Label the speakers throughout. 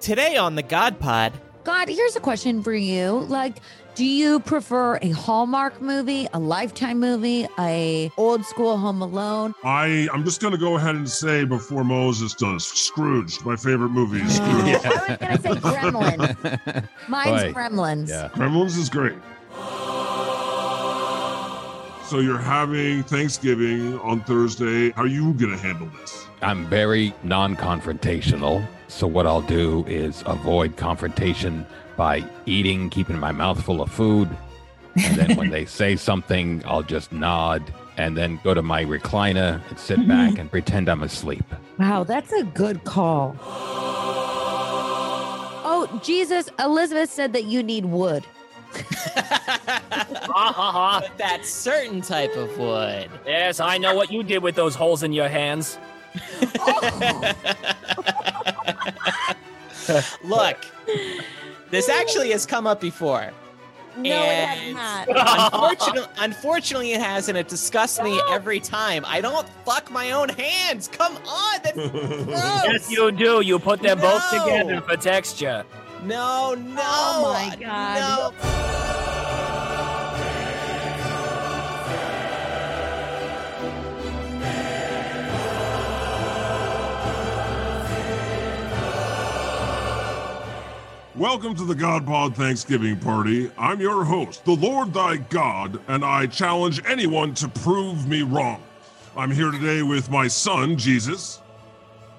Speaker 1: Today on the God Pod,
Speaker 2: God, here's a question for you. Like, do you prefer a Hallmark movie, a Lifetime movie, a old school Home Alone?
Speaker 3: I I'm just gonna go ahead and say before Moses does, Scrooge, my favorite movie, is Scrooge.
Speaker 2: Yeah. I was gonna say Gremlin. Mine's
Speaker 4: Right.
Speaker 2: Gremlins.
Speaker 4: Yeah.
Speaker 3: Gremlins is great. So you're having Thanksgiving on Thursday. How are you gonna handle this?
Speaker 4: I'm very non confrontational. So, what I'll do is avoid confrontation by eating, keeping my mouth full of food. And then when they say something, I'll just nod and then go to my recliner and sit back and pretend I'm asleep.
Speaker 2: Wow, that's a good call. Oh, Jesus, Elizabeth said that you need wood.
Speaker 5: Ha ha ha.
Speaker 1: but that certain type of wood.
Speaker 5: Yes, I know what you did with those holes in your hands.
Speaker 1: Look, this actually has come up before.
Speaker 2: No,
Speaker 1: And-
Speaker 2: it has not.
Speaker 1: Unfortunately, unfortunately, it has, and it disgusts me every time. I don't fuck my own hands. Come on, that's gross.
Speaker 5: Yes, you do. You put them both
Speaker 1: No.
Speaker 5: together for texture.
Speaker 1: No, no.
Speaker 2: Oh my God.
Speaker 1: No.
Speaker 3: Welcome to the God Pod Thanksgiving Party. I'm your host, the Lord thy God, and I challenge anyone to prove me wrong. I'm here today with my son, Jesus.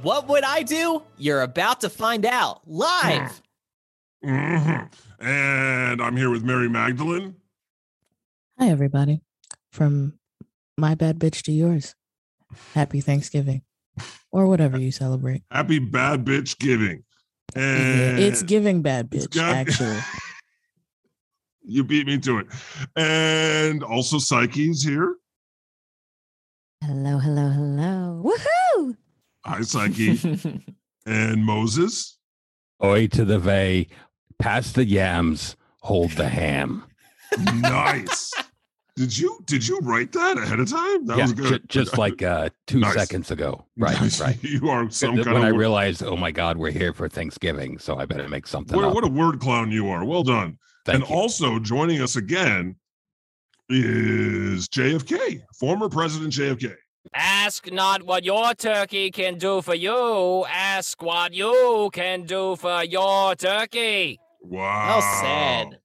Speaker 1: What would I do? You're about to find out live.
Speaker 3: hmm And I'm here with Mary Magdalene.
Speaker 6: Hi, everybody. From my bad bitch to yours. Happy Thanksgiving or whatever you celebrate.
Speaker 3: Happy bad bitch giving. And
Speaker 6: it's giving bad
Speaker 3: it's
Speaker 6: bitch,
Speaker 3: got-
Speaker 6: actually.
Speaker 3: You beat me to it. And also Psyche's here.
Speaker 2: Hello, hello, hello. Woohoo!
Speaker 3: Hi, Psyche. and Moses.
Speaker 4: Oi to the vey, pass the yams, hold the ham.
Speaker 3: Nice. Did you did you write that ahead of time? That
Speaker 4: yeah,
Speaker 3: was good.
Speaker 4: ju- just like uh, two
Speaker 3: Nice.
Speaker 4: seconds ago. Right,
Speaker 3: Nice.
Speaker 4: right.
Speaker 3: You are some
Speaker 4: when
Speaker 3: kind of
Speaker 4: I
Speaker 3: wor-
Speaker 4: realized, oh my God, we're here for Thanksgiving, so I better make something
Speaker 3: what,
Speaker 4: up.
Speaker 3: what a word clown you are. Well done.
Speaker 4: Thank
Speaker 3: and
Speaker 4: you.
Speaker 3: also joining us again is JFK, former President JFK.
Speaker 5: Ask not what your turkey can do for you. Ask what you can do for your turkey.
Speaker 3: Wow.
Speaker 1: How sad.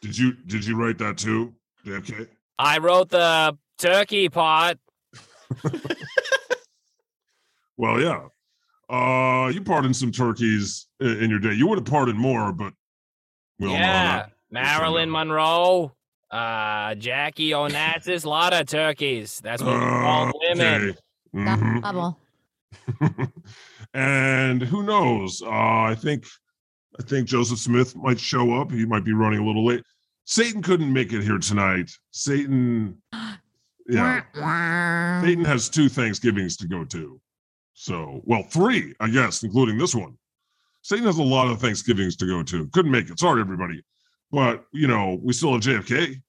Speaker 3: Did you did you write that too, JFK?
Speaker 5: I wrote the turkey part.
Speaker 3: Well, yeah. Uh, you pardoned some turkeys i- in your day. You would have pardoned more, but we all know how
Speaker 5: yeah.
Speaker 3: that-
Speaker 5: Marilyn Monroe, uh, Jackie Onassis, a lot of turkeys. That's what we
Speaker 1: Oh,
Speaker 5: call women.
Speaker 3: Uh, Okay.
Speaker 4: Mm-hmm.
Speaker 3: Mhm.
Speaker 2: Bubble.
Speaker 3: and who knows? Uh, I think I think Joseph Smith might show up. He might be running a little late. Satan couldn't make it here tonight. Satan, yeah,
Speaker 2: Wah, wah.
Speaker 3: Satan has two Thanksgivings to go to. So, well, three, I guess, including this one. Satan has a lot of Thanksgivings to go to. Couldn't make it. Sorry, everybody. But you know, we still have JFK.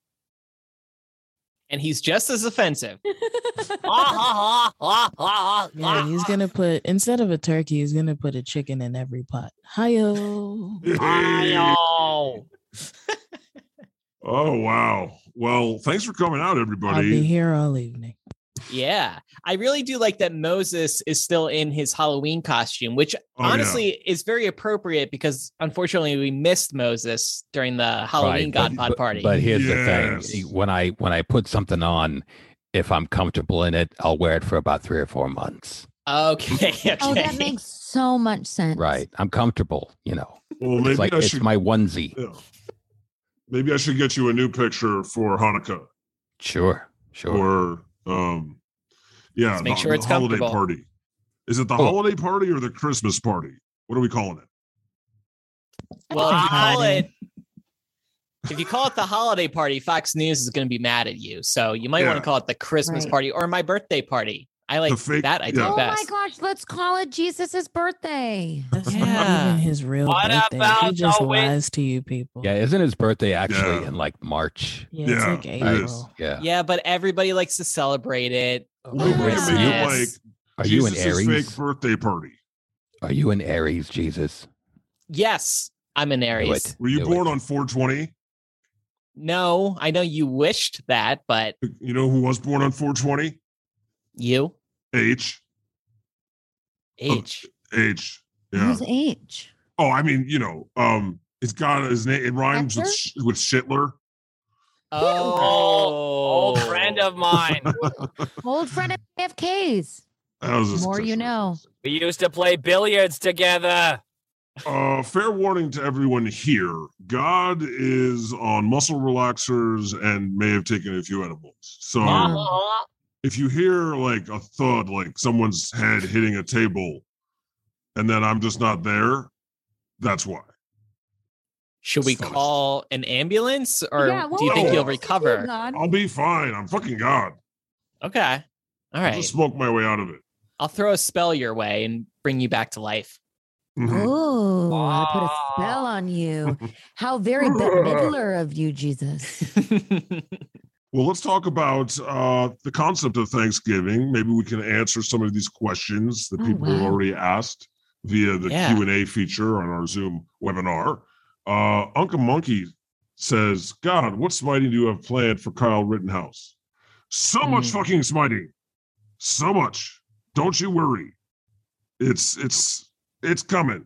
Speaker 1: And he's just as offensive.
Speaker 5: Ah, ah, ah, ah, ah, ah,
Speaker 6: Yeah, he's
Speaker 5: ah.
Speaker 6: gonna put instead of a turkey, he's gonna put a chicken in every pot. Hiyo.
Speaker 5: I know.
Speaker 3: Oh wow. Well, thanks for coming out,
Speaker 6: I'll be
Speaker 3: everybody.
Speaker 6: here all evening.
Speaker 1: yeah. I really do like that Moses is still in his Halloween costume, which
Speaker 3: Oh, yeah.
Speaker 1: honestly is very appropriate because unfortunately we missed Moses during the Halloween
Speaker 4: Right,
Speaker 1: God
Speaker 4: but-
Speaker 1: Pod
Speaker 4: but-
Speaker 1: party.
Speaker 4: But here's
Speaker 3: Yes.
Speaker 4: the thing: E, when I when I put something on, if I'm comfortable in it, I'll wear it for about three or four months.
Speaker 1: okay. Okay.
Speaker 2: Oh, that makes so much sense.
Speaker 4: Right, I'm comfortable. You know,
Speaker 3: Well, maybe
Speaker 4: it's like
Speaker 3: I
Speaker 4: it's
Speaker 3: should.
Speaker 4: my onesie.
Speaker 3: yeah. Maybe I should get you a new picture for Hanukkah
Speaker 4: Sure, sure.
Speaker 3: or um, yeah,
Speaker 1: Just make
Speaker 3: the-
Speaker 1: sure
Speaker 3: the
Speaker 1: it's
Speaker 3: holiday
Speaker 1: comfortable.
Speaker 3: party. Is it the
Speaker 4: Oh.
Speaker 3: holiday party or the Christmas party? What are we calling it?
Speaker 1: well, if you call
Speaker 6: Holiday.
Speaker 1: it if you call it the holiday party, Fox News is going to be mad at you. So you might want
Speaker 3: Yeah.
Speaker 1: to call it the Christmas
Speaker 2: Right.
Speaker 1: party or my birthday party. I like
Speaker 3: fake-
Speaker 1: that idea
Speaker 3: yeah.
Speaker 2: Oh my
Speaker 1: best.
Speaker 2: gosh, let's call it Jesus's birthday.
Speaker 6: That's
Speaker 1: Yeah.
Speaker 6: not even his real
Speaker 5: What
Speaker 6: birthday.
Speaker 5: about
Speaker 6: he just
Speaker 5: the win-
Speaker 6: lies to you people.
Speaker 4: Yeah, isn't his birthday actually
Speaker 3: Yeah.
Speaker 4: in like March?
Speaker 6: Yeah, it's
Speaker 3: Yeah,
Speaker 6: like
Speaker 3: it
Speaker 4: Right?
Speaker 3: is.
Speaker 6: April.
Speaker 4: Yeah.
Speaker 1: Yeah, but everybody likes to celebrate it.
Speaker 2: Oh
Speaker 3: Maybe we
Speaker 4: Wait,
Speaker 3: can
Speaker 4: so
Speaker 3: make
Speaker 4: you-
Speaker 3: it
Speaker 1: Yes.
Speaker 3: like
Speaker 4: Are you an
Speaker 3: Jesus' fake
Speaker 4: Aries?
Speaker 3: birthday party.
Speaker 4: Are you an Aries, Jesus?
Speaker 1: Yes, I'm an
Speaker 4: Do
Speaker 1: Aries.
Speaker 4: it.
Speaker 3: Were you
Speaker 4: Do
Speaker 3: born
Speaker 4: it.
Speaker 3: on 420?
Speaker 1: No, I know you wished that, but
Speaker 3: You know who was born on 420?
Speaker 1: you
Speaker 3: H. Oh,
Speaker 1: H.
Speaker 3: H. Yeah.
Speaker 2: Who's H?
Speaker 3: Oh, I mean, you know, um, it's got his name. It rhymes with
Speaker 2: Hector?
Speaker 3: sh- with Shitler.
Speaker 1: Oh,
Speaker 5: Old friend of mine.
Speaker 2: Old friend of AFK's.
Speaker 3: That was just-
Speaker 2: More you know.
Speaker 5: we used to play billiards together.
Speaker 3: Uh, fair warning to everyone here: God is on muscle relaxers and may have taken a few edibles. So
Speaker 5: Mama.
Speaker 3: if you hear like a thud, like someone's head hitting a table, and then I'm just not there, that's why.
Speaker 1: Should we call an ambulance or
Speaker 2: Yeah,
Speaker 1: do you
Speaker 2: well,
Speaker 1: think
Speaker 3: no.
Speaker 1: you'll
Speaker 2: what's the deal,
Speaker 1: recover?
Speaker 2: God?
Speaker 3: I'll be fine. I'm fucking God.
Speaker 1: Okay. All
Speaker 3: I'll
Speaker 1: right.
Speaker 3: just smoke my way out of it.
Speaker 1: I'll throw a spell your way and bring you back to life.
Speaker 3: Mhm.
Speaker 2: Oh, I put a
Speaker 5: Uh-huh. Ah.
Speaker 2: spell on you. How very Bette Midler of you, Jesus.
Speaker 3: Well, let's talk about uh, the concept of Thanksgiving. Maybe we can answer some of these questions that
Speaker 2: Oh,
Speaker 3: people have
Speaker 2: wow.
Speaker 3: already asked via the
Speaker 1: Yeah.
Speaker 3: Q and A feature on our Zoom webinar. Uh, Uncle Monkey says, "God, what smiting do you have planned for Kyle Rittenhouse? So much
Speaker 6: Mm.
Speaker 3: fucking smiting, so much. Don't you worry. It's it's it's coming.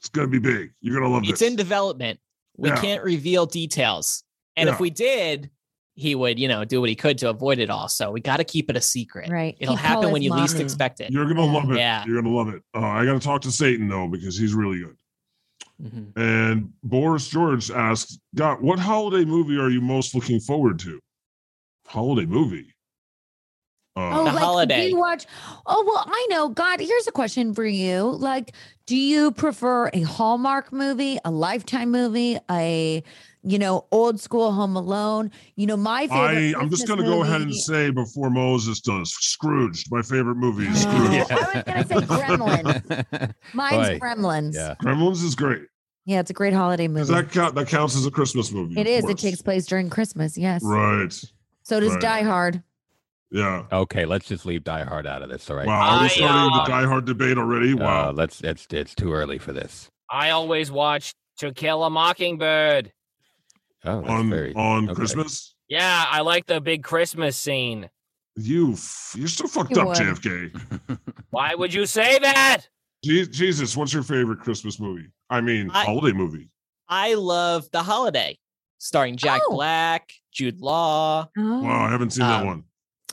Speaker 3: It's gonna be big. You're gonna love
Speaker 1: it's
Speaker 3: this.
Speaker 1: in development. We
Speaker 3: Yeah.
Speaker 1: can't reveal details. And
Speaker 3: Yeah.
Speaker 1: if we did, he would, you know, do what he could to avoid it all. So we got to keep it a secret.
Speaker 2: Right.
Speaker 1: It'll
Speaker 2: He'd call
Speaker 1: happen
Speaker 2: his
Speaker 1: when you least
Speaker 2: mommy.
Speaker 1: expect it.
Speaker 3: You're gonna
Speaker 2: Yeah.
Speaker 3: love it.
Speaker 1: Yeah.
Speaker 3: You're gonna love it. Uh, I gotta talk to Satan though because he's really good."
Speaker 1: Mhm.
Speaker 3: And Boris George asks, God, what holiday movie are you most looking forward to? Holiday movie?
Speaker 2: Oh,
Speaker 3: Uh,
Speaker 1: The
Speaker 2: like,
Speaker 1: holiday.
Speaker 2: Do you watch? Oh well, I know. God, here's a question for you. Like, do you prefer a Hallmark movie, a Lifetime movie, a you know old school Home Alone? You know my favorite.
Speaker 3: I, I'm just
Speaker 2: Christmas
Speaker 3: going to go ahead and
Speaker 2: movie-
Speaker 3: say before Moses does, Scrooged, my favorite movie is
Speaker 2: Oh,
Speaker 3: Scrooged.
Speaker 4: Yeah.
Speaker 2: I was gonna say Gremlins. Mine's
Speaker 4: Boy,
Speaker 2: Gremlins.
Speaker 4: yeah.
Speaker 2: Yeah.
Speaker 3: Gremlins is great.
Speaker 2: it's a great holiday movie.
Speaker 3: Does that count? That counts as a Christmas movie.
Speaker 2: it
Speaker 3: of
Speaker 2: is. It
Speaker 3: course.
Speaker 2: takes place during Christmas. Yes.
Speaker 3: Right.
Speaker 2: So does
Speaker 3: right.
Speaker 2: Die Hard.
Speaker 3: Yeah.
Speaker 4: Okay, let's just leave Die Hard out of this. All right.
Speaker 3: Wow. Are we
Speaker 5: I,
Speaker 3: starting
Speaker 5: uh,
Speaker 3: the Die Hard debate already?
Speaker 4: Uh,
Speaker 3: Wow.
Speaker 4: let's. It's it's too early for this.
Speaker 5: I always watched To Kill a Mockingbird.
Speaker 4: Oh, that's
Speaker 3: on
Speaker 4: very.
Speaker 3: on
Speaker 4: okay.
Speaker 3: Christmas?
Speaker 5: Yeah, I like the big Christmas scene.
Speaker 3: You, f- you're so fucked
Speaker 2: You
Speaker 3: up,
Speaker 2: would.
Speaker 3: JFK.
Speaker 5: Why would you say that?
Speaker 3: Je- Jesus, what's your favorite Christmas movie? I mean,
Speaker 1: I-
Speaker 3: holiday movie.
Speaker 1: I love The Holiday, starring Jack
Speaker 2: Oh.
Speaker 1: Black, Jude Law.
Speaker 2: Oh.
Speaker 3: Wow, I haven't seen that
Speaker 1: Um,
Speaker 3: one.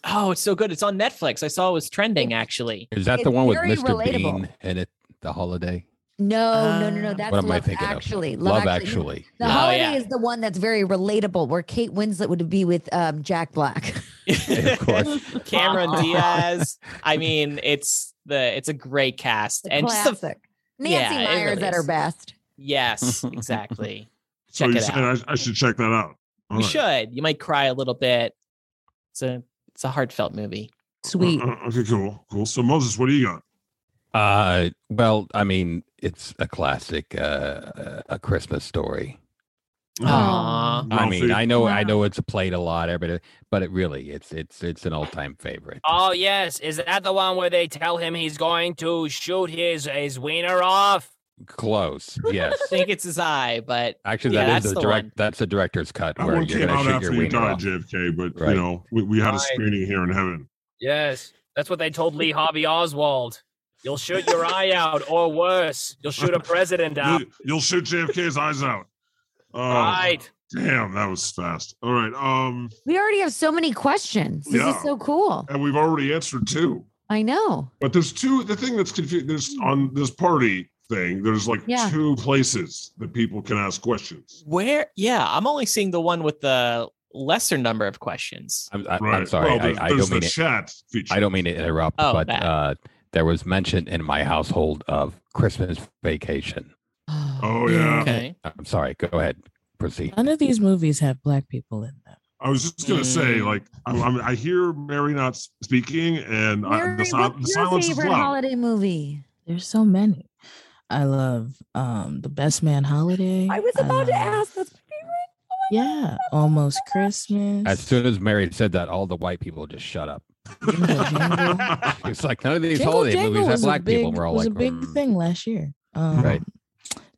Speaker 1: Oh, it's so good. It's on Netflix. I saw it was trending actually.
Speaker 4: Is that
Speaker 2: It's
Speaker 4: the one with
Speaker 2: very
Speaker 4: Mr.
Speaker 2: relatable.
Speaker 4: Bean in it? The holiday.
Speaker 2: No, no, no, no.
Speaker 1: Uh,
Speaker 2: That's
Speaker 4: Ah. what am I
Speaker 2: Love
Speaker 4: thinking
Speaker 2: Actually.
Speaker 4: of?
Speaker 2: Love,
Speaker 4: Love
Speaker 2: actually.
Speaker 4: actually.
Speaker 2: The
Speaker 1: Oh,
Speaker 2: holiday
Speaker 1: yeah.
Speaker 2: is the one that's very relatable, where Kate Winslet would be with um, Jack Black.
Speaker 4: of course.
Speaker 1: Cameron Diaz. I mean, it's the it's a great cast and just the
Speaker 2: Classic. Nancy
Speaker 1: Yeah, it
Speaker 2: Myers
Speaker 1: really
Speaker 2: at her
Speaker 1: is.
Speaker 2: best.
Speaker 1: yes, exactly.
Speaker 3: So
Speaker 1: Check
Speaker 3: you're
Speaker 1: it
Speaker 3: saying
Speaker 1: out.
Speaker 3: I, I should check that out. All
Speaker 1: you
Speaker 3: right.
Speaker 1: should. You might cry a little bit. It's a it's a heartfelt movie.
Speaker 2: Sweet.
Speaker 3: Uh, uh, okay, cool, cool. So Moses, what do you got?
Speaker 4: Uh, well, I mean, it's a classic, uh, a Christmas story.
Speaker 1: Aw.
Speaker 4: I mean,
Speaker 3: Ralphie?
Speaker 4: I know, I
Speaker 2: Wow.
Speaker 4: know it's played a lot, everybody, but it really, it's it's it's an all time favorite.
Speaker 5: Oh yes, is that the one where they tell him he's going to shoot his his wiener off?
Speaker 4: Close, yes.
Speaker 1: I think it's his eye, but
Speaker 4: Actually,
Speaker 1: Yeah,
Speaker 4: that
Speaker 1: that's
Speaker 4: is a
Speaker 1: the
Speaker 4: direct.
Speaker 1: one.
Speaker 4: That's a director's cut
Speaker 3: that
Speaker 4: where
Speaker 3: one
Speaker 4: you're
Speaker 3: came
Speaker 4: going
Speaker 3: out
Speaker 4: to shoot
Speaker 3: after
Speaker 4: your
Speaker 3: you
Speaker 4: wiener
Speaker 3: died,
Speaker 4: off.
Speaker 3: JFK. But
Speaker 4: Right.
Speaker 3: you know, we, we had a
Speaker 5: Right.
Speaker 3: screening here in heaven.
Speaker 5: Yes, that's what they told Lee Harvey Oswald. You'll shoot your eye out, or worse, you'll shoot a president out.
Speaker 3: You, you'll shoot JFK's eyes out. Uh,
Speaker 5: Right?
Speaker 3: Damn, that was fast. All right. Um,
Speaker 2: We already have so many questions. This
Speaker 3: Yeah.
Speaker 2: is so cool.
Speaker 3: and we've already answered two.
Speaker 2: I know.
Speaker 3: But there's two. The thing that's confusing. There's on this party thing. There's like
Speaker 2: Yeah.
Speaker 3: two places that people can ask questions.
Speaker 1: where yeah, I'm only seeing the one with the lesser number of questions.
Speaker 4: I'm, I,
Speaker 3: Right.
Speaker 4: I'm sorry,
Speaker 3: Well, there's,
Speaker 4: I, I
Speaker 3: there's
Speaker 4: don't
Speaker 3: the
Speaker 4: mean it.
Speaker 3: chat feature.
Speaker 4: I don't mean to interrupt,
Speaker 1: Oh,
Speaker 4: but
Speaker 1: that.
Speaker 4: uh, there was mention in my household of Christmas vacation.
Speaker 3: Oh yeah.
Speaker 1: Okay.
Speaker 4: I'm sorry. Go ahead. Proceed.
Speaker 6: None of these movies have black people in them.
Speaker 3: I was just gonna say,
Speaker 1: Mm.
Speaker 3: like, I'm, I'm, I hear Mary not s- speaking, and I,
Speaker 2: Mary,
Speaker 3: the, sil- the
Speaker 2: what's your
Speaker 3: silence is
Speaker 2: favorite
Speaker 3: loud.
Speaker 2: holiday movie?
Speaker 6: There's so many. I love um the Best Man Holiday. love-
Speaker 2: That's my favorite.
Speaker 6: Oh Yeah, almost Christmas.
Speaker 4: As soon as Mary said that, all the white people just shut up.
Speaker 6: Jingle Jangle.
Speaker 4: It's like none of these
Speaker 6: Jingle
Speaker 4: holiday
Speaker 6: Jangle
Speaker 4: movies have
Speaker 6: was a
Speaker 4: black
Speaker 6: big,
Speaker 4: people. We're all
Speaker 6: was
Speaker 4: like,
Speaker 6: a big
Speaker 4: "Mm."
Speaker 6: thing last year. Um,
Speaker 4: Right.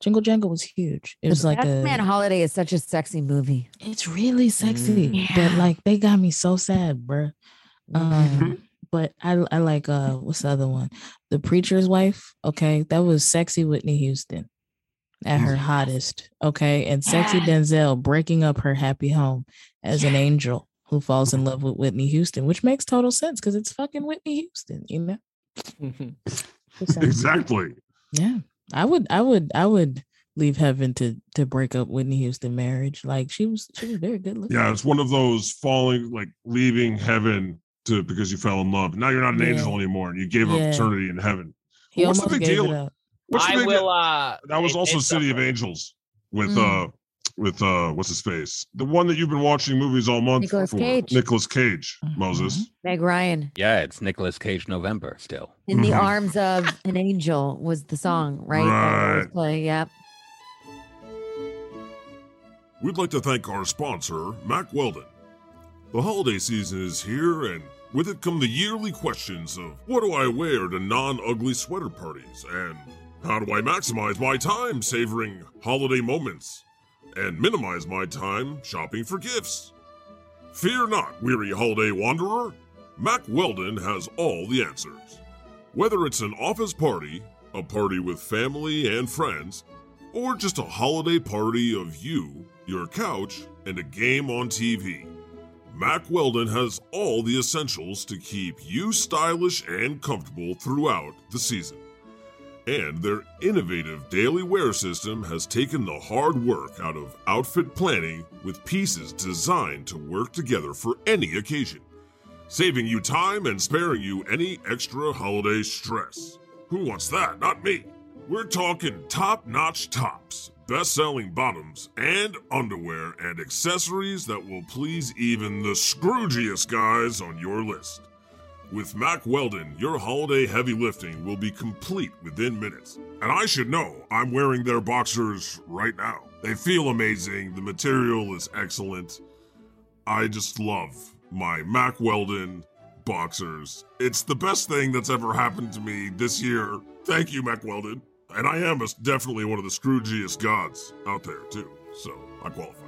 Speaker 6: Jingle Jangle was huge. It was like a
Speaker 2: Batman Holiday is such a sexy movie.
Speaker 6: It's really sexy,
Speaker 2: Mm.
Speaker 6: but
Speaker 2: Yeah. Mm-hmm.
Speaker 6: like they got me so sad, bruh. Um, but I I like uh what's the other one? The preacher's wife. Okay, that was sexy Whitney Houston at her hottest. Okay, and sexy Denzel breaking up her happy home as an angel who falls in love with Whitney Houston, which makes total sense because it's fucking Whitney Houston, you know. Just saying.
Speaker 3: Exactly.
Speaker 6: Yeah, I would, I would, I would leave heaven to to break up Whitney Houston marriage. Like she was, she was very good looking.
Speaker 3: Yeah, it's one of those falling, like leaving heaven to because you fell in love. Now you're not an
Speaker 6: Yeah.
Speaker 3: angel anymore, and you gave
Speaker 6: Yeah.
Speaker 3: up eternity in heaven.
Speaker 6: He
Speaker 3: What's the
Speaker 6: almost
Speaker 3: big
Speaker 6: gave
Speaker 3: deal?
Speaker 6: it up.
Speaker 3: What's the
Speaker 5: I
Speaker 3: big-
Speaker 5: will. Uh,
Speaker 3: That was
Speaker 5: it-
Speaker 3: also
Speaker 5: it's
Speaker 3: City of
Speaker 5: something.
Speaker 3: Angels with
Speaker 6: Mm.
Speaker 3: uh with uh what's his face? The one that you've been watching movies all month
Speaker 2: Nicolas
Speaker 3: for
Speaker 2: Cage. Mm-hmm.
Speaker 3: Nicholas Cage, Moses.
Speaker 2: Meg Ryan
Speaker 4: Yeah, it's Nicolas Cage November still.
Speaker 2: in the
Speaker 3: Mhm.
Speaker 2: arms of an angel was the song, right? That was
Speaker 3: Right.
Speaker 2: play, Yep.
Speaker 3: We'd like to thank our sponsor, Mac Weldon. The holiday season is here, and with it come the yearly questions of what do I wear to non ugly sweater parties, and how do I maximize my time savoring holiday moments, and minimize my time shopping for gifts? Fear not, weary holiday wanderer. Mac Weldon has all the answers. Whether it's an office party, a party with family and friends, or just a holiday party of you, your couch, and a game on TV. Mac Weldon has all the essentials to keep you stylish and comfortable throughout the season. And their innovative daily wear system has taken the hard work out of outfit planning with pieces designed to work together for any occasion, saving you time and sparing you any extra holiday stress. Who wants that? Not me. We're talking top notch tops, best selling bottoms, and underwear and accessories that will please even the scroogiest guys on your list. With Mac Weldon, your holiday heavy lifting will be complete within minutes. And I should know, I'm wearing their boxers right now. They feel amazing, the material is excellent. I just love my Mac Weldon boxers. It's the best thing that's ever happened to me this year. Thank you, Mac Weldon. And I am a, definitely one of the scroogiest gods out there, too, so I qualify.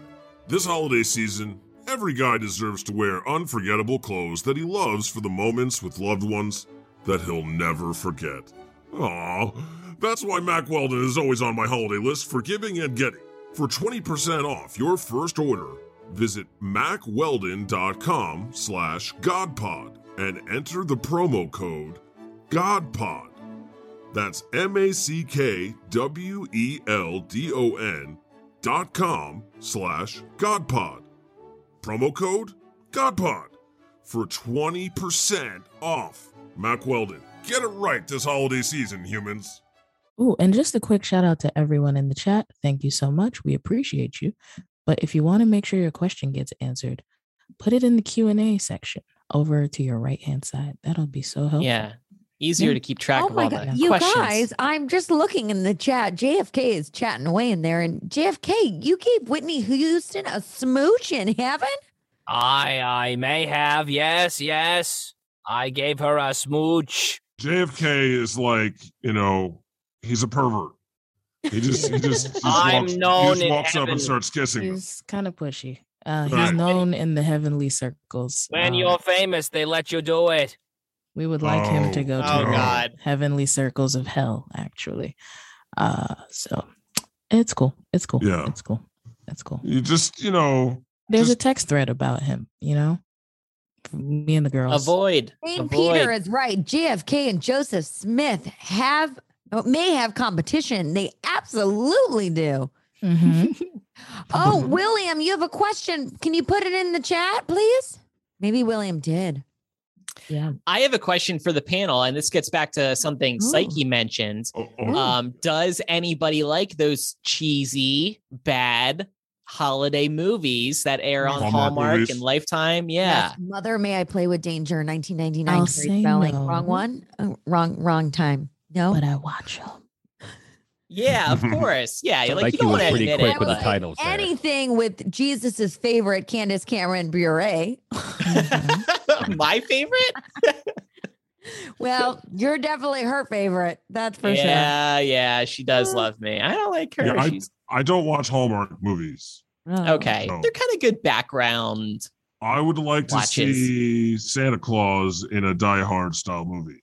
Speaker 3: This holiday season, every guy deserves to wear unforgettable clothes that he loves for the moments with loved ones that he'll never forget. Aw, that's why Mac Weldon is always on my holiday list for giving and getting. For 20% off your first order, visit macweldon.com slash godpod and enter the promo code godpod. That's E M-A-C-K-W-E-L-D-O-N dot com slash godpod. Promo code godpod for 20% off. Mac Weldon. Get it right this holiday season, humans.
Speaker 6: Ooh, and just a quick shout out to everyone in the chat. Thank you so much. We appreciate you. But if you want to make sure your question gets answered, put it in the Q and A section over to your right hand side. That'll be so helpful.
Speaker 1: Yeah. Easier to keep track
Speaker 2: Oh
Speaker 1: of
Speaker 2: my
Speaker 1: all
Speaker 2: god,
Speaker 1: the
Speaker 2: you
Speaker 1: questions.
Speaker 2: guys! I'm just looking in the chat. JFK is chatting away in there, and JFK, you gave Whitney Houston a smooch in heaven.
Speaker 5: I I may have. Yes, yes. I gave her a smooch.
Speaker 3: JFK is like, you know, he's a pervert. He just, he just, he just
Speaker 5: I'm
Speaker 3: walks, he
Speaker 5: known
Speaker 3: just
Speaker 5: in
Speaker 3: walks up
Speaker 5: heaven.
Speaker 3: and starts kissing. them.
Speaker 6: He's kind of pushy. Uh, he's
Speaker 3: Right.
Speaker 6: known in the heavenly circles.
Speaker 5: When
Speaker 6: Um,
Speaker 5: you're famous, they let you do it.
Speaker 6: we would like him to
Speaker 3: Oh,
Speaker 6: go to
Speaker 5: oh
Speaker 6: the
Speaker 5: God.
Speaker 6: heavenly circles of hell, actually. Uh, so it's cool. It's cool.
Speaker 3: Yeah.
Speaker 6: It's cool. That's cool.
Speaker 3: You just, you know,
Speaker 6: There's a
Speaker 3: Just-
Speaker 6: text thread about him, you know? Me and the girls.
Speaker 1: Avoid.
Speaker 2: Saint
Speaker 1: Avoid.
Speaker 2: Peter is right. JFK and Joseph Smith have oh, may have competition. They absolutely do.
Speaker 6: Mhm.
Speaker 2: Oh, William, you have a question. Can you put it in the chat, please? Maybe William did.
Speaker 6: Yeah.
Speaker 1: I have a question for the panel, and this gets back to something
Speaker 2: Ooh.
Speaker 1: Psyche mentioned.
Speaker 3: oh, oh,
Speaker 1: Um, does anybody like those cheesy, bad holiday movies that air on
Speaker 3: Hallmark
Speaker 1: Hallmark,
Speaker 3: movies.
Speaker 1: and Lifetime? Yeah.
Speaker 2: Yes, Mother, may I play with danger? 1999.
Speaker 6: I'll
Speaker 2: Carrie
Speaker 6: say
Speaker 2: Spelling.
Speaker 6: no.
Speaker 2: Wrong one. Uh, wrong. Wrong time. No.
Speaker 6: But I watch him.
Speaker 1: Yeah, of course. Yeah. Like,
Speaker 4: Like
Speaker 1: you
Speaker 4: you
Speaker 1: don't
Speaker 4: were
Speaker 1: want to
Speaker 4: pretty
Speaker 1: admit
Speaker 4: quick
Speaker 1: it.
Speaker 4: with the
Speaker 1: but-
Speaker 4: titles there.
Speaker 2: Anything with Jesus's favorite, Candace Cameron Bure.
Speaker 1: Mm-hmm.
Speaker 6: Mhm.
Speaker 1: My favorite?
Speaker 2: Well, you're definitely her favorite. That's for
Speaker 1: yeah, yeah, she does love me. I don't like her.
Speaker 3: Yeah, I-
Speaker 1: She's
Speaker 3: I don't watch Hallmark movies.
Speaker 2: sure. Oh.
Speaker 1: okay.
Speaker 3: no.
Speaker 1: They're kind of good background.
Speaker 3: I would like to
Speaker 1: Watches.
Speaker 3: see Santa Claus in a Die Hard style movie.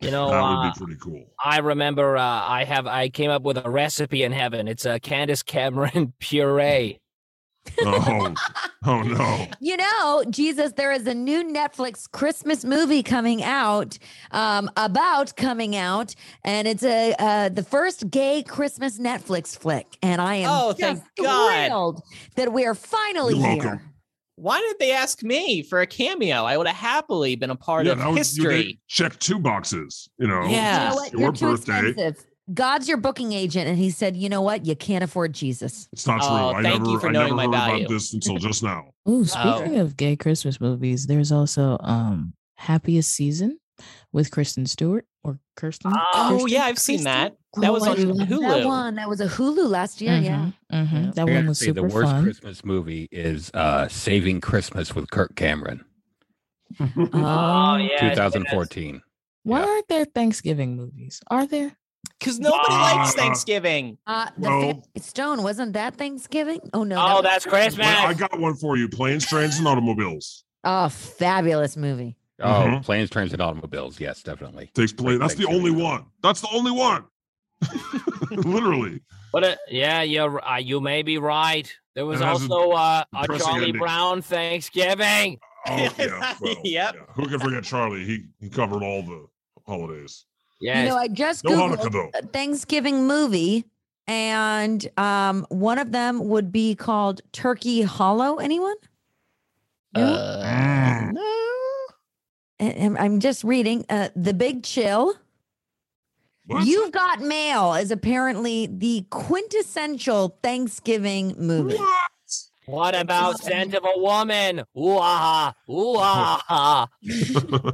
Speaker 5: You know,
Speaker 3: that
Speaker 5: uh,
Speaker 3: would be pretty cool.
Speaker 5: I remember uh, I have I came up with a recipe in heaven. It's a Candace Cameron puree.
Speaker 3: Oh, oh no.
Speaker 2: You know, Jesus, there is a new Netflix Christmas movie coming out um, about coming out, and it's a uh, the first gay Christmas Netflix flick. And I am
Speaker 1: Oh,
Speaker 2: just
Speaker 1: thank God.
Speaker 2: thrilled that we are finally
Speaker 3: You're welcome.
Speaker 2: here.
Speaker 1: Why did they ask me for a cameo? I would have happily been a part
Speaker 3: yeah,
Speaker 1: of
Speaker 3: that was you did
Speaker 1: history.
Speaker 3: check two boxes, you know.
Speaker 1: Yeah.
Speaker 2: You know what?
Speaker 3: Oh, Your
Speaker 2: You're too
Speaker 3: birthday.
Speaker 2: expensive. God's your booking agent, and he said, "You know what? You can't afford Jesus."
Speaker 3: It's not true.
Speaker 1: Oh,
Speaker 3: I
Speaker 1: thank
Speaker 3: never,
Speaker 1: you for
Speaker 3: I
Speaker 1: knowing
Speaker 3: never
Speaker 1: my
Speaker 3: heard
Speaker 1: value. Oh.
Speaker 3: about this until just now.
Speaker 6: Ooh, speaking of gay Christmas movies, there's also um Happiest Season with Kristen Stewart or Kirsten.
Speaker 1: Oh,
Speaker 6: Kirsten-
Speaker 1: yeah, I've seen
Speaker 6: Kristen?
Speaker 1: that. That was
Speaker 6: I
Speaker 1: on
Speaker 6: love
Speaker 1: Hulu. Mm-hmm.
Speaker 2: That one, that was a Hulu last year. Yeah.
Speaker 6: Mhm, mhm.
Speaker 1: Yeah.
Speaker 6: That
Speaker 4: I
Speaker 6: one
Speaker 4: gotta
Speaker 6: was
Speaker 4: say,
Speaker 6: super
Speaker 4: the worst
Speaker 6: fun.
Speaker 4: Christmas movie is uh, Saving Christmas with Kirk Cameron, Um,
Speaker 5: Oh, yeah. yes,
Speaker 4: 2014.
Speaker 6: Why
Speaker 4: Yeah.
Speaker 6: aren't there Thanksgiving movies? Are there?
Speaker 1: Because nobody likes
Speaker 3: Ah.
Speaker 1: Thanksgiving.
Speaker 2: Uh, the
Speaker 3: Well-
Speaker 2: Family Stone wasn't that Thanksgiving? Oh no!
Speaker 5: Oh,
Speaker 2: that
Speaker 5: that's Christmas.
Speaker 3: Wait, I got one for you. Planes, trains, and automobiles.
Speaker 2: was- oh, fabulous movie.
Speaker 4: Oh,
Speaker 3: Mhm.
Speaker 4: Planes, Trains, and Automobiles. Yes, definitely.
Speaker 3: Takes place. That's the only one. That's the only one. Literally.
Speaker 5: But uh, yeah, you're uh, you may be right. There was
Speaker 3: It has a
Speaker 5: also uh, a
Speaker 3: depressing
Speaker 5: Charlie
Speaker 3: ending.
Speaker 5: Brown Thanksgiving.
Speaker 3: Oh, yeah, well,
Speaker 1: Yep.
Speaker 3: yeah. Who can forget Charlie? He he covered all the holidays.
Speaker 5: Yes.
Speaker 2: You know, I just
Speaker 3: No
Speaker 2: googled uh,
Speaker 3: Hanukkah though.
Speaker 2: a Thanksgiving movie, and um, one of them would be called Turkey Hollow. Anyone? No?
Speaker 3: Mm.
Speaker 1: Uh, no.
Speaker 2: And- and I'm just reading uh, The Big Chill.
Speaker 3: What?
Speaker 2: You've Got Mail is apparently the quintessential Thanksgiving movie.
Speaker 3: What?
Speaker 5: what about scent of a woman? Ooh ah, ah, ooh ah, ah.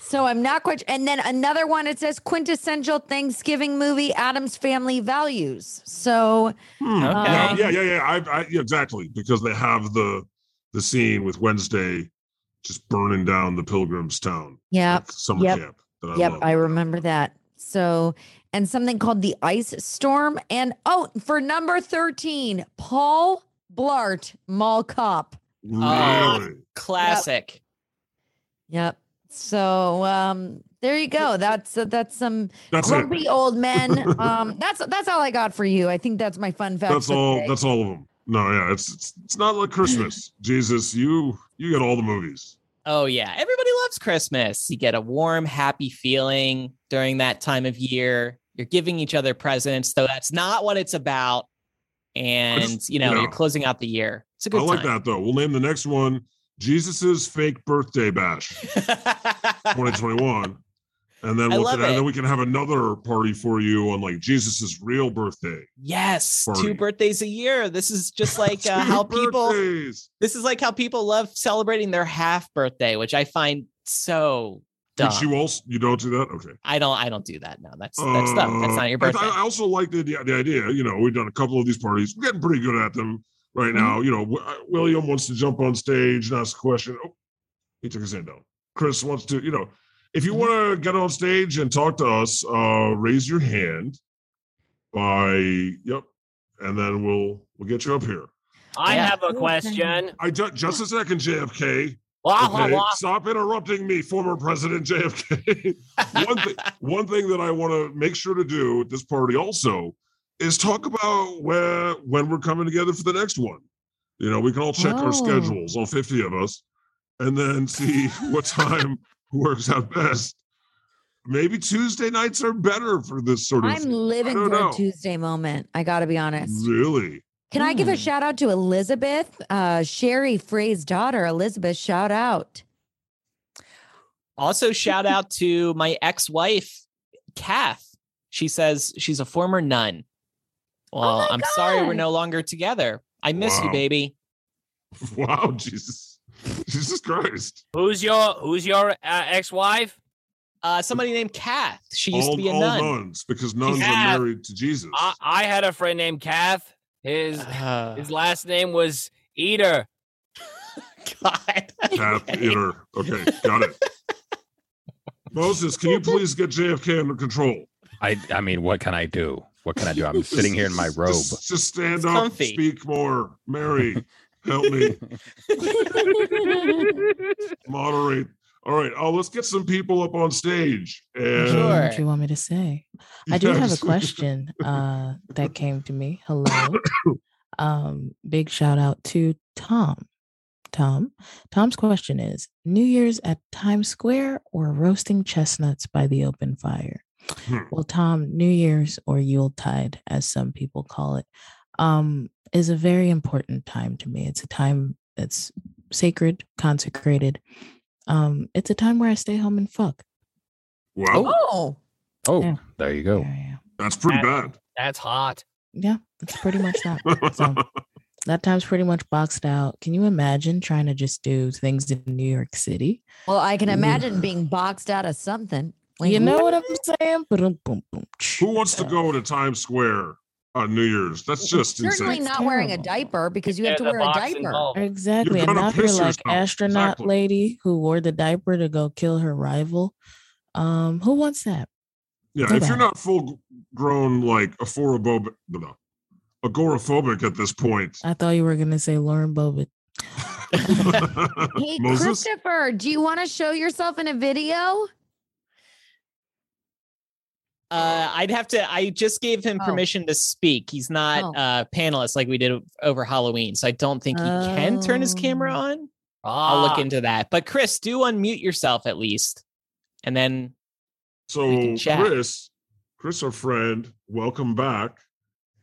Speaker 2: So I'm not quite. And then another one, it says quintessential Thanksgiving movie, Adam's Family Values. So um,
Speaker 3: Hmm.
Speaker 2: Okay.
Speaker 3: Yeah, yeah, yeah, yeah. I, I, yeah, exactly. Because they have the the scene with Wednesday just burning down the pilgrims' town.
Speaker 2: yeah,
Speaker 3: like Summer
Speaker 2: Yep.
Speaker 3: camp. That I
Speaker 2: yep,
Speaker 3: love.
Speaker 2: I remember that. So and something called the Ice Storm. And oh, for number 13, Paul Blart Mall Cop.
Speaker 1: Oh.
Speaker 3: Really?
Speaker 1: Classic.
Speaker 2: Yep. So um there you go. That's uh, that's some
Speaker 3: That's it.
Speaker 2: grumpy old men. Um that's that's all I got for you. I think that's my fun fact.
Speaker 3: That's
Speaker 2: for
Speaker 3: all.
Speaker 2: today.
Speaker 3: That's all of them. No, yeah, it's it's, it's not like Christmas. Jesus, you you get all the movies.
Speaker 1: Oh, yeah. Everybody loves Christmas. You get a warm, happy feeling during that time of year. You're giving each other presents, though that's not what it's about. And, you know,
Speaker 3: you know.
Speaker 1: you're closing out the year. It's a
Speaker 3: I
Speaker 1: good
Speaker 3: like
Speaker 1: time.
Speaker 3: that though. We'll name the next one Jesus's fake birthday bash
Speaker 1: that.
Speaker 3: 2021. And then,
Speaker 1: I
Speaker 3: we'll,
Speaker 1: love
Speaker 3: and then
Speaker 1: it.
Speaker 3: we can have another party for you on like Jesus's real birthday.
Speaker 1: yes.
Speaker 3: Party.
Speaker 1: Two birthdays a year. This is just like uh,
Speaker 3: Two
Speaker 1: how people.
Speaker 3: birthdays.
Speaker 1: This is like how people love celebrating their half birthday, which I find so dumb.
Speaker 3: Which you also you don't do that? Okay.
Speaker 1: I don't. I don't do that. No, that's that's dumb. That's
Speaker 3: Uh,
Speaker 1: not your
Speaker 3: I-
Speaker 1: birthday.
Speaker 3: I, I also like the, the the idea. You know, we've done a couple of these parties. We're getting pretty good at them right
Speaker 1: Mm-hmm.
Speaker 3: now. You know, w- uh, William wants to jump on stage and ask a question. Oh, he took his hand down. Chris wants to. You know, if you
Speaker 1: Mhm.
Speaker 3: want to get on stage and talk to us, uh, raise your hand. By yep, and then we'll we'll get you up here.
Speaker 5: I
Speaker 1: Yeah.
Speaker 5: have a question.
Speaker 3: I ju- just a second, JFK.
Speaker 5: Wah, wah,
Speaker 3: Okay,
Speaker 5: wah.
Speaker 3: stop interrupting me, former President JFK. one, thi- one thing that I want to make sure to do at this party also is talk about where when we're coming together for the next one. You know, we can all check
Speaker 2: Oh.
Speaker 3: our schedules, all 50 of us, and then see what time works out best. Maybe Tuesday nights are better for this sort of
Speaker 2: I'm
Speaker 3: thing.
Speaker 2: living
Speaker 3: don't
Speaker 2: for
Speaker 3: know. Mm.
Speaker 2: a Tuesday moment. I got to be honest.
Speaker 3: really.
Speaker 2: Can I give
Speaker 5: Hmm.
Speaker 2: a shout out to Elizabeth, uh, Sherry Frey's daughter? Elizabeth, shout out.
Speaker 1: Also, shout out to my ex-wife, Kath. She says she's a former nun. Well,
Speaker 2: Oh my
Speaker 1: I'm sorry we're
Speaker 2: God.
Speaker 1: no longer together. I miss you,
Speaker 3: Wow.
Speaker 1: baby.
Speaker 3: Wow, Jesus. Jesus Christ.
Speaker 5: Who's your who's your uh, ex-wife?
Speaker 1: Uh, somebody named Kath. She used
Speaker 3: All,
Speaker 1: to be a
Speaker 3: all
Speaker 1: nun.
Speaker 3: nuns, because nuns
Speaker 5: Yeah.
Speaker 3: are married to Jesus.
Speaker 5: I, I had a friend named Kath. His
Speaker 1: Uh,
Speaker 5: his last name was Eater.
Speaker 1: God.
Speaker 3: Tap
Speaker 1: Okay.
Speaker 3: eater. Okay, got it. Moses, can you please get JFK under control?
Speaker 4: I I mean, what can I do? What can I do? I'm sitting here in my
Speaker 3: Just-
Speaker 4: robe.
Speaker 3: Just, just stand
Speaker 1: It's
Speaker 3: up,
Speaker 1: comfy.
Speaker 3: speak more. Mary, help me moderate. All right, oh, let's get some people up on stage. And
Speaker 6: don't know What
Speaker 1: Sure.
Speaker 6: you want me to say? I do have a
Speaker 3: Yes.
Speaker 6: question uh, that came to me. Hello. Um, big shout out to Tom. Tom. Tom's question is New Year's at Times Square or roasting chestnuts by the open fire?
Speaker 3: Hmm.
Speaker 6: Well, Tom, New Year's or Yuletide, as some people call it, um, is a very important time to me. It's a time that's sacred, consecrated. Um, it's a time where I stay home and fuck.
Speaker 3: Wow,
Speaker 2: Oh,
Speaker 4: Oh,
Speaker 6: Yeah.
Speaker 4: there you go.
Speaker 6: There I am.
Speaker 3: that's pretty bad.
Speaker 5: That's hot.
Speaker 6: Yeah, that's pretty much that. So that time's pretty much boxed out. Can you imagine trying to just do things in New York City?
Speaker 2: well, I can
Speaker 6: Ooh.
Speaker 2: imagine being boxed out of something. Like,
Speaker 6: you know what I'm saying? Boom, boom, boom.
Speaker 3: Who wants to go to Times Square on New Year's? That's just
Speaker 2: certainly
Speaker 3: insane.
Speaker 2: not wearing a
Speaker 6: Terrible.
Speaker 2: diaper because you have
Speaker 5: There's
Speaker 2: to
Speaker 5: a
Speaker 2: wear a
Speaker 5: box
Speaker 2: diaper.
Speaker 5: involved.
Speaker 6: Exactly.
Speaker 3: You're
Speaker 6: And
Speaker 3: gonna
Speaker 6: now you're
Speaker 3: piss
Speaker 6: like
Speaker 3: yourself.
Speaker 6: astronaut
Speaker 3: Exactly.
Speaker 6: lady who wore the diaper to go kill her rival. Um, who wants that?
Speaker 3: Yeah,
Speaker 6: Too
Speaker 3: if you're
Speaker 6: bad.
Speaker 3: not full grown, like agoraphobic, no, no, agoraphobic at this point,
Speaker 6: I thought you were gonna say Lauren Bobbitt.
Speaker 2: Hey,
Speaker 3: Moses,
Speaker 2: Christopher, do you want to show yourself in a video?
Speaker 1: Uh, I'd have to. I just gave him
Speaker 2: Oh.
Speaker 1: permission to speak. He's not
Speaker 2: Oh.
Speaker 1: uh, panelist like we did over Halloween, so I don't think he can turn his camera
Speaker 2: Oh.
Speaker 1: on. I'll
Speaker 5: Ah,
Speaker 1: look into that. But Chris, do unmute yourself at least, and then I
Speaker 3: so
Speaker 1: can chat.
Speaker 3: Chris, Chris, our friend, welcome back.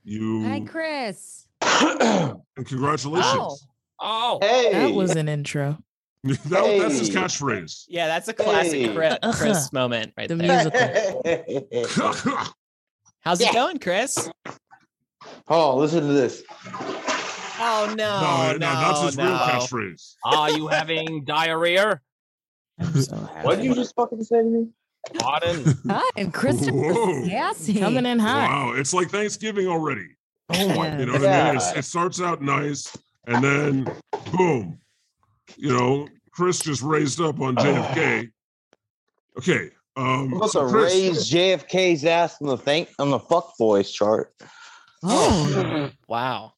Speaker 3: You
Speaker 2: Hi, Chris.
Speaker 3: and Mm. congratulations.
Speaker 2: Oh.
Speaker 5: Oh,
Speaker 7: hey,
Speaker 6: That was an intro.
Speaker 3: That- That's his
Speaker 7: Hey.
Speaker 3: catchphrase.
Speaker 1: yeah, that's a classic
Speaker 7: Hey.
Speaker 1: Chri-
Speaker 6: Uh-huh.
Speaker 1: Chris moment right
Speaker 6: The
Speaker 1: there.
Speaker 6: music.
Speaker 1: How's it
Speaker 7: Yeah.
Speaker 1: going, Chris?
Speaker 7: oh, listen to this.
Speaker 1: Oh no, no, no,
Speaker 3: that's his real catchphrase.
Speaker 5: are you having diarrhea?
Speaker 6: I'm so happy.
Speaker 7: What did you just fucking say to me?
Speaker 5: Pardon?
Speaker 2: Hi, and
Speaker 3: Whoa.
Speaker 2: Christopher Sassy.
Speaker 6: coming in hot?
Speaker 3: Wow, it's like Thanksgiving already.
Speaker 6: Oh
Speaker 3: You know what I mean?
Speaker 7: Yeah.
Speaker 3: It's, it starts out nice, and then boom. You know, Chris just raised up on JFK. Okay. Um,
Speaker 7: I'm about
Speaker 3: so
Speaker 7: to
Speaker 3: Chris,
Speaker 7: raise JFK's ass on the thank on the fuck boys chart.
Speaker 2: Oh,
Speaker 1: Wow.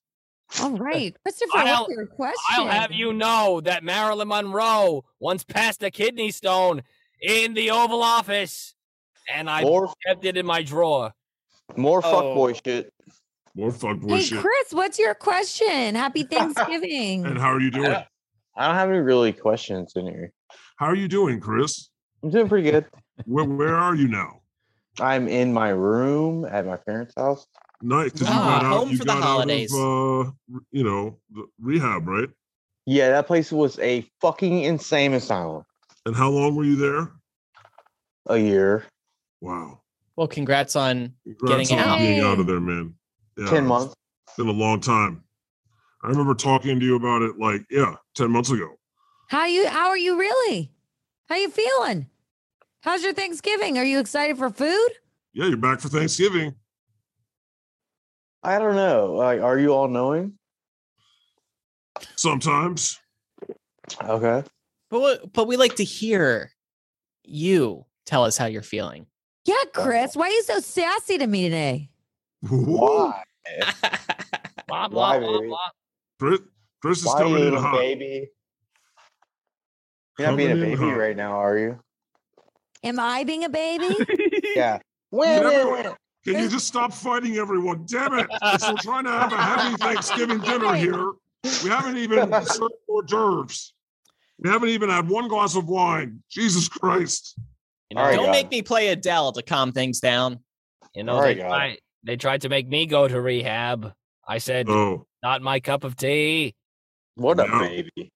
Speaker 2: all right. Christopher,
Speaker 5: I'll-
Speaker 2: what's your question?
Speaker 5: I'll have you know that Marilyn Monroe once passed a kidney stone in the Oval Office, and I
Speaker 7: More
Speaker 5: kept it in my drawer.
Speaker 7: more fuck
Speaker 1: Oh.
Speaker 7: boy shit.
Speaker 3: more fuckboy
Speaker 2: Hey,
Speaker 3: shit.
Speaker 2: Chris, what's your question? Happy Thanksgiving.
Speaker 3: And how are you doing?
Speaker 7: Yeah. I don't have any really questions in here.
Speaker 3: How are you doing, Chris?
Speaker 7: I'm doing pretty good.
Speaker 3: Where, where are you now?
Speaker 7: I'm in my room at my parents' house.
Speaker 3: Nice. 'cause you
Speaker 1: Ah,
Speaker 3: got out,
Speaker 1: home
Speaker 3: you
Speaker 1: for the
Speaker 3: got out
Speaker 1: holidays.
Speaker 3: of, uh, re- you know, the rehab, right?
Speaker 7: Yeah, that place was a fucking insane asylum.
Speaker 3: And how long were you there?
Speaker 7: A year,
Speaker 3: Wow.
Speaker 1: Well, congrats on
Speaker 3: Congrats
Speaker 1: Getting
Speaker 3: on
Speaker 2: out.
Speaker 3: being out
Speaker 2: Hey.
Speaker 3: of there, man. Yeah,
Speaker 7: ten
Speaker 3: it's
Speaker 7: months.
Speaker 3: Been a long time. I remember talking to you about it like, yeah, 10 months ago.
Speaker 2: How you how are you really? How you feeling? How's your Thanksgiving? Are you excited for food?
Speaker 3: Yeah, you're back for Thanksgiving.
Speaker 7: I don't know. Like, are you all knowing?
Speaker 3: Sometimes.
Speaker 7: Okay.
Speaker 1: but we- but we like to hear you tell us how you're feeling.
Speaker 2: Yeah, Chris. Why are you so sassy to me today?
Speaker 7: Why?
Speaker 5: Blah blah
Speaker 7: Why,
Speaker 5: blah
Speaker 7: baby?
Speaker 5: blah.
Speaker 3: Chris, Chris is
Speaker 7: Why you
Speaker 3: coming in
Speaker 7: little
Speaker 3: hot.
Speaker 7: baby? You're not being a
Speaker 3: Coming in
Speaker 7: baby
Speaker 3: hot.
Speaker 7: right now, are you?
Speaker 2: Am I being a baby?
Speaker 7: Yeah. Win,
Speaker 3: never
Speaker 7: win,
Speaker 3: win.
Speaker 7: win.
Speaker 3: Can you just stop fighting everyone? Damn it. It's- We're trying to have a happy Thanksgiving dinner here. We haven't even served hors d'oeuvres. We haven't even had one glass of wine. Jesus Christ.
Speaker 5: You
Speaker 7: All right,
Speaker 1: Don't
Speaker 7: guys.
Speaker 1: make me play Adele to calm things down.
Speaker 5: You know,
Speaker 7: All right,
Speaker 5: they,
Speaker 7: guys.
Speaker 5: tried, they tried to make me go to rehab. I said,
Speaker 3: Oh,
Speaker 5: not my cup of tea.
Speaker 7: What a
Speaker 3: No.
Speaker 7: baby.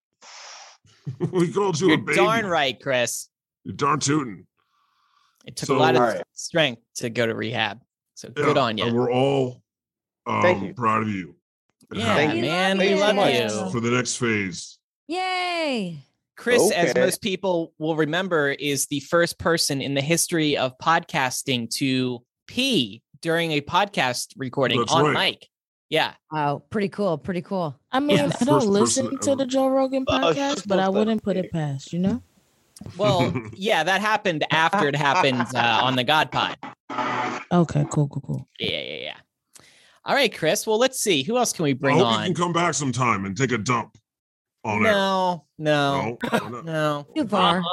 Speaker 3: we called you
Speaker 1: You're
Speaker 3: a baby.
Speaker 1: darn right, Chris.
Speaker 3: You're darn tootin'.
Speaker 1: It took
Speaker 3: So-
Speaker 1: a lot of
Speaker 7: Alright.
Speaker 1: strength to go to rehab. So
Speaker 3: Yeah,
Speaker 1: good on
Speaker 3: And
Speaker 1: you.
Speaker 3: we're all um,
Speaker 7: Thank you.
Speaker 3: proud of you. and
Speaker 1: Yeah,
Speaker 7: Thank
Speaker 3: happy
Speaker 7: you.
Speaker 1: man,
Speaker 7: Thank
Speaker 1: we
Speaker 7: you so
Speaker 1: love
Speaker 7: much.
Speaker 1: you.
Speaker 3: For the next phase.
Speaker 2: Yay.
Speaker 1: Chris, as
Speaker 7: Okay.
Speaker 1: most people will remember, is the first person in the history of podcasting to pee during a podcast recording
Speaker 3: That's
Speaker 1: on
Speaker 3: right.
Speaker 1: mic. Yeah.
Speaker 2: Wow, pretty cool, pretty cool.
Speaker 6: I mean,
Speaker 3: Yeah.
Speaker 6: I don't
Speaker 3: First person
Speaker 6: listen
Speaker 3: that
Speaker 6: to
Speaker 3: ever-
Speaker 8: Uh,
Speaker 6: the Joe Rogan
Speaker 7: Oh,
Speaker 6: podcast, but I
Speaker 7: shut
Speaker 6: wouldn't put
Speaker 7: up.
Speaker 6: it past, you know?
Speaker 1: Well, yeah, that happened after it happened uh, on the God Pod.
Speaker 6: Okay, cool, cool, cool.
Speaker 1: Yeah, yeah, yeah. All right, Chris. Well, let's see. Who else can we
Speaker 3: I
Speaker 1: bring
Speaker 3: hope
Speaker 1: on?
Speaker 3: you can come back sometime and take a dump on air.
Speaker 1: no, no,
Speaker 3: No, why not?
Speaker 1: no.
Speaker 2: Too far.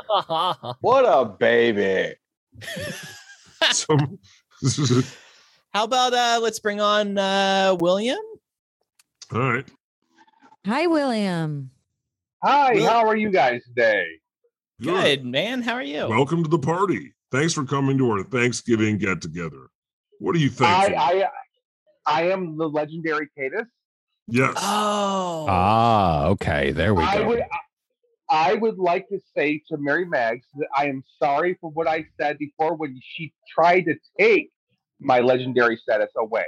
Speaker 7: What a baby.
Speaker 3: Some-
Speaker 1: How about uh let's bring on uh William?
Speaker 3: All right.
Speaker 2: Hi, William.
Speaker 8: Hi,
Speaker 1: Well-
Speaker 8: how are you guys today?
Speaker 1: Good, man. How are you?
Speaker 3: Welcome to the party. Thanks for coming to our Thanksgiving get together. What do you think?
Speaker 8: I,
Speaker 3: Jimmy?
Speaker 8: I I am the legendary Cadus.
Speaker 3: yes.
Speaker 1: oh.
Speaker 4: Ah, okay. There we
Speaker 8: I
Speaker 4: go.
Speaker 8: would I would like to say to Mary Mags that I am sorry for what I said before when she tried to take my legendary status away.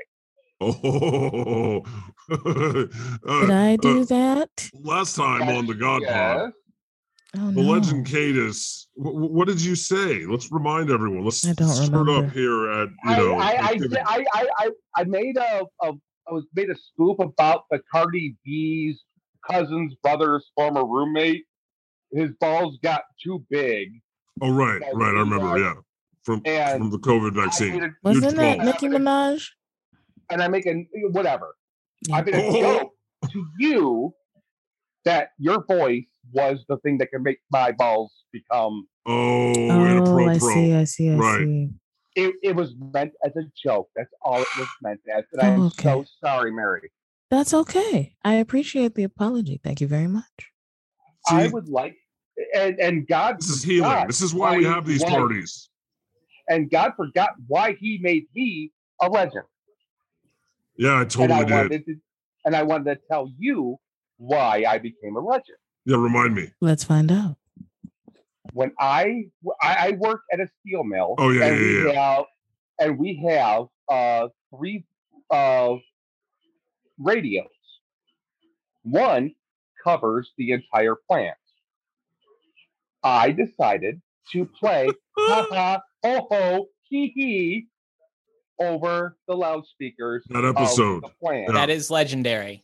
Speaker 3: oh.
Speaker 6: Did
Speaker 3: Uh,
Speaker 6: I do
Speaker 3: uh,
Speaker 6: that?
Speaker 3: last time on the God Pod,
Speaker 8: Yes.
Speaker 6: Oh
Speaker 3: the
Speaker 6: no.
Speaker 3: legend Cadus. wh- wh- what did you say? Let's remind everyone. Let's
Speaker 6: I don't
Speaker 3: start
Speaker 6: remember.
Speaker 3: up here at you
Speaker 8: I,
Speaker 3: know.
Speaker 8: I, I,
Speaker 3: Thanksgiving.
Speaker 8: I, I, I, I made a, a I was made a scoop about the Cardi B's cousin's brother's former roommate. His balls got too big.
Speaker 3: oh right,
Speaker 8: I
Speaker 3: right. I remember.
Speaker 8: remember.
Speaker 3: Yeah, from
Speaker 8: And
Speaker 3: from the COVID
Speaker 8: I made
Speaker 3: vaccine.
Speaker 8: a-
Speaker 3: You're
Speaker 6: Wasn't that
Speaker 3: twelve.
Speaker 6: Nicki Minaj?
Speaker 8: and I make a whatever. I made a
Speaker 3: Oh.
Speaker 8: joke to you that your voice was the thing that can make my balls become.
Speaker 3: Oh, in a pro
Speaker 6: I
Speaker 3: pro.
Speaker 6: see, I see, I
Speaker 3: Right.
Speaker 6: see.
Speaker 8: It, it was meant as a joke. That's all it was meant as. And I am
Speaker 6: Okay.
Speaker 8: so sorry, Mary.
Speaker 6: That's okay. I appreciate the apology. Thank you very much.
Speaker 8: I
Speaker 3: See?
Speaker 8: would like, and and God
Speaker 3: This is healing.
Speaker 8: God,
Speaker 3: This is why we
Speaker 8: why-
Speaker 3: have these
Speaker 8: why-
Speaker 3: parties.
Speaker 8: and God forgot why He made me a legend.
Speaker 3: Yeah, I totally
Speaker 8: and I
Speaker 3: did.
Speaker 8: wanted to, and I wanted to tell you why I became a legend.
Speaker 3: Yeah, remind me.
Speaker 6: Let's find out.
Speaker 8: when I I, I work at a steel mill.
Speaker 3: Oh, yeah,
Speaker 8: and
Speaker 3: yeah,
Speaker 8: we Have, and we have uh, three uh, radios. One covers the entire plant. I decided to play ha ha ho ho hee hee over the loudspeakers.
Speaker 3: That
Speaker 8: of
Speaker 3: episode.
Speaker 8: Oh, the plant.
Speaker 3: Yeah.
Speaker 1: That is legendary.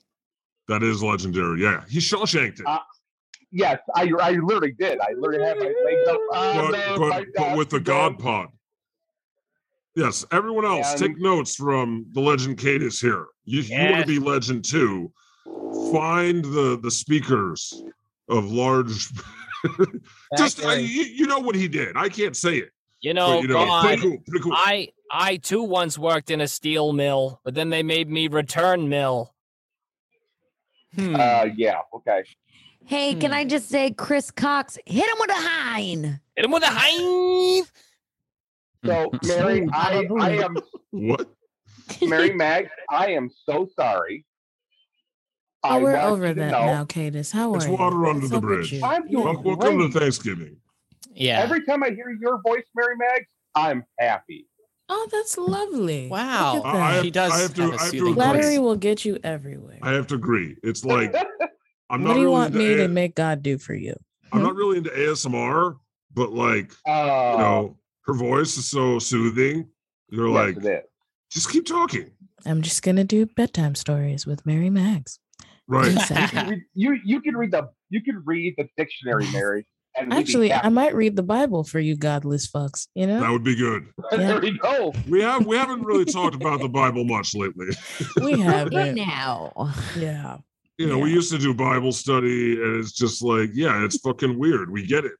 Speaker 3: That is legendary. Yeah, he Shawshanked it.
Speaker 8: Uh, Yes, I, I literally did. I literally had my legs up. ah,
Speaker 3: but,
Speaker 8: man,
Speaker 3: but,
Speaker 8: my
Speaker 3: but
Speaker 8: God,
Speaker 3: with the
Speaker 8: man.
Speaker 3: God Pod. Yes, everyone else,
Speaker 8: And-
Speaker 3: take notes from the legend Cadus here. You, you want
Speaker 5: Yes.
Speaker 3: to be legend too. Find the the speakers of large. Just I,
Speaker 1: Factory.
Speaker 3: you, you know what he did. I can't say it.
Speaker 5: you
Speaker 3: but,
Speaker 5: know,
Speaker 3: you know,
Speaker 5: God,
Speaker 3: pretty cool, pretty cool.
Speaker 5: I I too once worked in a steel mill, but then they made me return mill.
Speaker 1: Hmm.
Speaker 8: Uh, yeah, okay.
Speaker 2: Hey, can
Speaker 1: Hmm.
Speaker 2: I just say, Chris Cox, hit him with a hine.
Speaker 5: Hit him with a hind.
Speaker 8: So Mary, I, I am
Speaker 3: what?
Speaker 8: Mary Max. I am so sorry.
Speaker 6: Oh, we're
Speaker 8: want
Speaker 6: over
Speaker 8: you to
Speaker 6: that
Speaker 8: know-
Speaker 6: now, Cadis. How are
Speaker 3: It's
Speaker 6: you?
Speaker 3: water under
Speaker 6: What's
Speaker 3: the
Speaker 6: up with
Speaker 3: bridge.
Speaker 6: you?
Speaker 8: I'm doing
Speaker 6: Yeah.
Speaker 3: Wel- Welcome
Speaker 8: great.
Speaker 3: to Thanksgiving.
Speaker 1: yeah.
Speaker 8: Every time I hear your voice, Mary Max, I'm happy.
Speaker 6: Oh, that's lovely. Look
Speaker 1: Wow.
Speaker 6: at
Speaker 3: I,
Speaker 6: that.
Speaker 3: I have,
Speaker 1: She does
Speaker 3: I have to.
Speaker 1: have a
Speaker 3: I have to
Speaker 1: soothing
Speaker 6: Flattery
Speaker 3: agree.
Speaker 1: voice.
Speaker 6: will get you everywhere.
Speaker 3: I have to agree. It's like I'm
Speaker 6: what
Speaker 3: not
Speaker 6: do you
Speaker 3: really
Speaker 6: want
Speaker 3: into
Speaker 6: me
Speaker 3: A-
Speaker 6: to make God do for you?
Speaker 3: I'm not really into ASMR, but like
Speaker 6: Oh.
Speaker 3: you
Speaker 8: uh,
Speaker 3: know, her voice is so soothing. You're
Speaker 8: yes,
Speaker 3: like,
Speaker 8: it is.
Speaker 3: just keep talking.
Speaker 6: I'm just gonna do bedtime stories with Mary Max.
Speaker 3: Right.
Speaker 6: Yes, I-
Speaker 8: You can read- you you can read the you can read the dictionary, Mary. And we'd be
Speaker 6: Actually, I
Speaker 8: happy.
Speaker 6: might read the Bible for you godless fucks. You
Speaker 3: that
Speaker 6: know,
Speaker 3: would be good.
Speaker 8: there we go.
Speaker 3: We have we haven't really talked about the Bible much lately.
Speaker 6: we have
Speaker 2: Hey,
Speaker 6: it.
Speaker 2: now.
Speaker 6: Yeah.
Speaker 3: You know, we
Speaker 6: Yeah.
Speaker 3: used to do Bible study and it's just like, yeah, it's fucking weird. We get it.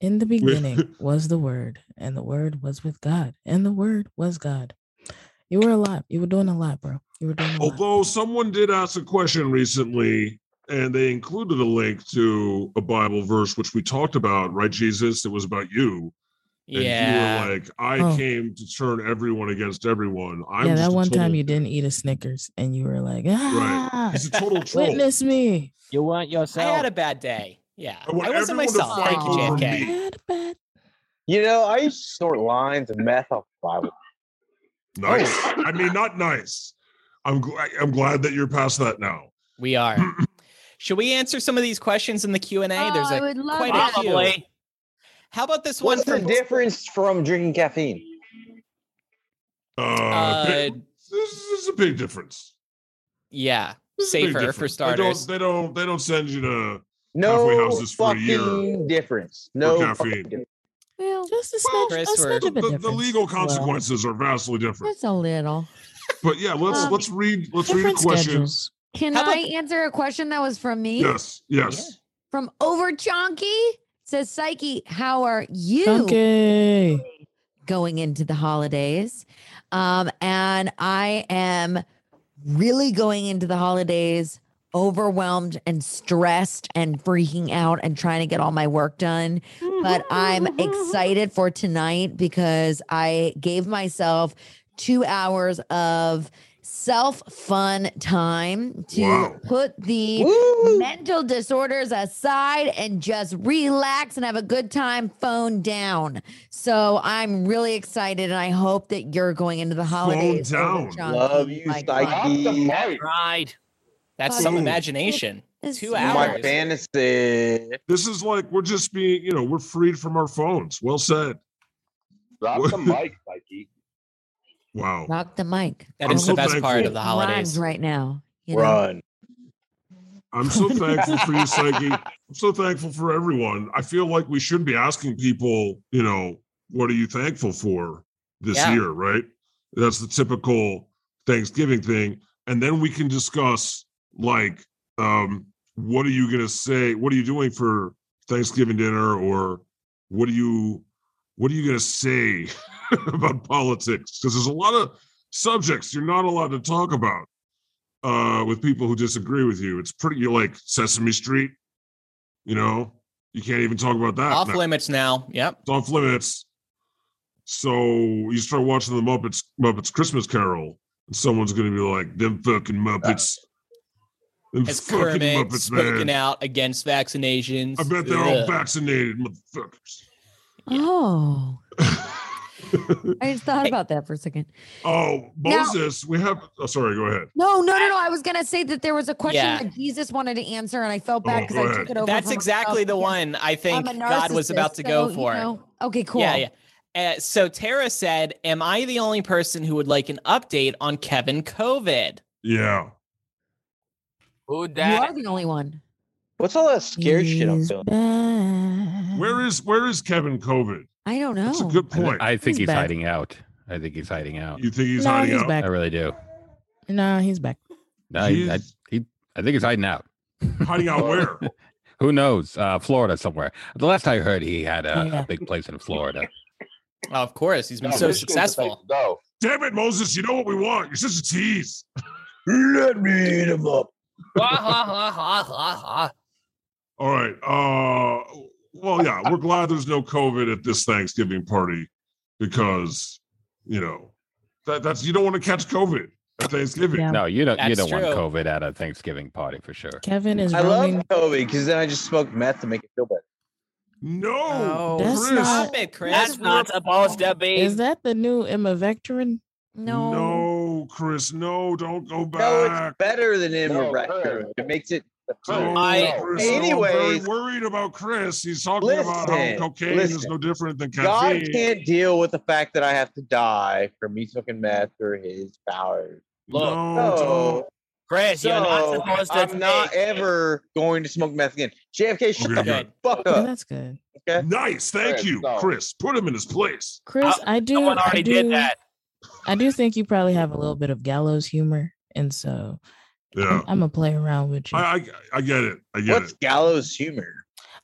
Speaker 6: In the beginning was the Word, and the Word was with God, and the Word was God. You were a lot. You were doing a lot, bro. You were doing a lot.
Speaker 3: Although someone did ask a question recently and they included a link to a Bible verse which we talked about, right, Jesus? It was about you. And
Speaker 1: yeah.
Speaker 3: you were like, I
Speaker 6: Oh.
Speaker 3: came to turn everyone against everyone. I'm
Speaker 6: yeah,
Speaker 3: just
Speaker 6: that
Speaker 3: a
Speaker 6: one time
Speaker 3: total-
Speaker 6: you didn't eat a Snickers, and you were like, ah,
Speaker 3: He's a total troll.
Speaker 6: witness me.
Speaker 5: You want
Speaker 1: I
Speaker 5: yourself?
Speaker 1: had a bad day. Yeah.
Speaker 3: I want
Speaker 1: I wasn't
Speaker 3: everyone to
Speaker 1: myself.
Speaker 3: fight
Speaker 1: Thank you,
Speaker 3: over
Speaker 1: JFK.
Speaker 3: me.
Speaker 6: Bad, bad.
Speaker 7: You know, I used to snort lines and meth off the Bible.
Speaker 3: Nice. I mean, not nice. I'm gl- I'm glad that you're past that now.
Speaker 1: We are. Should we answer some of these questions in the Q and A? There's
Speaker 2: Oh, I
Speaker 1: a.
Speaker 2: would love
Speaker 1: quite a
Speaker 2: that.
Speaker 1: few.
Speaker 5: Probably.
Speaker 1: How about this one
Speaker 7: What's the
Speaker 1: from
Speaker 7: difference from drinking caffeine?
Speaker 3: Uh,
Speaker 1: uh,
Speaker 3: big- this is a big difference.
Speaker 1: yeah,
Speaker 3: This is a big
Speaker 1: safer for
Speaker 3: difference. They don't-
Speaker 1: starters.
Speaker 3: They don't, they don't. They don't send you to halfway
Speaker 7: No
Speaker 3: houses for a year.
Speaker 7: fucking difference. No
Speaker 3: caffeine.
Speaker 7: fucking difference.
Speaker 2: Well,
Speaker 6: Just a smidge,
Speaker 3: Well,
Speaker 6: a
Speaker 1: Chris, we're-
Speaker 6: smidge
Speaker 3: The,
Speaker 6: of a
Speaker 3: the- the
Speaker 6: difference.
Speaker 3: legal
Speaker 6: Well,
Speaker 3: consequences are vastly different.
Speaker 2: just a little.
Speaker 3: But yeah, let's
Speaker 2: Um,
Speaker 3: let's read let's read a
Speaker 6: different
Speaker 3: question.
Speaker 6: schedules.
Speaker 2: Can
Speaker 1: How about-
Speaker 2: I answer a question that was from me?
Speaker 3: Yes, yes.
Speaker 2: From Over Chonky It says Psyche, how are you?
Speaker 6: Okay.
Speaker 2: going into the holidays. Um, and I am really going into the holidays overwhelmed and stressed and freaking out and trying to get all my work done. But I'm excited for tonight because I gave myself two hours of self fun time to
Speaker 3: Wow.
Speaker 2: put the
Speaker 7: Woo!
Speaker 2: mental disorders aside and just relax and have a good time, phone down. So I'm really excited and I hope that you're going into the holidays.
Speaker 3: down.
Speaker 2: overdrawn,
Speaker 7: Love you,
Speaker 2: like
Speaker 7: Psyche.
Speaker 2: mine.
Speaker 8: Off the mic.
Speaker 5: Right.
Speaker 1: That's
Speaker 2: Fuck.
Speaker 1: some
Speaker 3: Ooh.
Speaker 1: imagination.
Speaker 2: It's
Speaker 1: Two
Speaker 2: so
Speaker 1: hours.
Speaker 7: My fantasy.
Speaker 3: This is like we're just being, you know, we're freed from our phones. Well said.
Speaker 8: Drop the mic, Mikey.
Speaker 3: Wow.
Speaker 2: Rock the mic.
Speaker 1: That
Speaker 3: I'm
Speaker 1: is
Speaker 3: so
Speaker 1: the best
Speaker 3: thankful.
Speaker 1: part of the
Speaker 2: Rhymes
Speaker 1: holidays.
Speaker 2: right now. You know?
Speaker 7: Run.
Speaker 3: I'm so thankful for you, Psyche. I'm so thankful for everyone. I feel like we should be asking people, you know, what are you thankful for this
Speaker 1: Yeah.
Speaker 3: year, right? That's the typical Thanksgiving thing. And then we can discuss like um what are you going to say? What are you doing for Thanksgiving dinner or what are you what are you going to say about politics? Cuz there's a lot of subjects you're not allowed to talk about uh with people who disagree with you. It's pretty you're like Sesame Street, you know? You can't even talk about that.
Speaker 1: Off
Speaker 3: now.
Speaker 1: limits now. Yep.
Speaker 3: It's off limits. So you start watching the Muppets Muppets Christmas Carol, and someone's gonna be like, "Them fucking Muppets, them
Speaker 1: As
Speaker 3: fucking
Speaker 1: Uh, Kermit
Speaker 3: Muppets,
Speaker 1: spoken
Speaker 3: man!
Speaker 1: out against vaccinations.
Speaker 3: I bet they're all
Speaker 1: Ugh.
Speaker 3: vaccinated, motherfuckers."
Speaker 2: Oh, I just thought about that for a second.
Speaker 3: oh,
Speaker 2: Now-
Speaker 3: Moses, we have. Oh, sorry, go ahead.
Speaker 2: No, no, no, no. I was going to say that there was a question
Speaker 1: Yeah.
Speaker 2: that Jesus wanted to answer and I felt bad
Speaker 3: Oh,
Speaker 2: because
Speaker 3: go
Speaker 2: I
Speaker 3: ahead.
Speaker 2: took it over.
Speaker 1: That's
Speaker 2: for
Speaker 1: exactly
Speaker 2: myself
Speaker 1: the
Speaker 2: because
Speaker 1: one I think
Speaker 2: I'm a
Speaker 1: God was about
Speaker 2: narcissist,
Speaker 1: to go
Speaker 2: so, you
Speaker 1: for.
Speaker 2: know. Okay, cool.
Speaker 1: Yeah, yeah. Uh, so Tara said, "Am I the only person who would like an update on Kevin COVID?"
Speaker 3: Yeah,
Speaker 5: Who
Speaker 2: You
Speaker 5: that?
Speaker 2: are the only one.
Speaker 7: What's all that scared shit I'm
Speaker 6: He's
Speaker 7: feeling?
Speaker 6: back. Oh,
Speaker 3: where is where is Kevin COVID?
Speaker 2: I don't know.
Speaker 3: That's a good
Speaker 4: I, th-
Speaker 3: point.
Speaker 4: I think
Speaker 6: He's
Speaker 4: he's,
Speaker 6: back.
Speaker 4: hiding out. I think he's hiding out.
Speaker 3: you think he's
Speaker 6: no,
Speaker 3: hiding
Speaker 6: he's
Speaker 3: out?
Speaker 6: back.
Speaker 4: I really do.
Speaker 6: No, he's back.
Speaker 4: No, he, I,
Speaker 3: He's-
Speaker 4: he, I think he's hiding out.
Speaker 3: Hiding out where?
Speaker 4: Who knows? Uh, Florida somewhere. The last I heard, he had a,
Speaker 6: Yeah.
Speaker 4: a big place in Florida.
Speaker 1: Oh, of course, he's been
Speaker 8: No,
Speaker 1: so
Speaker 8: Michigan's the place
Speaker 1: successful.
Speaker 8: to go.
Speaker 3: Damn it, Moses! You know what we want. You're such a tease.
Speaker 7: Let me eat him up.
Speaker 5: Ha, ha, ha, ha, ha, ha.
Speaker 3: All right. Uh well, yeah, we're glad there's no COVID at this Thanksgiving party because you know that that's you don't want to catch COVID at Thanksgiving.
Speaker 6: Yeah.
Speaker 4: No, you don't. you
Speaker 1: That's
Speaker 4: don't want
Speaker 1: true.
Speaker 4: COVID at a Thanksgiving party for sure.
Speaker 6: Kevin is
Speaker 7: I
Speaker 6: roaming.
Speaker 7: love Kobe because then I just smoked meth to make it feel better.
Speaker 3: No,
Speaker 1: Oh,
Speaker 6: That's
Speaker 3: Chris.
Speaker 6: not-
Speaker 1: Stop it, Chris.
Speaker 5: That's not supposed to
Speaker 6: Is
Speaker 5: be.
Speaker 6: that the new Emma Vectorin?
Speaker 2: No.
Speaker 3: No, Chris. No, don't go
Speaker 7: No,
Speaker 3: back.
Speaker 7: it's better than in
Speaker 8: No,
Speaker 7: Rector.
Speaker 8: Kurt.
Speaker 7: It makes it.
Speaker 3: No,
Speaker 5: I-
Speaker 3: Chris, no, I'm very
Speaker 7: Anyways.
Speaker 3: worried about Chris. He's talking about how
Speaker 7: Listen,
Speaker 3: cocaine is
Speaker 7: listen.
Speaker 3: no different than
Speaker 7: God
Speaker 3: caffeine.
Speaker 7: can't deal with the fact that I have to die for me smoking meth or his powers.
Speaker 5: Look,
Speaker 3: no,
Speaker 7: So,
Speaker 5: Chris, you're not
Speaker 7: so
Speaker 5: supposed to.
Speaker 7: I'm not
Speaker 5: take it.
Speaker 7: ever going to smoke meth again. JFK, shut
Speaker 3: Okay,
Speaker 7: the
Speaker 1: Good.
Speaker 7: fuck
Speaker 6: Oh,
Speaker 7: up.
Speaker 6: that's good.
Speaker 3: don't. nice. Thank
Speaker 8: Chris,
Speaker 3: you,
Speaker 8: no.
Speaker 3: Chris. Put him in his place.
Speaker 6: Chris, I do.
Speaker 5: Someone
Speaker 6: I
Speaker 5: already
Speaker 6: do,
Speaker 5: did that.
Speaker 6: I do think you probably have a little bit of gallows humor, and so
Speaker 3: Yeah,
Speaker 6: I'm gonna play around with you.
Speaker 3: I, I I get it. I get
Speaker 7: What's gallows humor?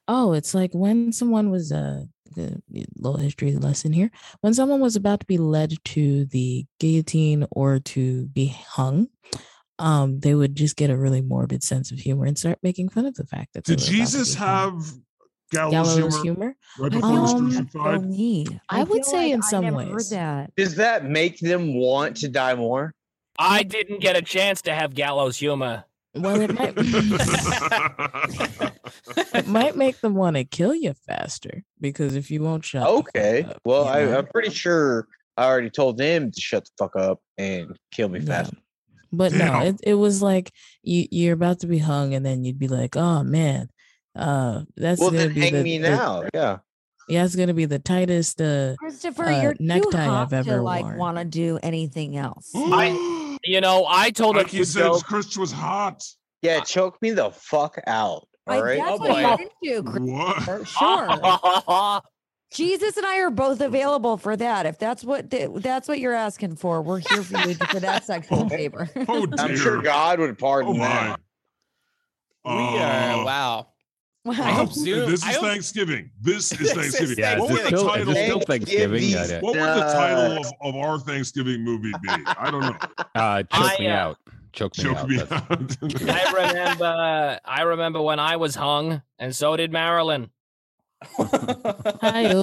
Speaker 6: oh, it's like when someone was uh, the little history lesson here. When someone was about to be led to the guillotine or to be hung, um, they would just get a really morbid sense of humor and start making fun of the fact that they
Speaker 3: it. Did
Speaker 6: were about to
Speaker 3: Jesus
Speaker 6: be hung.
Speaker 3: have gallows,
Speaker 6: gallows
Speaker 3: humor,
Speaker 6: humor?
Speaker 3: right
Speaker 2: I
Speaker 3: before he was
Speaker 6: Um,
Speaker 3: crucified?
Speaker 2: believe.
Speaker 6: I would
Speaker 2: feel
Speaker 6: say in
Speaker 2: I
Speaker 6: some
Speaker 2: never
Speaker 6: ways.
Speaker 2: Heard that.
Speaker 7: Does that make them want to die more?
Speaker 5: I didn't get a chance to have gallows humor.
Speaker 6: Well, it might it might make them want to kill you faster because if you won't shut the fuck
Speaker 7: Okay.
Speaker 6: up,
Speaker 7: Well,
Speaker 6: you
Speaker 7: I,
Speaker 6: know?
Speaker 7: I'm pretty sure I already told them to shut the fuck up and kill me
Speaker 6: Yeah.
Speaker 7: fast.
Speaker 6: But
Speaker 3: Yeah.
Speaker 6: no, it, it was like you you're about to be hung, and then you'd be like, oh man, uh, that's
Speaker 7: Well,
Speaker 6: gonna
Speaker 7: then
Speaker 6: be
Speaker 7: hang
Speaker 6: the,
Speaker 7: me
Speaker 6: the-
Speaker 7: now. Yeah.
Speaker 6: yeah, it's gonna be the tightest. Uh,
Speaker 2: Christopher,
Speaker 6: Uh,
Speaker 2: you're too
Speaker 6: necktie I've
Speaker 2: hot to
Speaker 6: ever
Speaker 2: like
Speaker 6: worn.
Speaker 2: want to do anything else.
Speaker 3: I,
Speaker 5: You know, I told a
Speaker 3: like
Speaker 5: few
Speaker 3: you said,
Speaker 5: jokes.
Speaker 3: Chris was hot.
Speaker 7: Yeah, choke me the fuck out. All
Speaker 2: I,
Speaker 7: right.
Speaker 2: That's
Speaker 5: Oh,
Speaker 2: what I'm into. Chris,
Speaker 3: What?
Speaker 2: for Sure. Jesus and I are both available for that. If that's what th- that's what you're asking for, we're here for you for that sexual favor.
Speaker 3: Oh dear.
Speaker 7: I'm sure God would pardon
Speaker 3: oh my.
Speaker 7: that.
Speaker 1: we are
Speaker 3: Uh,
Speaker 1: wow. I
Speaker 2: Wow.
Speaker 1: hope Zoom.
Speaker 3: Oh, This
Speaker 1: I
Speaker 3: is
Speaker 1: hope-
Speaker 3: Thanksgiving. This is
Speaker 1: This is
Speaker 3: Thanksgiving.
Speaker 1: Yeah,
Speaker 4: Yeah,
Speaker 3: what
Speaker 4: is
Speaker 3: would
Speaker 4: it
Speaker 3: the
Speaker 4: still, is
Speaker 3: title?
Speaker 4: it still
Speaker 7: Thanksgiving?
Speaker 4: Thanksgiving? Yeah, yeah.
Speaker 3: What would the title of, of our Thanksgiving movie be? I don't know.
Speaker 4: Uh, choke
Speaker 5: I,
Speaker 4: me
Speaker 5: uh,
Speaker 4: out. Choke me
Speaker 3: Choke
Speaker 4: out.
Speaker 3: me
Speaker 4: That's-
Speaker 3: out.
Speaker 5: I remember. I remember when I was hung, and so did Marilyn.
Speaker 2: oh,
Speaker 6: Hi-yo.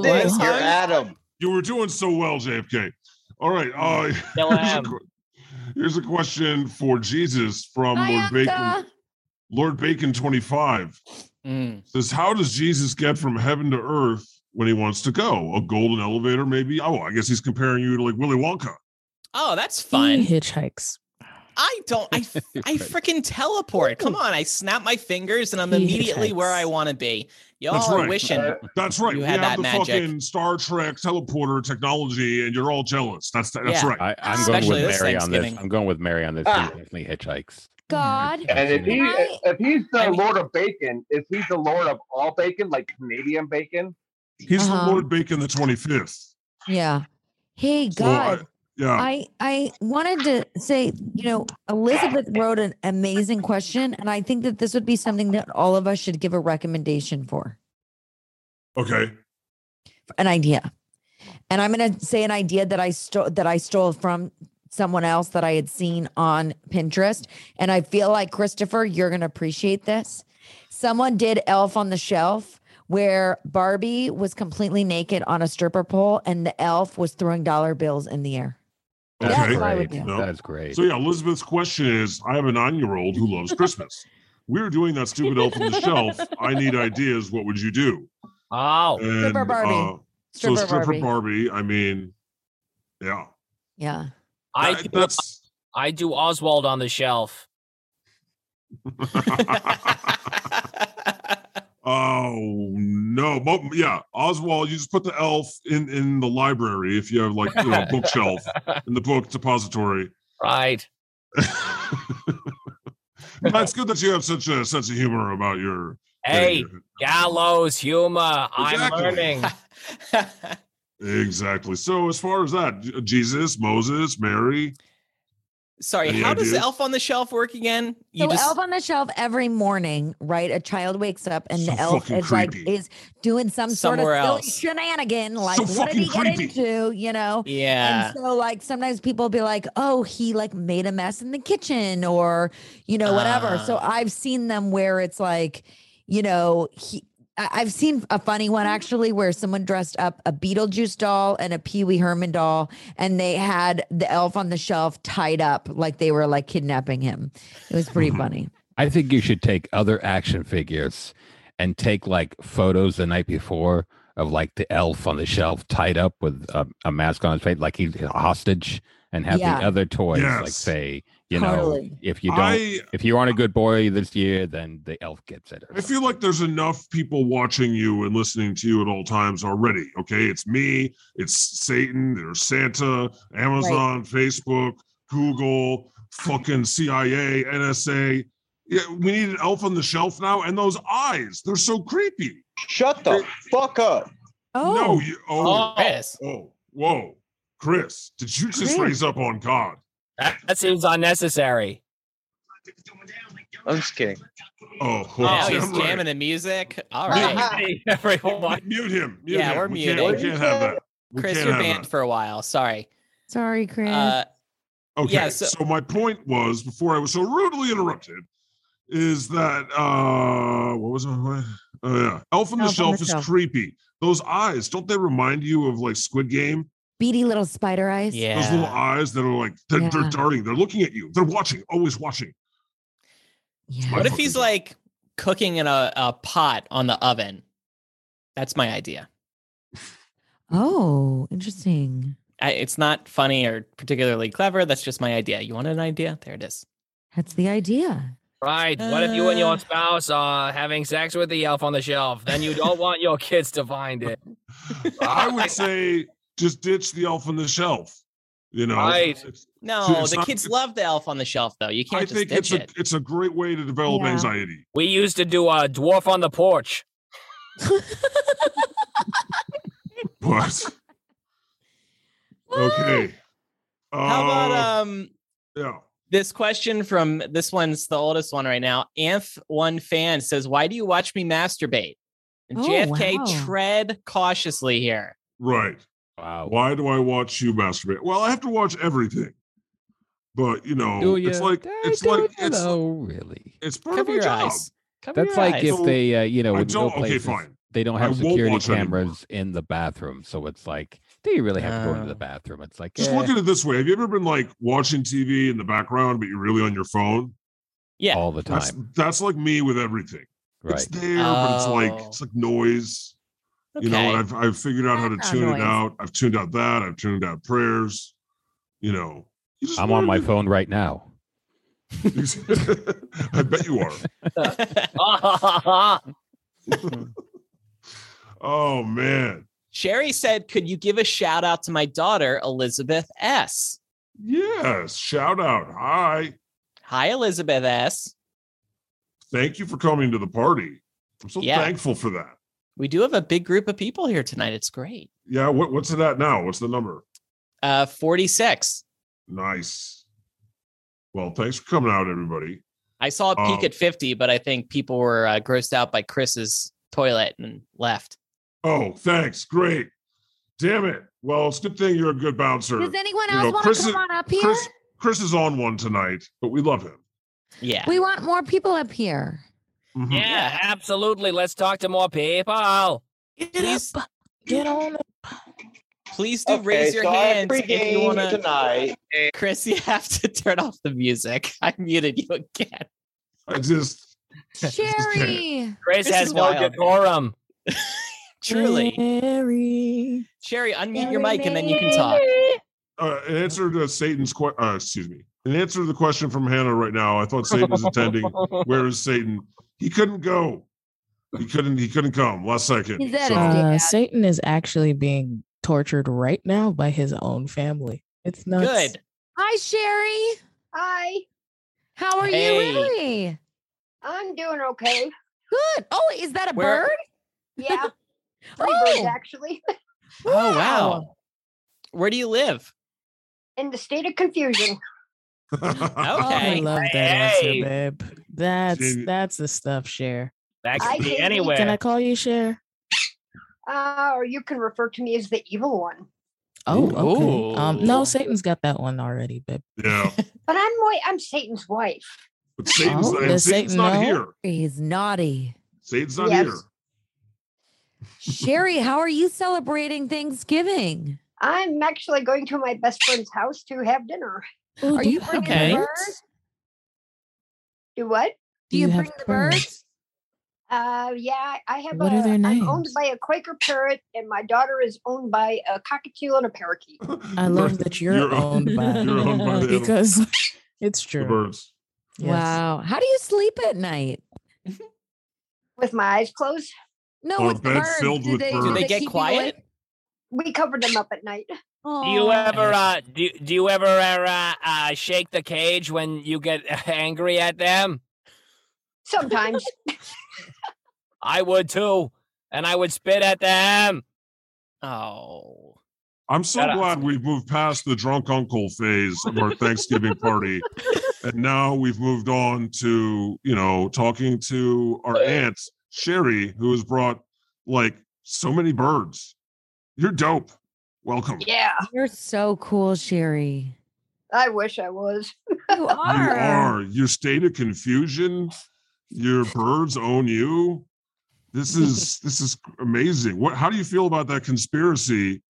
Speaker 7: That's
Speaker 1: What?
Speaker 7: it. You're Adam.
Speaker 3: you were doing so well, JFK. All right. Uh,
Speaker 1: Mm.
Speaker 5: Still
Speaker 3: here's, a,
Speaker 5: am.
Speaker 3: que- here's a question for Jesus from
Speaker 2: Hi,
Speaker 3: Lord Bacon.
Speaker 2: Anka.
Speaker 3: Lord Bacon 25
Speaker 1: Mm.
Speaker 3: says, How does Jesus get from heaven to earth when he wants to go? A golden elevator, maybe? Oh, I guess he's comparing you to like Willy Wonka.
Speaker 1: Oh, that's fun.
Speaker 6: He hitchhikikes.
Speaker 1: I don't. I f- I freaking teleport. Come on! I snap my fingers and I'm
Speaker 6: He
Speaker 1: immediately where I
Speaker 6: hitchhikes.
Speaker 1: want to be.
Speaker 3: That's
Speaker 1: Y'all are
Speaker 3: right.
Speaker 1: wishing.
Speaker 8: Uh,
Speaker 3: That's right.
Speaker 1: You
Speaker 3: we
Speaker 1: had
Speaker 3: have
Speaker 1: that
Speaker 3: the
Speaker 1: magic.
Speaker 3: fucking Star Trek teleporter technology, and you're all jealous. That's that's
Speaker 1: Yeah.
Speaker 3: right.
Speaker 4: I, I'm
Speaker 1: Especially
Speaker 4: going with
Speaker 1: this
Speaker 4: Mary on this.
Speaker 1: Thanksgiving.
Speaker 4: I'm going with Mary on this. He
Speaker 7: Ah.
Speaker 4: definitely hitchhikes.
Speaker 2: God.
Speaker 8: And if he
Speaker 2: Right.
Speaker 8: if he's the
Speaker 1: I mean-
Speaker 8: Lord of Bacon, is he the Lord of all bacon, like Canadian bacon?
Speaker 3: He's
Speaker 2: Uh-huh.
Speaker 3: the Lord Bacon the 25th.
Speaker 2: Yeah. Hey,
Speaker 3: So I-
Speaker 2: God.
Speaker 3: yeah.
Speaker 2: I I wanted to say, you know, Elizabeth wrote an amazing question, and I think that this would be something that all of us should give a recommendation for,
Speaker 3: okay.
Speaker 2: an idea. And I'm going to say an idea that I stole that I stole from someone else that I had seen on Pinterest, and I feel like Christopher, you're going to appreciate this. Someone did Elf on the Shelf. Where Barbie was completely naked on a stripper pole and the elf was throwing dollar bills in the air. That's
Speaker 3: Okay.
Speaker 2: what I would
Speaker 4: great.
Speaker 2: do.
Speaker 3: No.
Speaker 4: That is great.
Speaker 3: So yeah, Elizabeth's question is: I have a nine-year-old who loves Christmas. We're doing that stupid elf on the shelf. I need ideas. What would you do?
Speaker 5: Oh,
Speaker 3: And,
Speaker 2: Stripper Barbie.
Speaker 3: uh, so
Speaker 2: Stripper
Speaker 3: stripper
Speaker 2: Barbie.
Speaker 3: Barbie. I mean, yeah.
Speaker 2: Yeah.
Speaker 5: I
Speaker 3: That-
Speaker 5: do,
Speaker 3: that's.
Speaker 5: I do Oswald on the shelf.
Speaker 3: Oh no! But, yeah, Oswald, you just put the elf in in the library if you have like you know, a bookshelf in the book depository.
Speaker 5: Right.
Speaker 3: That's good that you have such a sense of humor about your.
Speaker 5: Hey, gallows humor. I'm
Speaker 3: Exactly.
Speaker 5: learning.
Speaker 3: Exactly. So as far as that, J- Jesus, Moses, Mary.
Speaker 1: Sorry,
Speaker 3: Any
Speaker 1: how does
Speaker 3: ideas?
Speaker 1: Elf on the Shelf work again? You
Speaker 2: so
Speaker 1: just
Speaker 2: elf on the shelf every morning, right? A child wakes up and
Speaker 3: So
Speaker 2: the elf
Speaker 3: fucking
Speaker 2: is like
Speaker 3: creepy.
Speaker 2: is doing some
Speaker 1: Somewhere
Speaker 2: sort of
Speaker 1: else.
Speaker 2: silly shenanigan.
Speaker 3: So
Speaker 2: Like, what did
Speaker 3: fucking
Speaker 2: he get
Speaker 3: creepy.
Speaker 2: into? You know?
Speaker 1: yeah.
Speaker 2: And so like sometimes people be like, oh, he like made a mess in the kitchen or you know, whatever.
Speaker 1: Ah.
Speaker 2: so I've seen them where it's like, you know, he I- I've seen a funny one actually where someone dressed up a Beetlejuice doll and a Pee Wee Herman doll, and they had the elf on the shelf tied up like they were like kidnapping him. It was pretty
Speaker 1: Mm-hmm.
Speaker 3: Mhm.
Speaker 2: funny.
Speaker 4: I think you should take other action figures and take like photos the night before of like the elf on the shelf tied up with a, a mask on his face, like he's a hostage, and have
Speaker 2: Yeah.
Speaker 4: the other toys like
Speaker 3: Yes.
Speaker 4: say, you
Speaker 2: Totally.
Speaker 4: know, if you don't,
Speaker 3: I
Speaker 4: if you aren't a good boy this year, then the elf gets it. or
Speaker 3: I feel
Speaker 4: something.
Speaker 3: like there's enough people watching you and listening to you at all times already. Okay, it's me, it's Satan, there's Santa, Amazon, Facebook, Google, fucking CIA, NSA. Yeah, we need an elf on the shelf now, and those eyes—they're so creepy.
Speaker 7: Shut the fuck up.
Speaker 3: No,
Speaker 2: Oh,
Speaker 3: you,
Speaker 1: Oh,
Speaker 3: oh,
Speaker 1: Chris.
Speaker 3: oh, whoa, Chris, did you just
Speaker 2: Chris.
Speaker 3: raise up on God?
Speaker 5: That, that seems unnecessary.
Speaker 7: I'm just kidding.
Speaker 3: Oh,
Speaker 1: Now
Speaker 3: yeah,
Speaker 1: he's
Speaker 3: right.
Speaker 1: jamming the music. All
Speaker 3: Yeah.
Speaker 1: right.
Speaker 5: Everyone.
Speaker 3: Mute him. Mute
Speaker 1: Yeah,
Speaker 3: him.
Speaker 1: we're
Speaker 3: we can't-
Speaker 1: muting.
Speaker 3: we can't have that. We
Speaker 1: Chris,
Speaker 3: can't
Speaker 1: you're
Speaker 3: have
Speaker 1: banned
Speaker 3: that.
Speaker 1: for a while. Sorry.
Speaker 2: sorry, Chris.
Speaker 1: Uh,
Speaker 3: Okay.
Speaker 1: Yeah, so-
Speaker 3: so, my point was before I was so rudely interrupted, is that uh what was my point? Oh yeah, Elf on the
Speaker 2: Elf on
Speaker 3: Shelf
Speaker 2: the
Speaker 3: is
Speaker 2: Shelf.
Speaker 3: creepy. Those eyes, don't they remind you of like Squid Game?
Speaker 2: Beady little spider eyes.
Speaker 1: yeah.
Speaker 3: Those little eyes that are like they're,
Speaker 2: Yeah.
Speaker 3: they're darting, they're looking at you, they're watching, always watching.
Speaker 2: Yeah.
Speaker 1: What if he's like cooking in a, a pot on the oven? That's my idea.
Speaker 2: Oh, interesting.
Speaker 1: I, it's not funny or particularly clever. That's just my idea. You want an idea? There it is.
Speaker 2: That's the idea.
Speaker 5: Right. What if you and your
Speaker 1: Uh.
Speaker 5: spouse are having sex with the elf on the shelf? Then you don't want your kids to find it.
Speaker 3: I would say just ditch the Elf on the Shelf. You know,
Speaker 5: Right.
Speaker 3: It's-
Speaker 1: No,
Speaker 3: So it's
Speaker 1: Oh, the
Speaker 3: not-
Speaker 1: kids love the elf on the shelf though. You can't
Speaker 3: I
Speaker 1: just
Speaker 3: think it's
Speaker 1: ditch
Speaker 3: a
Speaker 1: it.
Speaker 3: it's a great way to develop
Speaker 2: Yeah.
Speaker 3: anxiety.
Speaker 5: We used to do a dwarf on the porch.
Speaker 3: But okay,
Speaker 1: How about
Speaker 3: Uh,
Speaker 1: um
Speaker 3: yeah.
Speaker 1: this question from this one's the oldest one right now. Amf one fan says, Why do you watch me masturbate? And
Speaker 2: Oh,
Speaker 1: JFK
Speaker 2: wow.
Speaker 1: tread cautiously here.
Speaker 3: Right.
Speaker 4: Wow.
Speaker 3: Why do I watch you masturbate? Well, I have to watch everything. But you know,
Speaker 1: Oh,
Speaker 3: it's like it's like it's
Speaker 4: oh really.
Speaker 3: it's part
Speaker 1: Cover
Speaker 3: of my
Speaker 1: your
Speaker 3: job.
Speaker 1: eyes. Cover
Speaker 4: That's
Speaker 1: your
Speaker 4: like
Speaker 1: eyes.
Speaker 4: if
Speaker 3: So,
Speaker 4: they, uh, you know,
Speaker 3: I
Speaker 4: in real
Speaker 3: don't. Okay,
Speaker 4: places,
Speaker 3: fine.
Speaker 4: they don't
Speaker 3: I
Speaker 4: have
Speaker 3: won't
Speaker 4: security
Speaker 3: watch anymore.
Speaker 4: cameras in the bathroom, so it's like, do you really have to go into
Speaker 1: Oh.
Speaker 4: the bathroom? It's like,
Speaker 3: Ah. Just
Speaker 4: eh,
Speaker 3: look at it this way: Have you ever been like watching TV in the background, but you're really on your phone?
Speaker 1: yeah.
Speaker 4: all the
Speaker 3: That's
Speaker 4: time,
Speaker 3: that's like me with everything.
Speaker 4: right?
Speaker 3: It's there, but it's like
Speaker 1: Oh.
Speaker 3: it's like noise.
Speaker 1: Okay.
Speaker 3: You know, and I've I've figured out how to
Speaker 2: Background
Speaker 3: tune
Speaker 2: noise.
Speaker 3: it out. I've tuned out that. I've tuned out prayers. You know, You just
Speaker 4: I'm on my
Speaker 3: wanna
Speaker 4: phone right now.
Speaker 3: do- I bet you are. Oh man,
Speaker 1: Sherry said, Could you give a shout out to my daughter, Elizabeth S?
Speaker 3: yes! Shout out, hi!
Speaker 1: Hi, Elizabeth S.
Speaker 3: Thank you for coming to the party. I'm so
Speaker 1: Yeah.
Speaker 3: thankful for that.
Speaker 1: We do have a big group of people here tonight. It's great.
Speaker 3: Yeah, what, what's it at now? What's the number?
Speaker 1: Uh, 46.
Speaker 3: Nice. Well, thanks for coming out, everybody.
Speaker 1: I saw a peak
Speaker 3: Um,
Speaker 1: at 50, but I think people were uh, grossed out by Chris's toilet and left.
Speaker 3: Oh, thanks. Great. Damn it. Well, it's a good thing you're a good bouncer.
Speaker 2: Does anyone
Speaker 3: You
Speaker 2: else
Speaker 3: know,
Speaker 2: want
Speaker 3: Chris
Speaker 2: to
Speaker 3: is-
Speaker 2: come on up here?
Speaker 3: Chris, Chris is on one tonight, but we love him.
Speaker 1: Yeah.
Speaker 2: We want more people up here.
Speaker 3: Mhm.
Speaker 5: yeah, absolutely. Let's talk to more people.
Speaker 1: Please,
Speaker 6: Get on the
Speaker 1: please do raise your
Speaker 7: so
Speaker 1: hands
Speaker 7: I
Speaker 1: if you
Speaker 7: pregame
Speaker 1: want to.
Speaker 7: tonight. and-
Speaker 1: Chris, you have to turn off the music. I muted you again.
Speaker 3: I just,
Speaker 2: Sherry.
Speaker 5: Chris
Speaker 1: This
Speaker 5: has
Speaker 1: is
Speaker 5: no
Speaker 1: wild.
Speaker 5: decorum.
Speaker 1: Truly.
Speaker 6: Mary.
Speaker 1: Sherry, unmute your mic and then you can talk.
Speaker 3: uh, in answer to Satan's question, uh, excuse me, in answer to the question from Hannah right now, I thought Satan was attending. Where is Satan? He couldn't go. He couldn't, he couldn't come last second.
Speaker 2: He's at
Speaker 3: so-
Speaker 2: his
Speaker 6: Uh,
Speaker 2: Yeah.
Speaker 6: Satan is actually being tortured right now by his own family. It's nuts.
Speaker 1: Good.
Speaker 2: Hi, Sherry.
Speaker 9: Hi,
Speaker 2: How are
Speaker 1: Hey.
Speaker 2: you really?
Speaker 9: I'm doing okay.
Speaker 2: Good. Oh, is that a
Speaker 1: Where-
Speaker 2: bird?
Speaker 9: Yeah, three birds
Speaker 2: Oh,
Speaker 9: actually
Speaker 1: Oh, wow. Where do you live?
Speaker 9: in the state of confusion.
Speaker 6: Oh, I
Speaker 1: Okay.
Speaker 6: love that
Speaker 5: Hey.
Speaker 6: answer, babe. That's
Speaker 3: Gee.
Speaker 6: that's the stuff, Cher.
Speaker 5: That
Speaker 9: I
Speaker 5: could be
Speaker 9: think-
Speaker 5: anywhere.
Speaker 6: Can I call you Cher?
Speaker 9: Uh, or you can refer to me as the evil one.
Speaker 6: Oh, okay. Um, no,
Speaker 1: Ooh.
Speaker 6: Satan's got that one already, babe.
Speaker 3: yeah.
Speaker 9: But I'm wa- I'm Satan's wife.
Speaker 3: But Satan's,
Speaker 6: Oh,
Speaker 3: and
Speaker 6: does
Speaker 3: Satan's
Speaker 6: Satan
Speaker 3: not
Speaker 6: know?
Speaker 3: here.
Speaker 2: he's naughty.
Speaker 3: Satan's not
Speaker 9: Yes.
Speaker 3: here.
Speaker 2: Sherry, how are you celebrating Thanksgiving?
Speaker 9: I'm actually going to my best friend's house to have dinner.
Speaker 6: Ooh,
Speaker 2: Are
Speaker 6: do
Speaker 2: you
Speaker 6: have
Speaker 2: bringing
Speaker 1: Okay.
Speaker 2: the
Speaker 6: birds?
Speaker 2: birds?
Speaker 9: Do what?
Speaker 2: Do
Speaker 6: Do
Speaker 2: you,
Speaker 6: you have
Speaker 2: bring the birds?
Speaker 9: Uh, yeah, I have.
Speaker 6: What
Speaker 9: a,
Speaker 6: are their
Speaker 9: I'm owned
Speaker 6: names?
Speaker 9: by a Quaker parrot, and my daughter is owned by a cockatiel and a parakeet.
Speaker 2: Mm-hmm.
Speaker 6: I love that you're, owned by uh,
Speaker 3: you're owned by the animal-
Speaker 6: because it's
Speaker 3: the
Speaker 6: true.
Speaker 3: birds.
Speaker 6: Yes.
Speaker 2: Wow. How do you sleep at night?
Speaker 9: With my eyes closed,
Speaker 2: No,
Speaker 3: On a
Speaker 2: with the
Speaker 3: bed
Speaker 2: birds.
Speaker 3: filled
Speaker 2: do
Speaker 3: with
Speaker 2: they,
Speaker 3: birds.
Speaker 1: Do they
Speaker 2: keep
Speaker 1: get
Speaker 2: you
Speaker 1: quiet?
Speaker 2: awake?
Speaker 9: we covered them up at night.
Speaker 1: Oh,
Speaker 5: Do you ever
Speaker 1: Nice.
Speaker 5: uh do, do you ever uh, uh shake the cage when you get angry at them?
Speaker 9: Sometimes
Speaker 5: I would too, and I would spit at them.
Speaker 1: Oh.
Speaker 3: I'm so
Speaker 5: Shut up.
Speaker 3: glad we've moved past the drunk uncle phase of our Thanksgiving party. And now we've moved on to, you know, talking to our aunt, Sherry, who has brought like so many birds. You're dope. Welcome.
Speaker 9: yeah.
Speaker 2: You're so cool, Sherry.
Speaker 9: I wish I was.
Speaker 2: You
Speaker 3: You
Speaker 2: are.
Speaker 3: are your state of confusion. Your birds own you. This is this is amazing. What? How do you feel about that conspiracy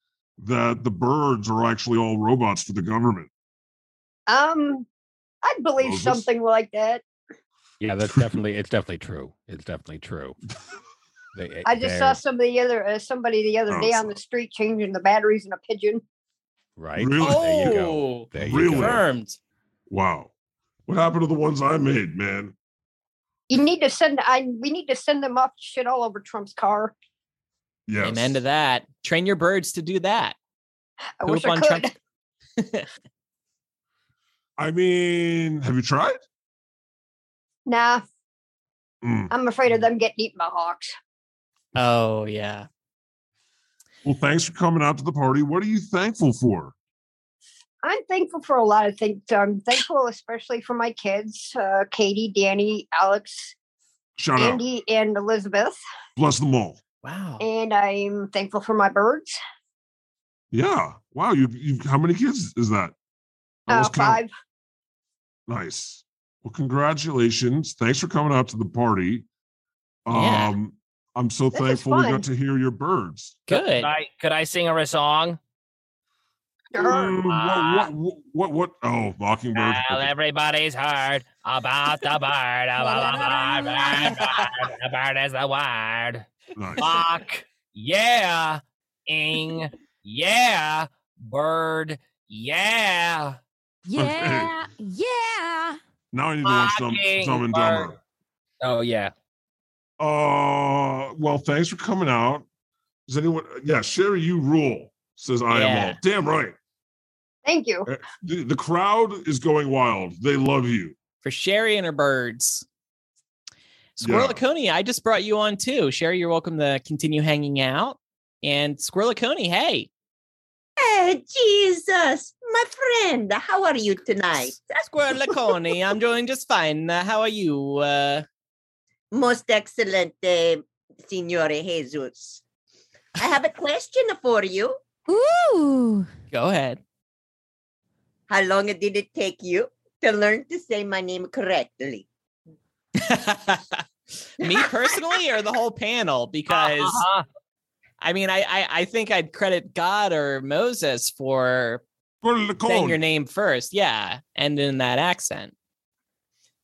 Speaker 3: that the birds are actually all robots for the government?
Speaker 9: Um, I'd believe
Speaker 3: Moses?
Speaker 9: something like that.
Speaker 4: Yeah, that's definitely it's definitely true. It's definitely true. They- eh,
Speaker 9: I just saw
Speaker 4: they're-
Speaker 9: some of the other uh, somebody the other
Speaker 3: Eh, Oh,
Speaker 9: day on
Speaker 3: sorry.
Speaker 9: the street changing the batteries in a pigeon.
Speaker 4: right.
Speaker 3: Really?
Speaker 4: There you go.
Speaker 1: Oh.
Speaker 4: There you
Speaker 3: Really?
Speaker 4: go.
Speaker 1: Confirmed.
Speaker 3: Wow. What happened to the ones I made, man?
Speaker 9: You need to send. I we need to send them off to shit all over Trump's car.
Speaker 3: Yes.
Speaker 1: Amen to that. Train your birds to do that.
Speaker 9: I wish
Speaker 1: Poop
Speaker 9: I
Speaker 1: on
Speaker 9: could.
Speaker 1: Trump's-
Speaker 3: I mean, have you tried?
Speaker 9: Nah,
Speaker 3: Mm.
Speaker 9: I'm afraid of them getting eaten by hawks.
Speaker 1: Oh yeah.
Speaker 3: Well, thanks for coming out to the party. What are you thankful for?
Speaker 9: I'm thankful for a lot of things. I'm thankful especially for my kids, uh, Katie, Danny, Alex,
Speaker 3: Shout out.
Speaker 9: Andy, and Elizabeth.
Speaker 3: Bless them all.
Speaker 1: Wow.
Speaker 9: And I'm thankful for my birds.
Speaker 3: Yeah. Wow. You, you how many kids is that? I
Speaker 9: Uh,
Speaker 3: lost count.
Speaker 9: five.
Speaker 3: Nice. Well, congratulations. Thanks for coming out to the party.
Speaker 1: Yeah.
Speaker 3: Um, I'm so
Speaker 9: This was
Speaker 3: thankful we
Speaker 9: fun.
Speaker 3: got to hear your birds.
Speaker 1: Good.
Speaker 5: Could I, could I sing her a song?
Speaker 3: Mm,
Speaker 1: Uh,
Speaker 3: what, what, what, what, Oh, Mockingbird.
Speaker 5: Ah, Well, everybody's heard about the bird. About the bird, bird, bird. The bird is the word. Ah,
Speaker 3: Nice.
Speaker 5: Fuck. Yeah. Ing. Yeah. Bird. Yeah.
Speaker 2: Yeah. Yeah.
Speaker 3: Now I need to watch Dumb,
Speaker 5: Mockingbird.
Speaker 3: Dumb and Dumber.
Speaker 5: Oh yeah.
Speaker 3: Uh, well, thanks for coming out. Is anyone? Yeah, Sherry, you rule. Says I am
Speaker 1: Yeah.
Speaker 3: all. Damn right. Eh,
Speaker 9: Thank you.
Speaker 3: The, the crowd is going wild. They love you.
Speaker 1: For Sherry and her birds. Squirreliconia, I just brought you on too. Sherry, you're welcome to continue hanging out. And Squirreliconia, hey.
Speaker 10: Hey, Jesus, my friend, how are you tonight?
Speaker 1: Squirreliconia, I'm doing just fine. Uh, how are you? Uh,
Speaker 10: Most excellent, uh, Signore Jesus. I have a question for you.
Speaker 2: Ooh.
Speaker 1: go ahead.
Speaker 10: How long did it take you to learn to say my name correctly?
Speaker 1: Me personally or the whole panel? Because
Speaker 5: Uh-huh.
Speaker 1: I mean, I, I I think I'd credit God or Moses for saying your
Speaker 3: Squirrelicone.
Speaker 1: name first. Yeah, and in that accent.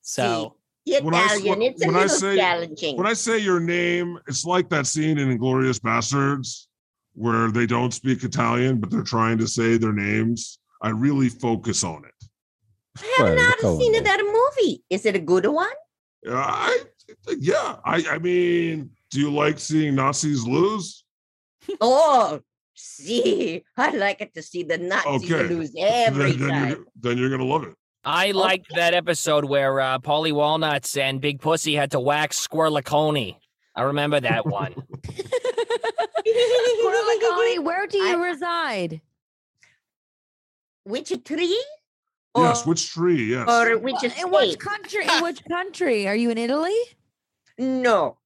Speaker 1: So
Speaker 10: The
Speaker 3: When I s-
Speaker 10: Italian, it's a
Speaker 3: when I
Speaker 10: little
Speaker 3: say-
Speaker 10: challenging.
Speaker 3: When I say your name, it's like that scene in Inglorious Bastards where they don't speak Italian, but they're trying to say their names. I really focus on it.
Speaker 10: I have
Speaker 4: Squirreliconia.
Speaker 10: not
Speaker 3: Oh.
Speaker 10: seen that movie. Is it a good one?
Speaker 3: I, yeah, I, I mean, do you like seeing Nazis lose?
Speaker 10: oh, see, I like it to see the Nazis
Speaker 3: Okay.
Speaker 10: lose
Speaker 3: Then-
Speaker 10: every
Speaker 3: then,
Speaker 10: time.
Speaker 3: You're, then you're gonna love it.
Speaker 5: I liked that episode where uh, Polly Walnuts and Big Pussy had to wax Squirlicone. I remember that one.
Speaker 2: Corleone, where do you
Speaker 10: I-
Speaker 2: reside?
Speaker 10: Which tree?
Speaker 3: yes, which tree? Yes.
Speaker 10: or which
Speaker 2: in which
Speaker 10: estate?
Speaker 2: country? In which country? Are you in Italy?
Speaker 10: No.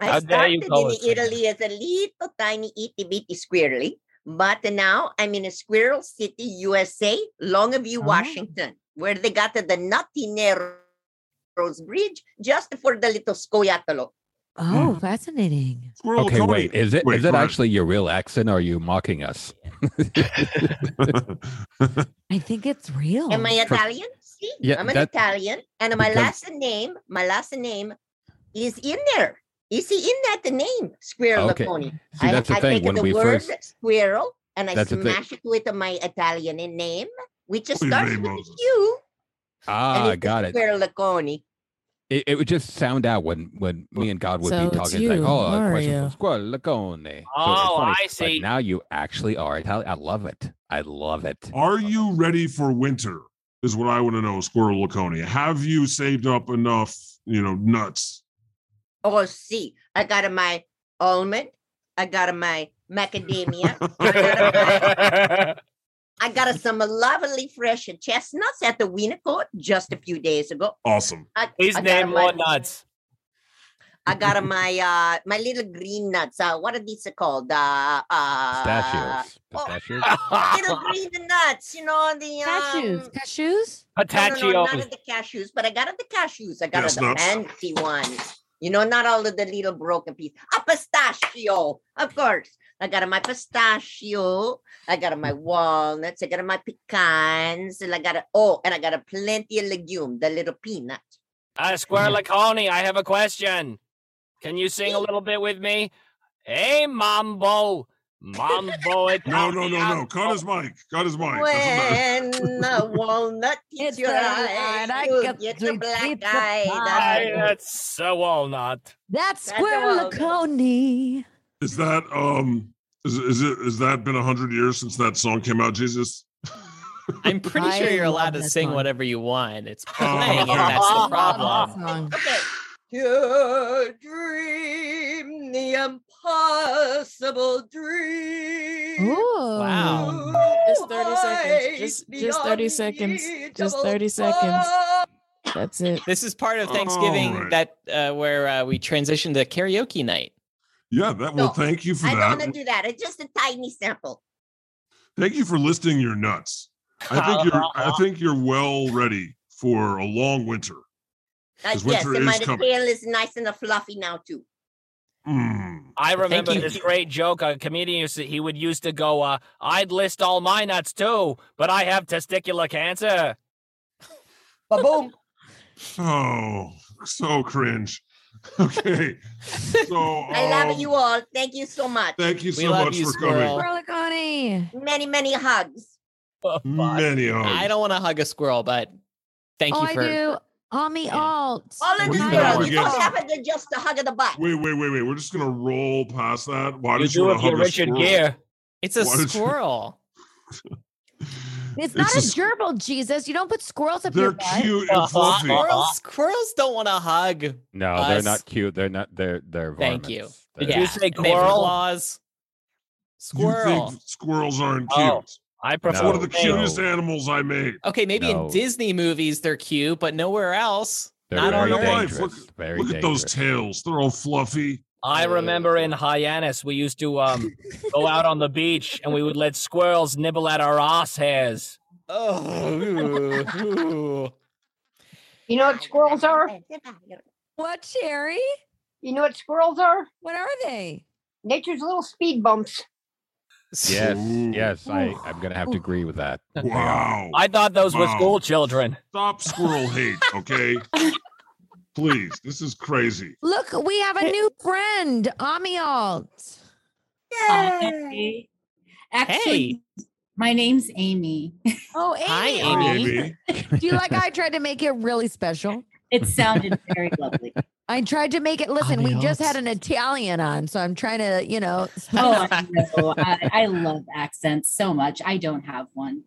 Speaker 10: I
Speaker 5: How dare you
Speaker 10: started
Speaker 5: call
Speaker 10: in
Speaker 5: it something.
Speaker 10: Italy as a little tiny itty bitty squirrely, but now I'm in a squirrel city, USA, Longview,
Speaker 2: Oh.
Speaker 10: Washington, where they got the Nutty Narrows Bridge just for the little scoiattolo.
Speaker 2: Oh, fascinating.
Speaker 3: Mm-hmm. Squirrel
Speaker 4: Okay,
Speaker 3: Tony.
Speaker 4: wait. Is it is
Speaker 3: Wait,
Speaker 4: it
Speaker 3: go ahead.
Speaker 4: actually your real accent? Or are you mocking us?
Speaker 2: I think it's real.
Speaker 10: Am I Italian? See,
Speaker 4: Oh, Yeah,
Speaker 10: I'm an
Speaker 4: that-
Speaker 10: Italian, and my
Speaker 4: because-
Speaker 10: last name, my last name is in there. Is he in that name, Squirrel
Speaker 4: Okay.
Speaker 10: Pony?
Speaker 4: See, that's the
Speaker 10: I
Speaker 4: thing.
Speaker 10: take
Speaker 4: When
Speaker 10: the
Speaker 4: we
Speaker 10: word
Speaker 4: first
Speaker 10: squirrel and I
Speaker 4: That's the thing.
Speaker 10: smash it with my Italian name, which
Speaker 3: Please
Speaker 10: starts
Speaker 3: name
Speaker 10: with a
Speaker 3: Moses.
Speaker 10: Q. and
Speaker 4: ah,
Speaker 10: it's
Speaker 4: got it.
Speaker 10: Squirrel Laconi.
Speaker 4: it. It would just sound out when when me and God would
Speaker 6: So
Speaker 4: be
Speaker 6: it's
Speaker 4: talking like,
Speaker 6: you,
Speaker 4: oh, a
Speaker 6: Mario.
Speaker 4: question for Squirrelicone.
Speaker 5: Oh,
Speaker 4: funny,
Speaker 5: I
Speaker 4: but
Speaker 5: see.
Speaker 4: now you actually are Italian. I love it. I love it.
Speaker 3: Are you ready for winter? Is what I want to know, Squirrel Laconia. Have you saved up enough, you know, nuts?
Speaker 10: Oh, see, I got my almond. I got my macadamia. I got, my, I got some lovely fresh chestnuts at the Winnicott just a few days ago.
Speaker 3: awesome.
Speaker 10: I,
Speaker 5: Please
Speaker 10: I got
Speaker 5: name
Speaker 10: my-
Speaker 5: more nuts.
Speaker 10: I got my uh my little green nuts. Uh, what are these called? Uh, uh,
Speaker 4: Pistachios.
Speaker 10: oh.
Speaker 4: Pistachios.
Speaker 10: Little green nuts, you know the um,
Speaker 2: Cashews. Cashews?
Speaker 10: No, no, no,
Speaker 5: Patachios.
Speaker 10: none of the cashews, but I got the cashews. I got
Speaker 3: Yes,
Speaker 10: the
Speaker 3: nuts.
Speaker 10: fancy ones. You know, not all of the little broken pieces. A pistachio, of course. I got my pistachio. I got my walnuts. I got my pecans. And I got a, oh, and I got a plenty of legume, the little peanut.
Speaker 5: Uh, Squirlicone, I have a question. Can you sing a little bit with me? Hey, Mambo. Mambo.
Speaker 3: No, no, no, no. Cut his mic. Cut his mic. Doesn't
Speaker 10: When a walnut
Speaker 2: It's
Speaker 10: hits your
Speaker 2: a
Speaker 10: eye,
Speaker 2: line, I
Speaker 10: you
Speaker 2: got
Speaker 10: get
Speaker 2: to
Speaker 10: the black
Speaker 2: eat the
Speaker 10: eye.
Speaker 2: pie.
Speaker 10: That's-
Speaker 5: That's a walnut.
Speaker 2: That's
Speaker 10: That's
Speaker 2: Square
Speaker 10: all.
Speaker 2: Laconi.
Speaker 3: Is that um is is it is that been a hundred years since that song came out, Jesus?
Speaker 1: I'm pretty
Speaker 2: I
Speaker 1: sure you're
Speaker 2: love
Speaker 1: allowed to
Speaker 2: that
Speaker 1: sing
Speaker 2: song.
Speaker 1: whatever you want. It's playing, and that's the problem.
Speaker 10: Okay. To dream the impossible dream.
Speaker 1: Wow.
Speaker 6: Just 30 seconds. Just just 30 seconds. Just 30 seconds. That's it.
Speaker 1: This is part of Thanksgiving
Speaker 3: Alright.
Speaker 1: that uh, where uh, we transition to karaoke night.
Speaker 3: Yeah, that well,
Speaker 10: No,
Speaker 3: thank you for
Speaker 10: I
Speaker 3: that.
Speaker 10: don't want to do that. It's just a tiny sample.
Speaker 3: Thank you for listing your nuts. I think you're I think you're well ready for a long winter.
Speaker 10: I
Speaker 3: 'Cause
Speaker 10: guess
Speaker 3: winter
Speaker 10: and
Speaker 3: is
Speaker 10: my tail
Speaker 3: coming.
Speaker 10: is nice and fluffy now too.
Speaker 3: Mm.
Speaker 5: I remember
Speaker 1: you.
Speaker 5: this great joke a comedian used to, he would used to go, uh, "I'd list all my nuts too, but I have testicular cancer."
Speaker 10: Ba-boom.
Speaker 3: Oh, so cringe. Okay. So
Speaker 10: I love
Speaker 3: um,
Speaker 10: you all. Thank you so much.
Speaker 3: Thank you
Speaker 1: We
Speaker 3: so
Speaker 1: love
Speaker 3: much
Speaker 1: you,
Speaker 3: for
Speaker 1: squirrel.
Speaker 2: Carlicone.
Speaker 10: Many, many hugs.
Speaker 4: Oh,
Speaker 3: coming. Many hugs.
Speaker 1: I don't want to hug a squirrel, but thank
Speaker 2: Oh,
Speaker 1: you
Speaker 2: I
Speaker 1: for.
Speaker 2: do. Ami
Speaker 1: Yeah.
Speaker 2: Alt.
Speaker 10: All of
Speaker 3: We
Speaker 10: this
Speaker 3: gotta
Speaker 10: girl,
Speaker 3: forget-
Speaker 10: you don't have to just a hug of the butt.
Speaker 3: Wait, wait, wait, wait. We're just gonna roll past that. Why
Speaker 5: you
Speaker 3: did you
Speaker 5: do
Speaker 3: want
Speaker 5: if
Speaker 3: to hug
Speaker 5: you're
Speaker 3: a
Speaker 5: Richard
Speaker 3: squirrel?
Speaker 5: Gere.
Speaker 1: It's a
Speaker 3: Why did you-
Speaker 1: squirrel.
Speaker 2: It's not a
Speaker 3: just-
Speaker 2: gerbil, Jesus. You don't put squirrels up your
Speaker 3: They're
Speaker 2: butt.
Speaker 3: cute and fluffy.
Speaker 1: Squirrels, squirrels don't want to hug.
Speaker 4: No, they're
Speaker 1: Us.
Speaker 4: not cute. They're not. They're they're.
Speaker 1: Thank you.
Speaker 4: varmints. They're-
Speaker 1: Yeah.
Speaker 5: you say
Speaker 1: and they have
Speaker 5: squirrel?
Speaker 1: claws.
Speaker 3: You
Speaker 1: Squirrel.
Speaker 3: think squirrels aren't cute?
Speaker 5: Oh, I
Speaker 3: It's
Speaker 5: prefer
Speaker 3: one of the
Speaker 4: no.
Speaker 3: cutest animals I made.
Speaker 1: Okay, maybe
Speaker 4: No.
Speaker 1: in Disney movies they're cute, but nowhere else.
Speaker 4: They're
Speaker 1: Not on
Speaker 4: very
Speaker 1: Earth.
Speaker 4: dangerous.
Speaker 3: Look-
Speaker 4: very
Speaker 3: Look at those
Speaker 4: dangerous.
Speaker 3: tails. They're all fluffy.
Speaker 5: I remember in Hyannis we used to um go out on the beach and we would let squirrels nibble at our ass hairs.
Speaker 1: Oh, ooh, ooh.
Speaker 9: You know what squirrels are?
Speaker 2: What, Cherry?
Speaker 9: You know what squirrels are?
Speaker 2: What are they?
Speaker 9: Nature's little speed bumps.
Speaker 4: Yes,
Speaker 3: Ooh.
Speaker 4: yes. I I'm gonna have to agree with that. They are.
Speaker 3: Wow.
Speaker 5: I thought those were
Speaker 3: Wow.
Speaker 5: school children.
Speaker 3: Stop squirrel hate, okay? Please, this is crazy.
Speaker 2: Look, we have a new friend, Ami Alt.
Speaker 11: Hi. Actually, my name's Amy.
Speaker 2: Oh,
Speaker 1: Hi,
Speaker 2: Amy.
Speaker 1: Amy.
Speaker 3: Maybe.
Speaker 2: Do you like I tried to make it really special?
Speaker 11: It sounded very lovely.
Speaker 2: I tried to make it. Listen, we just had an Italian on, so I'm trying to, you know.
Speaker 11: Oh, I, know. I, I love accents so much. I don't have one.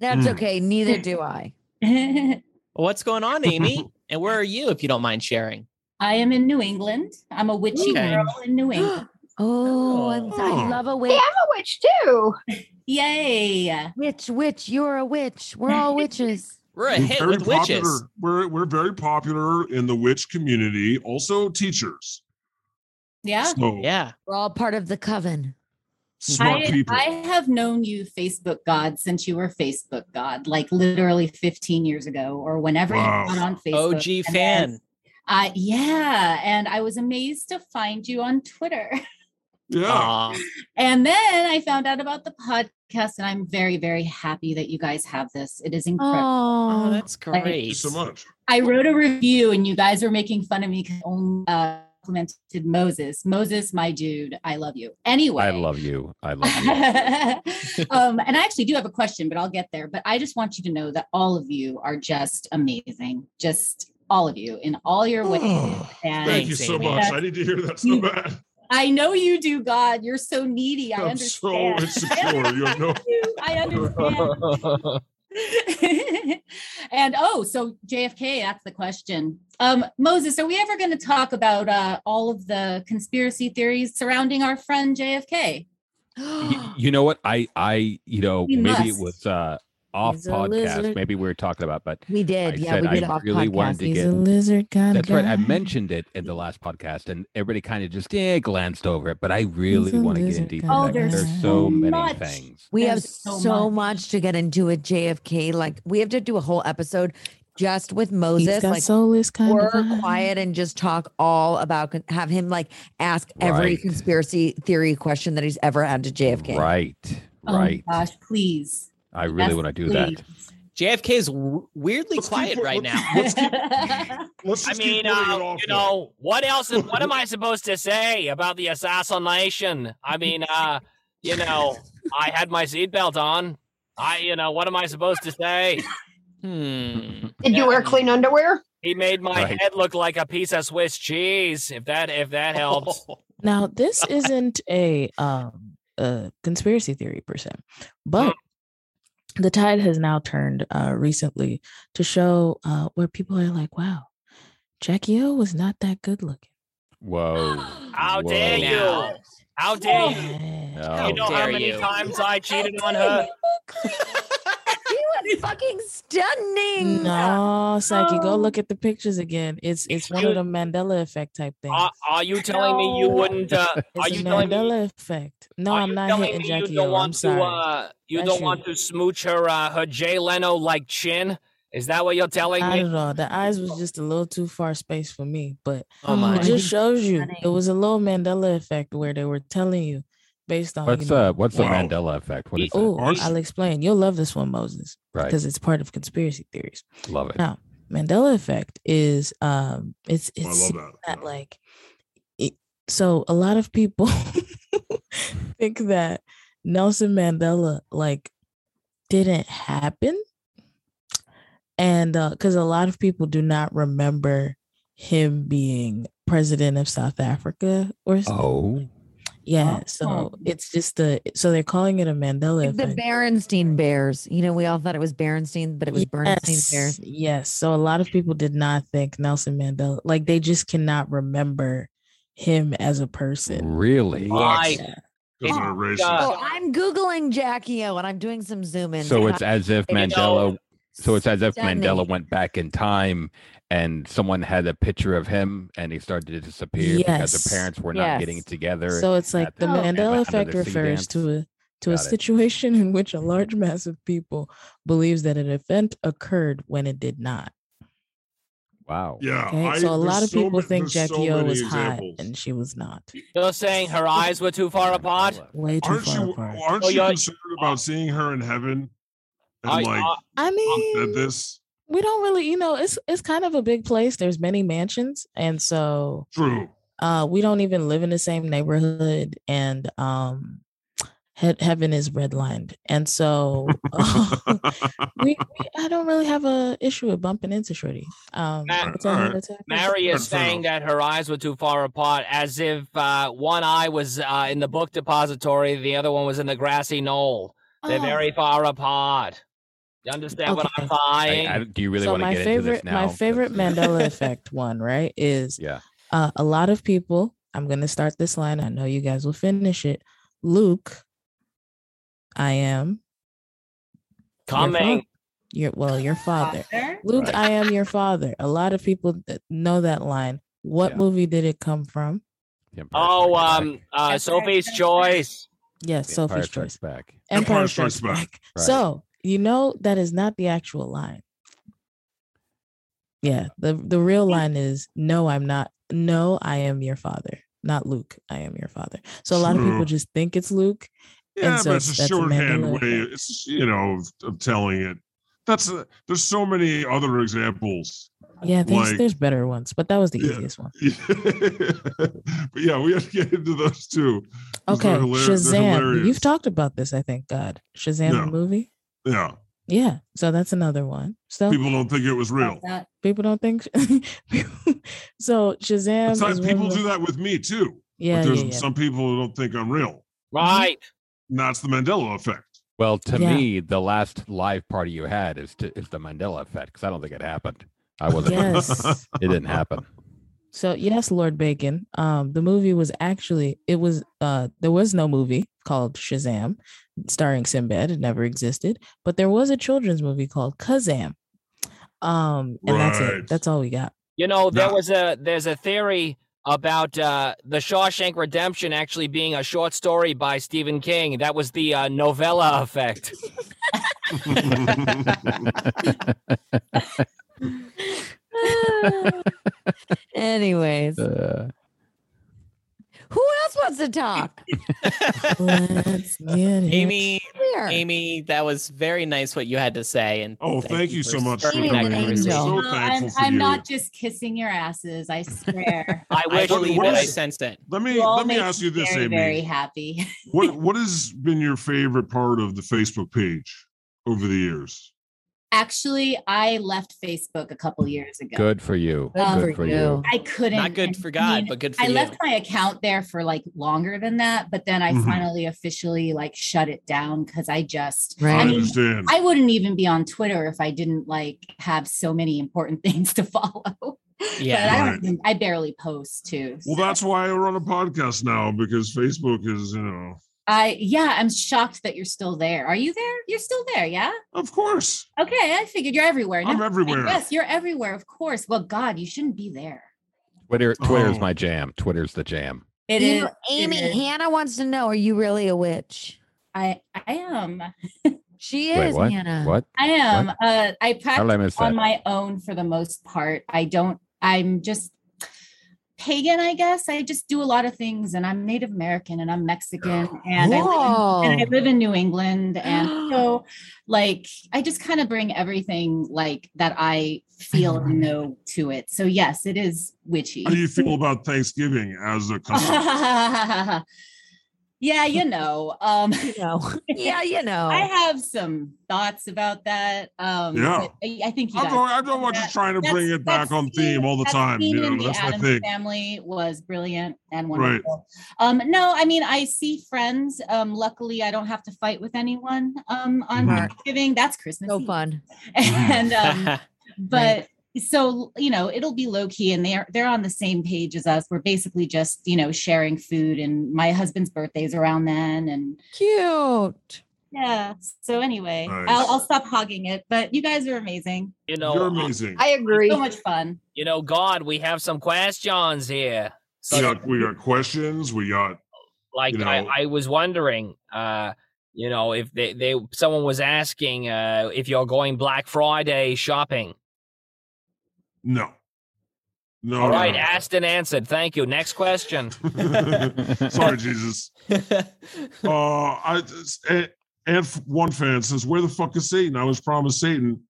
Speaker 2: That's
Speaker 3: Mm.
Speaker 2: okay. Neither do I.
Speaker 11: I
Speaker 1: What's going on, Amy? and where are you, if you don't mind sharing?
Speaker 11: am in New England. I'm a witchy
Speaker 1: Okay.
Speaker 11: girl in New England.
Speaker 2: Oh, I'm-
Speaker 3: Oh.
Speaker 2: I love a
Speaker 9: Hey, I'm
Speaker 2: witch.
Speaker 9: a witch too.
Speaker 11: Yay.
Speaker 2: Witch, witch, you're a witch. We're all witches.
Speaker 1: We're a hit with
Speaker 3: popular.
Speaker 1: witches.
Speaker 3: We're we're very popular in the witch community, also teachers.
Speaker 11: Yeah.
Speaker 3: So
Speaker 1: Yeah.
Speaker 2: We're all part of the coven.
Speaker 3: smart
Speaker 11: I,
Speaker 3: people.
Speaker 11: I have known you, Facebook God, since you were Facebook God, like literally 15 years ago or whenever
Speaker 3: Wow.
Speaker 11: you got on Facebook.
Speaker 1: OG
Speaker 11: And then-
Speaker 1: fan.
Speaker 11: Uh, yeah. And I was amazed to find you on Twitter.
Speaker 3: yeah.
Speaker 1: Aw.
Speaker 11: And then I found out about the podcast, and I'm very, very happy that you guys have this. It is incredible.
Speaker 1: Oh,
Speaker 2: Oh,
Speaker 1: that's
Speaker 11: Thank you
Speaker 3: Thank you
Speaker 1: great.
Speaker 3: so much.
Speaker 11: I wrote a review, and you guys were making fun of me because only uh, complimented Moses. Moses, my dude, I love you. Anyway,
Speaker 4: I love you. I love you.
Speaker 11: um, and I actually do have a question, but I'll get there. But I just want you to know that all of you are just amazing, just all of you in all your ways. And
Speaker 3: Oh, Thank you so
Speaker 1: Amy.
Speaker 3: much. I need to hear that so
Speaker 11: You-
Speaker 3: bad.
Speaker 11: I know you do, God. You're so needy. I
Speaker 3: I'm so
Speaker 11: understand.
Speaker 3: insecure. You have no
Speaker 11: I understand.
Speaker 1: Hmm.
Speaker 11: and oh, so JFK, that's the question. Um, Moses, are we ever going to talk about uh, all of the conspiracy theories surrounding our friend JFK?
Speaker 4: Y- you know what? I I you know
Speaker 11: We
Speaker 4: maybe
Speaker 11: must.
Speaker 4: it was uh off
Speaker 6: He's a
Speaker 4: podcast.
Speaker 6: lizard.
Speaker 4: Maybe we were talking about, but
Speaker 2: we did.
Speaker 4: I
Speaker 2: yeah,
Speaker 4: said
Speaker 2: we did
Speaker 4: I
Speaker 2: off
Speaker 4: really
Speaker 2: podcast.
Speaker 4: wanted to
Speaker 6: He's
Speaker 4: get.
Speaker 6: a lizard kind
Speaker 4: That's
Speaker 6: of guy.
Speaker 4: right. I mentioned it in the last podcast, and everybody kind of just yeah glanced over it. But I really
Speaker 6: a
Speaker 4: want to get in
Speaker 6: lizard
Speaker 4: deep.
Speaker 6: guy.
Speaker 11: Oh,
Speaker 4: in that 'cause
Speaker 11: there's
Speaker 4: there's
Speaker 11: so
Speaker 4: so many
Speaker 11: much.
Speaker 4: things.
Speaker 2: We have
Speaker 11: There's
Speaker 2: so,
Speaker 11: so
Speaker 2: much.
Speaker 11: much.
Speaker 2: to get into with JFK. Like we have to do a whole episode just with Moses.
Speaker 6: He's got
Speaker 2: Like
Speaker 6: soulless kind
Speaker 2: we're
Speaker 6: of vibe.
Speaker 2: quiet and just talk all about con- have him like ask every
Speaker 4: Right.
Speaker 2: conspiracy theory question that he's ever had to JFK.
Speaker 4: Right.
Speaker 11: Oh my
Speaker 4: Right.
Speaker 11: gosh, please.
Speaker 4: I really
Speaker 11: Yes,
Speaker 4: want to do that.
Speaker 11: please.
Speaker 1: JFK is w- weirdly
Speaker 3: Let's keep
Speaker 1: quiet
Speaker 3: it-
Speaker 1: right
Speaker 3: let's
Speaker 1: now.
Speaker 3: Let's keep- Let's
Speaker 5: I
Speaker 3: just
Speaker 5: mean,
Speaker 3: keep putting it
Speaker 5: uh,
Speaker 3: off
Speaker 5: you
Speaker 3: now.
Speaker 5: know, what else? What am I supposed to say about the assassination? I mean, uh, you know, I had my seatbelt on. I, you know, what am I supposed to say?
Speaker 1: Hmm.
Speaker 9: Did you wear clean underwear?
Speaker 5: He made my
Speaker 4: Right.
Speaker 5: head look like a piece of Swiss cheese. If that, if that
Speaker 3: Oh.
Speaker 5: helps.
Speaker 6: Now, this isn't a um a conspiracy theory per se, but
Speaker 5: Mm.
Speaker 6: the tide has now turned uh, recently to show uh, where people are like, wow, Jackie O was not that good looking.
Speaker 4: Whoa.
Speaker 5: How
Speaker 4: Whoa.
Speaker 5: dare you? How
Speaker 3: Oh.
Speaker 5: dare you?
Speaker 4: No.
Speaker 5: You know how
Speaker 1: dare
Speaker 5: many
Speaker 1: you.
Speaker 5: times I cheated on her?
Speaker 2: He was fucking
Speaker 5: Mm,
Speaker 2: stunning.
Speaker 6: No, Psyche, go look at the pictures again. It's it's one of the Mandela effect type things.
Speaker 5: Are, are you telling me you wouldn't? Uh,
Speaker 6: It's
Speaker 5: are
Speaker 6: a
Speaker 5: you telling me?
Speaker 6: Mandela effect? No,
Speaker 5: are
Speaker 6: I'm
Speaker 5: you
Speaker 6: not
Speaker 5: telling
Speaker 6: hitting
Speaker 5: me
Speaker 6: Jackie
Speaker 5: you don't
Speaker 6: O.
Speaker 5: want
Speaker 6: I'm
Speaker 5: to,
Speaker 6: sorry.
Speaker 5: Uh, you
Speaker 6: That's
Speaker 5: don't
Speaker 6: you.
Speaker 5: want to smooch her, uh, her Jay Leno like chin. Is that what you're telling
Speaker 6: Not
Speaker 5: me?
Speaker 6: at all. The eyes was just a little too far space for me, but
Speaker 1: Oh my.
Speaker 6: it just shows you it was a little Mandela effect where they were telling you based on
Speaker 4: What's
Speaker 6: you know,
Speaker 4: uh what's the
Speaker 3: Wow.
Speaker 4: Mandela effect? What is that?
Speaker 6: Oh,
Speaker 3: Aren't-
Speaker 6: I'll explain. You'll love this one, Moses,
Speaker 4: Right.
Speaker 6: because it's part of conspiracy theories.
Speaker 4: Love it.
Speaker 6: Now, Mandela effect is um, it's
Speaker 3: I
Speaker 6: it's
Speaker 3: love
Speaker 6: that,
Speaker 3: that.
Speaker 6: like, it, so a lot of people think that Nelson Mandela like didn't happen, and because a lot of people do not remember him being president of South Africa or s-
Speaker 4: Oh.
Speaker 6: yeah, so
Speaker 11: Oh.
Speaker 6: it's just the so they're calling it a Mandela
Speaker 2: Like the
Speaker 6: effect.
Speaker 2: Berenstein Bears. You know, we all thought it was Berenstein, but it was Bernstein Bears.
Speaker 6: Yes. So a lot of people did not think Nelson Mandela, like they just cannot remember him as a person.
Speaker 4: Really?
Speaker 5: My
Speaker 6: Yeah.
Speaker 3: Doesn't
Speaker 5: Oh,
Speaker 3: erase
Speaker 5: God.
Speaker 3: it.
Speaker 2: Oh, I'm Googling Jackie O and I'm doing some zoom in.
Speaker 4: So it's as if
Speaker 2: You know,
Speaker 4: Mandela so it's as if Mandela went back in time and someone had a picture of him and he started to disappear because
Speaker 6: Yes.
Speaker 4: the parents were not
Speaker 2: Yes.
Speaker 4: getting together.
Speaker 6: So it's like
Speaker 4: at
Speaker 6: the
Speaker 4: the- at the-
Speaker 6: Mandela
Speaker 4: under
Speaker 6: effect
Speaker 4: the sea
Speaker 6: refers to a to a
Speaker 4: Got it.
Speaker 6: situation in which a large mass of people believes that an event occurred when it did not.
Speaker 4: wow.
Speaker 3: Yeah.
Speaker 6: Okay.
Speaker 3: Uh, I,
Speaker 6: so a lot
Speaker 3: there's
Speaker 6: of
Speaker 3: so
Speaker 6: people
Speaker 3: ma-
Speaker 6: think
Speaker 3: there's so
Speaker 6: Jackie O
Speaker 3: many
Speaker 6: was
Speaker 3: examples.
Speaker 6: hot and she was not.
Speaker 5: You're saying her eyes were too far apart?
Speaker 4: Mandela.
Speaker 6: Way too
Speaker 3: Aren't
Speaker 6: far
Speaker 3: you
Speaker 6: apart.
Speaker 3: aren't
Speaker 5: Oh,
Speaker 3: you
Speaker 5: yeah.
Speaker 3: concerned about seeing her in heaven? And
Speaker 5: I- uh,
Speaker 3: like uh,
Speaker 5: I-
Speaker 6: I
Speaker 3: that
Speaker 6: mean,
Speaker 3: this
Speaker 6: we don't really, you know, it's it's kind of a big place. There's many mansions, and so
Speaker 3: true.
Speaker 6: uh we don't even live in the same neighborhood and um he- heaven is redlined and so we, we i don't really have a issue with bumping into shorty um
Speaker 5: Ma-
Speaker 6: I tell her
Speaker 3: Alright.
Speaker 6: what to her face.
Speaker 5: Mary is
Speaker 3: Fair
Speaker 5: saying that her eyes were too far apart, as if uh, one eye was uh, in the book depository, the other one was in the grassy knoll. They're
Speaker 6: Oh,
Speaker 5: very far apart. You understand what I'm
Speaker 6: Okay.
Speaker 5: saying?
Speaker 4: I, I, do you really
Speaker 6: so
Speaker 4: want to
Speaker 6: my
Speaker 4: get into this
Speaker 6: favorite
Speaker 4: now?
Speaker 6: my favorite
Speaker 4: That's-
Speaker 6: mandela effect one right is
Speaker 4: Yeah.
Speaker 6: uh, a lot of people i'm going to start this line i know you guys will finish it luke i am your fa-
Speaker 5: Coming.
Speaker 6: your well your father
Speaker 11: Father?
Speaker 6: Luke,
Speaker 4: Right.
Speaker 6: I am your father. A lot of people th- know that line. What
Speaker 4: Yeah.
Speaker 6: movie did it come from?
Speaker 4: The Empire
Speaker 5: Oh,
Speaker 4: Strikes Back.
Speaker 5: um, uh,
Speaker 11: That's
Speaker 5: Sophie's
Speaker 11: right.
Speaker 5: choice.
Speaker 6: Yes,
Speaker 4: The Empire
Speaker 6: Sophie's
Speaker 4: Strikes
Speaker 6: Choice.
Speaker 4: Back.
Speaker 6: Empire,
Speaker 3: Empire
Speaker 6: Strikes,
Speaker 3: Strikes
Speaker 6: Back.
Speaker 3: Back.
Speaker 4: Right.
Speaker 6: So you know that is not the actual line. Yeah, the the real line is no, I'm not. No, I am your father, not Luke. I am your father. So a lot of people
Speaker 3: True.
Speaker 6: just think it's Luke.
Speaker 3: Yeah,
Speaker 6: so
Speaker 3: but
Speaker 6: it's-
Speaker 3: it's a
Speaker 6: that's a
Speaker 3: shorthand
Speaker 6: Mandela
Speaker 3: way.
Speaker 6: effect.
Speaker 3: It's you know of, of telling it. That's a, there's so many other examples.
Speaker 6: Yeah, there's
Speaker 3: Like
Speaker 6: there's better ones, but that was the
Speaker 3: Yeah.
Speaker 6: easiest one.
Speaker 3: but yeah, we have to get into those too. 'cause
Speaker 6: Okay,
Speaker 3: they're, hilarious. they're
Speaker 6: Shazam.
Speaker 3: hilarious.
Speaker 6: You've talked about this, I think. God, Shazam
Speaker 3: Yeah.
Speaker 6: the movie.
Speaker 3: yeah,
Speaker 6: Yeah, so that's another one. So
Speaker 3: people don't think it was real.
Speaker 11: Love that.
Speaker 6: people don't think so. Shazam
Speaker 3: It's not-
Speaker 6: is one
Speaker 3: people
Speaker 6: of the-
Speaker 3: do that with me too.
Speaker 6: Yeah,
Speaker 3: but there's
Speaker 6: yeah, yeah.
Speaker 3: some people who don't think I'm real.
Speaker 5: Right.
Speaker 3: And that's the Mandela effect.
Speaker 4: Well, to
Speaker 6: Yeah.
Speaker 4: me, the last live party you had is to, is the Mandela effect because I don't think it happened. I wasn't. here.
Speaker 6: Yes.
Speaker 4: It didn't happen.
Speaker 6: So yes, Lord Bacon. Um, the movie was actually it was uh there was no movie called Shazam, starring Sinbad. It never existed, but there was a children's movie called Kazam. Um, and that's
Speaker 3: Right.
Speaker 6: it. That's all we got.
Speaker 5: You know, there
Speaker 3: Now-
Speaker 5: was a there's a theory about uh, the Shawshank Redemption actually being a short story by Stephen King. That was the uh, novella effect.
Speaker 2: Anyways,
Speaker 4: Uh,
Speaker 2: who else wants to talk?
Speaker 6: Let's get it.
Speaker 1: Amy,
Speaker 2: Clear.
Speaker 1: Amy, that was very nice what you had to say. And
Speaker 3: oh, thank, you so
Speaker 1: for
Speaker 3: much for
Speaker 1: starting
Speaker 2: Amy
Speaker 3: coming.
Speaker 1: that
Speaker 2: was an
Speaker 3: We're
Speaker 2: angel.
Speaker 1: conversation.
Speaker 11: No,
Speaker 3: so thankful
Speaker 11: I'm,
Speaker 3: for
Speaker 11: I'm
Speaker 3: you.
Speaker 11: not just kissing your asses. I swear.
Speaker 1: I
Speaker 5: I
Speaker 1: wish
Speaker 5: believe
Speaker 1: you
Speaker 5: it.
Speaker 1: I
Speaker 5: I
Speaker 1: sensed it.
Speaker 3: Let me
Speaker 11: You all
Speaker 3: let me
Speaker 11: make
Speaker 3: ask you this,
Speaker 11: very,
Speaker 3: Amy.
Speaker 11: very happy.
Speaker 3: What what has been your favorite part of the Facebook page over the years?
Speaker 11: Actually, I left Facebook a couple
Speaker 3: Mm.
Speaker 11: years ago.
Speaker 4: Good for you.
Speaker 11: Um,
Speaker 4: good for you.
Speaker 11: I couldn't.
Speaker 1: Not good
Speaker 11: and-
Speaker 1: for
Speaker 11: I
Speaker 1: God,
Speaker 11: mean,
Speaker 1: but good for
Speaker 11: I
Speaker 1: you.
Speaker 11: left my account there for like longer than that, but then I
Speaker 3: Mhm.
Speaker 11: finally officially like shut it down because I just
Speaker 3: I
Speaker 11: I mean,
Speaker 3: understand.
Speaker 11: I wouldn't even be on Twitter if I didn't like have so many important things to follow. But I,
Speaker 3: Right.
Speaker 11: don't even, I barely post too.
Speaker 3: Well, that's why I run a podcast now because Facebook is, you know,
Speaker 11: I yeah, I'm shocked that you're still there. Are you there? You're still there, yeah?
Speaker 3: of course.
Speaker 11: Okay, I figured you're everywhere.
Speaker 3: I'm
Speaker 11: Never mind.
Speaker 3: everywhere.
Speaker 11: Yes, you're everywhere, of course. Well, God, you shouldn't be there.
Speaker 4: Twitter Twitter's
Speaker 3: Oh.
Speaker 4: my jam. Twitter's the jam.
Speaker 11: It
Speaker 2: You
Speaker 11: is.
Speaker 2: know, Amy
Speaker 11: it is.
Speaker 2: Hannah wants to know: Are you really a witch?
Speaker 11: I I am.
Speaker 2: She
Speaker 4: Wait,
Speaker 2: is
Speaker 4: what?
Speaker 2: Hannah.
Speaker 4: What?
Speaker 11: I am.
Speaker 4: What?
Speaker 11: Uh, I
Speaker 4: How did I
Speaker 11: practice
Speaker 4: miss that?
Speaker 11: on my own for the most part. I don't. I'm just pagan, I guess. I just do a lot of things, and I'm Native American, and I'm Mexican, and I live in, and I
Speaker 2: Whoa.
Speaker 11: live in New England, and so like I just kind of bring everything like that I feel
Speaker 4: Mm-hmm.
Speaker 11: and know to it. So yes, it is witchy.
Speaker 3: How do you feel about Thanksgiving as a concept?
Speaker 11: yeah, you know. Um,
Speaker 2: You know. yeah, you know.
Speaker 11: I have some thoughts about that. Um,
Speaker 3: Yeah.
Speaker 11: but I, I think you
Speaker 3: I'm
Speaker 11: guys.
Speaker 3: going, I don't want you
Speaker 11: That-
Speaker 3: trying to bring
Speaker 11: that's-
Speaker 3: it back
Speaker 11: that's
Speaker 3: on theme all the
Speaker 11: that
Speaker 3: time.
Speaker 11: scene
Speaker 3: You
Speaker 11: in
Speaker 3: know,
Speaker 11: the
Speaker 3: that's my
Speaker 11: Addams
Speaker 3: thing.
Speaker 11: Family was brilliant and wonderful. Um, no, I mean I see friends. Um, luckily, I don't have to fight with anyone um, on
Speaker 3: Mhm.
Speaker 11: Thanksgiving. That's Christmas.
Speaker 2: so
Speaker 11: Eve.
Speaker 2: fun.
Speaker 11: and um,
Speaker 1: Right.
Speaker 11: but so you know it'll be low key and they're they're on the same page as us we're basically just you know sharing food and my husband's birthday's around then and
Speaker 2: Cute.
Speaker 11: yeah. So anyway,
Speaker 3: Nice.
Speaker 11: I'll, I'll stop hogging it. But you guys are amazing.
Speaker 5: You
Speaker 3: You're
Speaker 5: know, uh,
Speaker 3: amazing.
Speaker 9: I agree.
Speaker 11: So much fun.
Speaker 5: you know, God, we have some questions here.
Speaker 3: we,
Speaker 5: So,
Speaker 3: got, we got questions. We got,
Speaker 5: like,
Speaker 3: you know-
Speaker 5: I, I was wondering, uh, you know, if they, they someone was asking uh, if you're going Black Friday shopping.
Speaker 3: no. No.
Speaker 5: All
Speaker 3: no,
Speaker 5: right,
Speaker 3: no.
Speaker 5: asked and answered. Thank you. Next question.
Speaker 3: Sorry, Jesus. Uh, I and, and one fan says, "Where the fuck is Satan? I was promised Satan.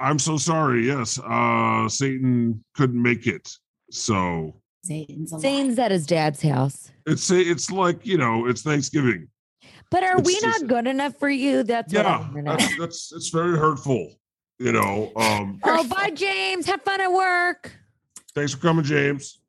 Speaker 3: I'm so sorry. Yes, uh, Satan couldn't make it. So
Speaker 11: Satan's a lot.
Speaker 2: Zane's at his dad's house.
Speaker 3: it's it's like you know, it's Thanksgiving.
Speaker 2: But are
Speaker 3: It's
Speaker 2: we
Speaker 3: just-
Speaker 2: not good enough for you? That's
Speaker 3: yeah,
Speaker 2: what I'm
Speaker 3: that's, that's it's very hurtful. You know. Um,
Speaker 2: Oh, bye, James. Have fun at work.
Speaker 3: thanks for coming, James.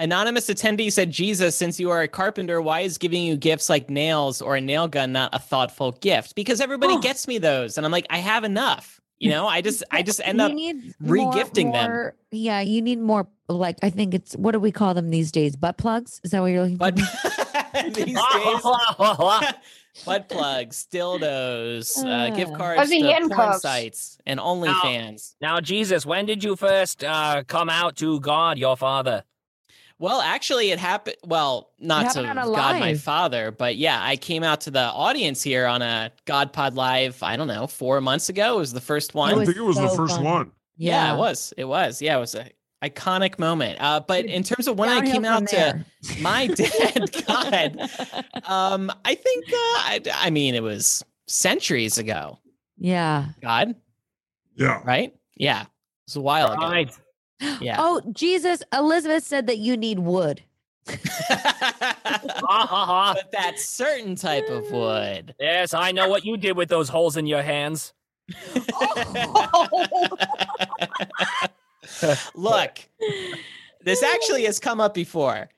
Speaker 1: Anonymous attendee said, Jesus, since you are a carpenter, why is giving you gifts like nails or a nail gun not a thoughtful gift? Because everybody
Speaker 11: Huh.
Speaker 1: gets me those. And I'm like, I have enough. You know, I just I just end
Speaker 2: You
Speaker 1: up
Speaker 2: need
Speaker 1: regifting them.
Speaker 2: more- Yeah, you need more. Like I think it's what do we call them these days? Butt plugs? Is that what you're looking
Speaker 1: butt
Speaker 2: for?
Speaker 1: these days. butt plugs, dildos, uh, gift
Speaker 2: Uh,
Speaker 1: cards
Speaker 9: fuzzy
Speaker 1: to porn
Speaker 9: handcuffs.
Speaker 1: sites and OnlyFans.
Speaker 5: now, Jesus, when did you first uh, come out to God, your father?
Speaker 1: Well, actually, it happened. Well, not to
Speaker 2: happened on a
Speaker 1: God, my
Speaker 2: live.
Speaker 1: father, but yeah, I came out to the audience here on a God Pod Live. I don't know, four months ago was the first
Speaker 3: I
Speaker 1: one.
Speaker 2: was
Speaker 3: think it was the
Speaker 2: so
Speaker 3: first
Speaker 2: fun.
Speaker 3: one.
Speaker 1: yeah. it was. It was. Yeah, it was a iconic moment. Uh, but in terms of when I
Speaker 2: Downhill
Speaker 1: came out
Speaker 2: from
Speaker 1: to
Speaker 2: there.
Speaker 1: my dad, God, um, I think uh, I, I mean it was centuries ago.
Speaker 2: Yeah.
Speaker 1: God,
Speaker 3: Yeah.
Speaker 1: right? Yeah, it was a while ago.
Speaker 5: Right.
Speaker 1: Yeah.
Speaker 2: Oh, Jesus. Elizabeth said that you need wood.
Speaker 5: Ha, ha, ha.
Speaker 1: but that certain type of wood.
Speaker 5: Yes, I know what you did with those holes in your hands.
Speaker 1: Look, this actually has come up before.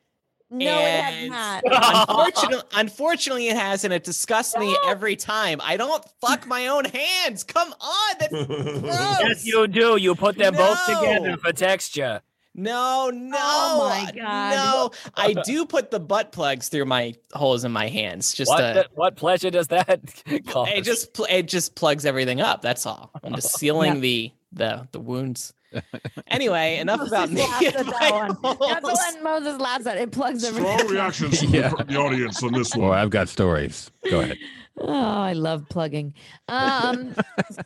Speaker 2: No,
Speaker 1: And-
Speaker 2: it has not.
Speaker 1: Unfortunately, unfortunately, it has, and it disgusts me every time. I don't fuck my own hands. Come on, that's gross.
Speaker 5: yes, you do. You put them both
Speaker 1: No.
Speaker 5: together for texture.
Speaker 1: No, no.
Speaker 2: Oh my God.
Speaker 1: No, I do put the butt plugs through my holes in my hands. Just
Speaker 5: What,
Speaker 1: to,
Speaker 5: the- what pleasure does that cause?
Speaker 1: it just pl- it just plugs everything up. That's all. I'm just sealing the the the wounds. Anyway, enough about me.
Speaker 2: laughs
Speaker 1: and
Speaker 2: at
Speaker 1: my
Speaker 2: that one. That's the
Speaker 1: holes.
Speaker 2: one Moses laughs at. It plugs
Speaker 3: Strong
Speaker 2: everything. up.
Speaker 3: reactions from
Speaker 4: Yeah.
Speaker 3: the, the audience on this
Speaker 4: Boy,
Speaker 3: one.
Speaker 4: I've got stories. Go ahead.
Speaker 2: Oh, I love plugging. Um,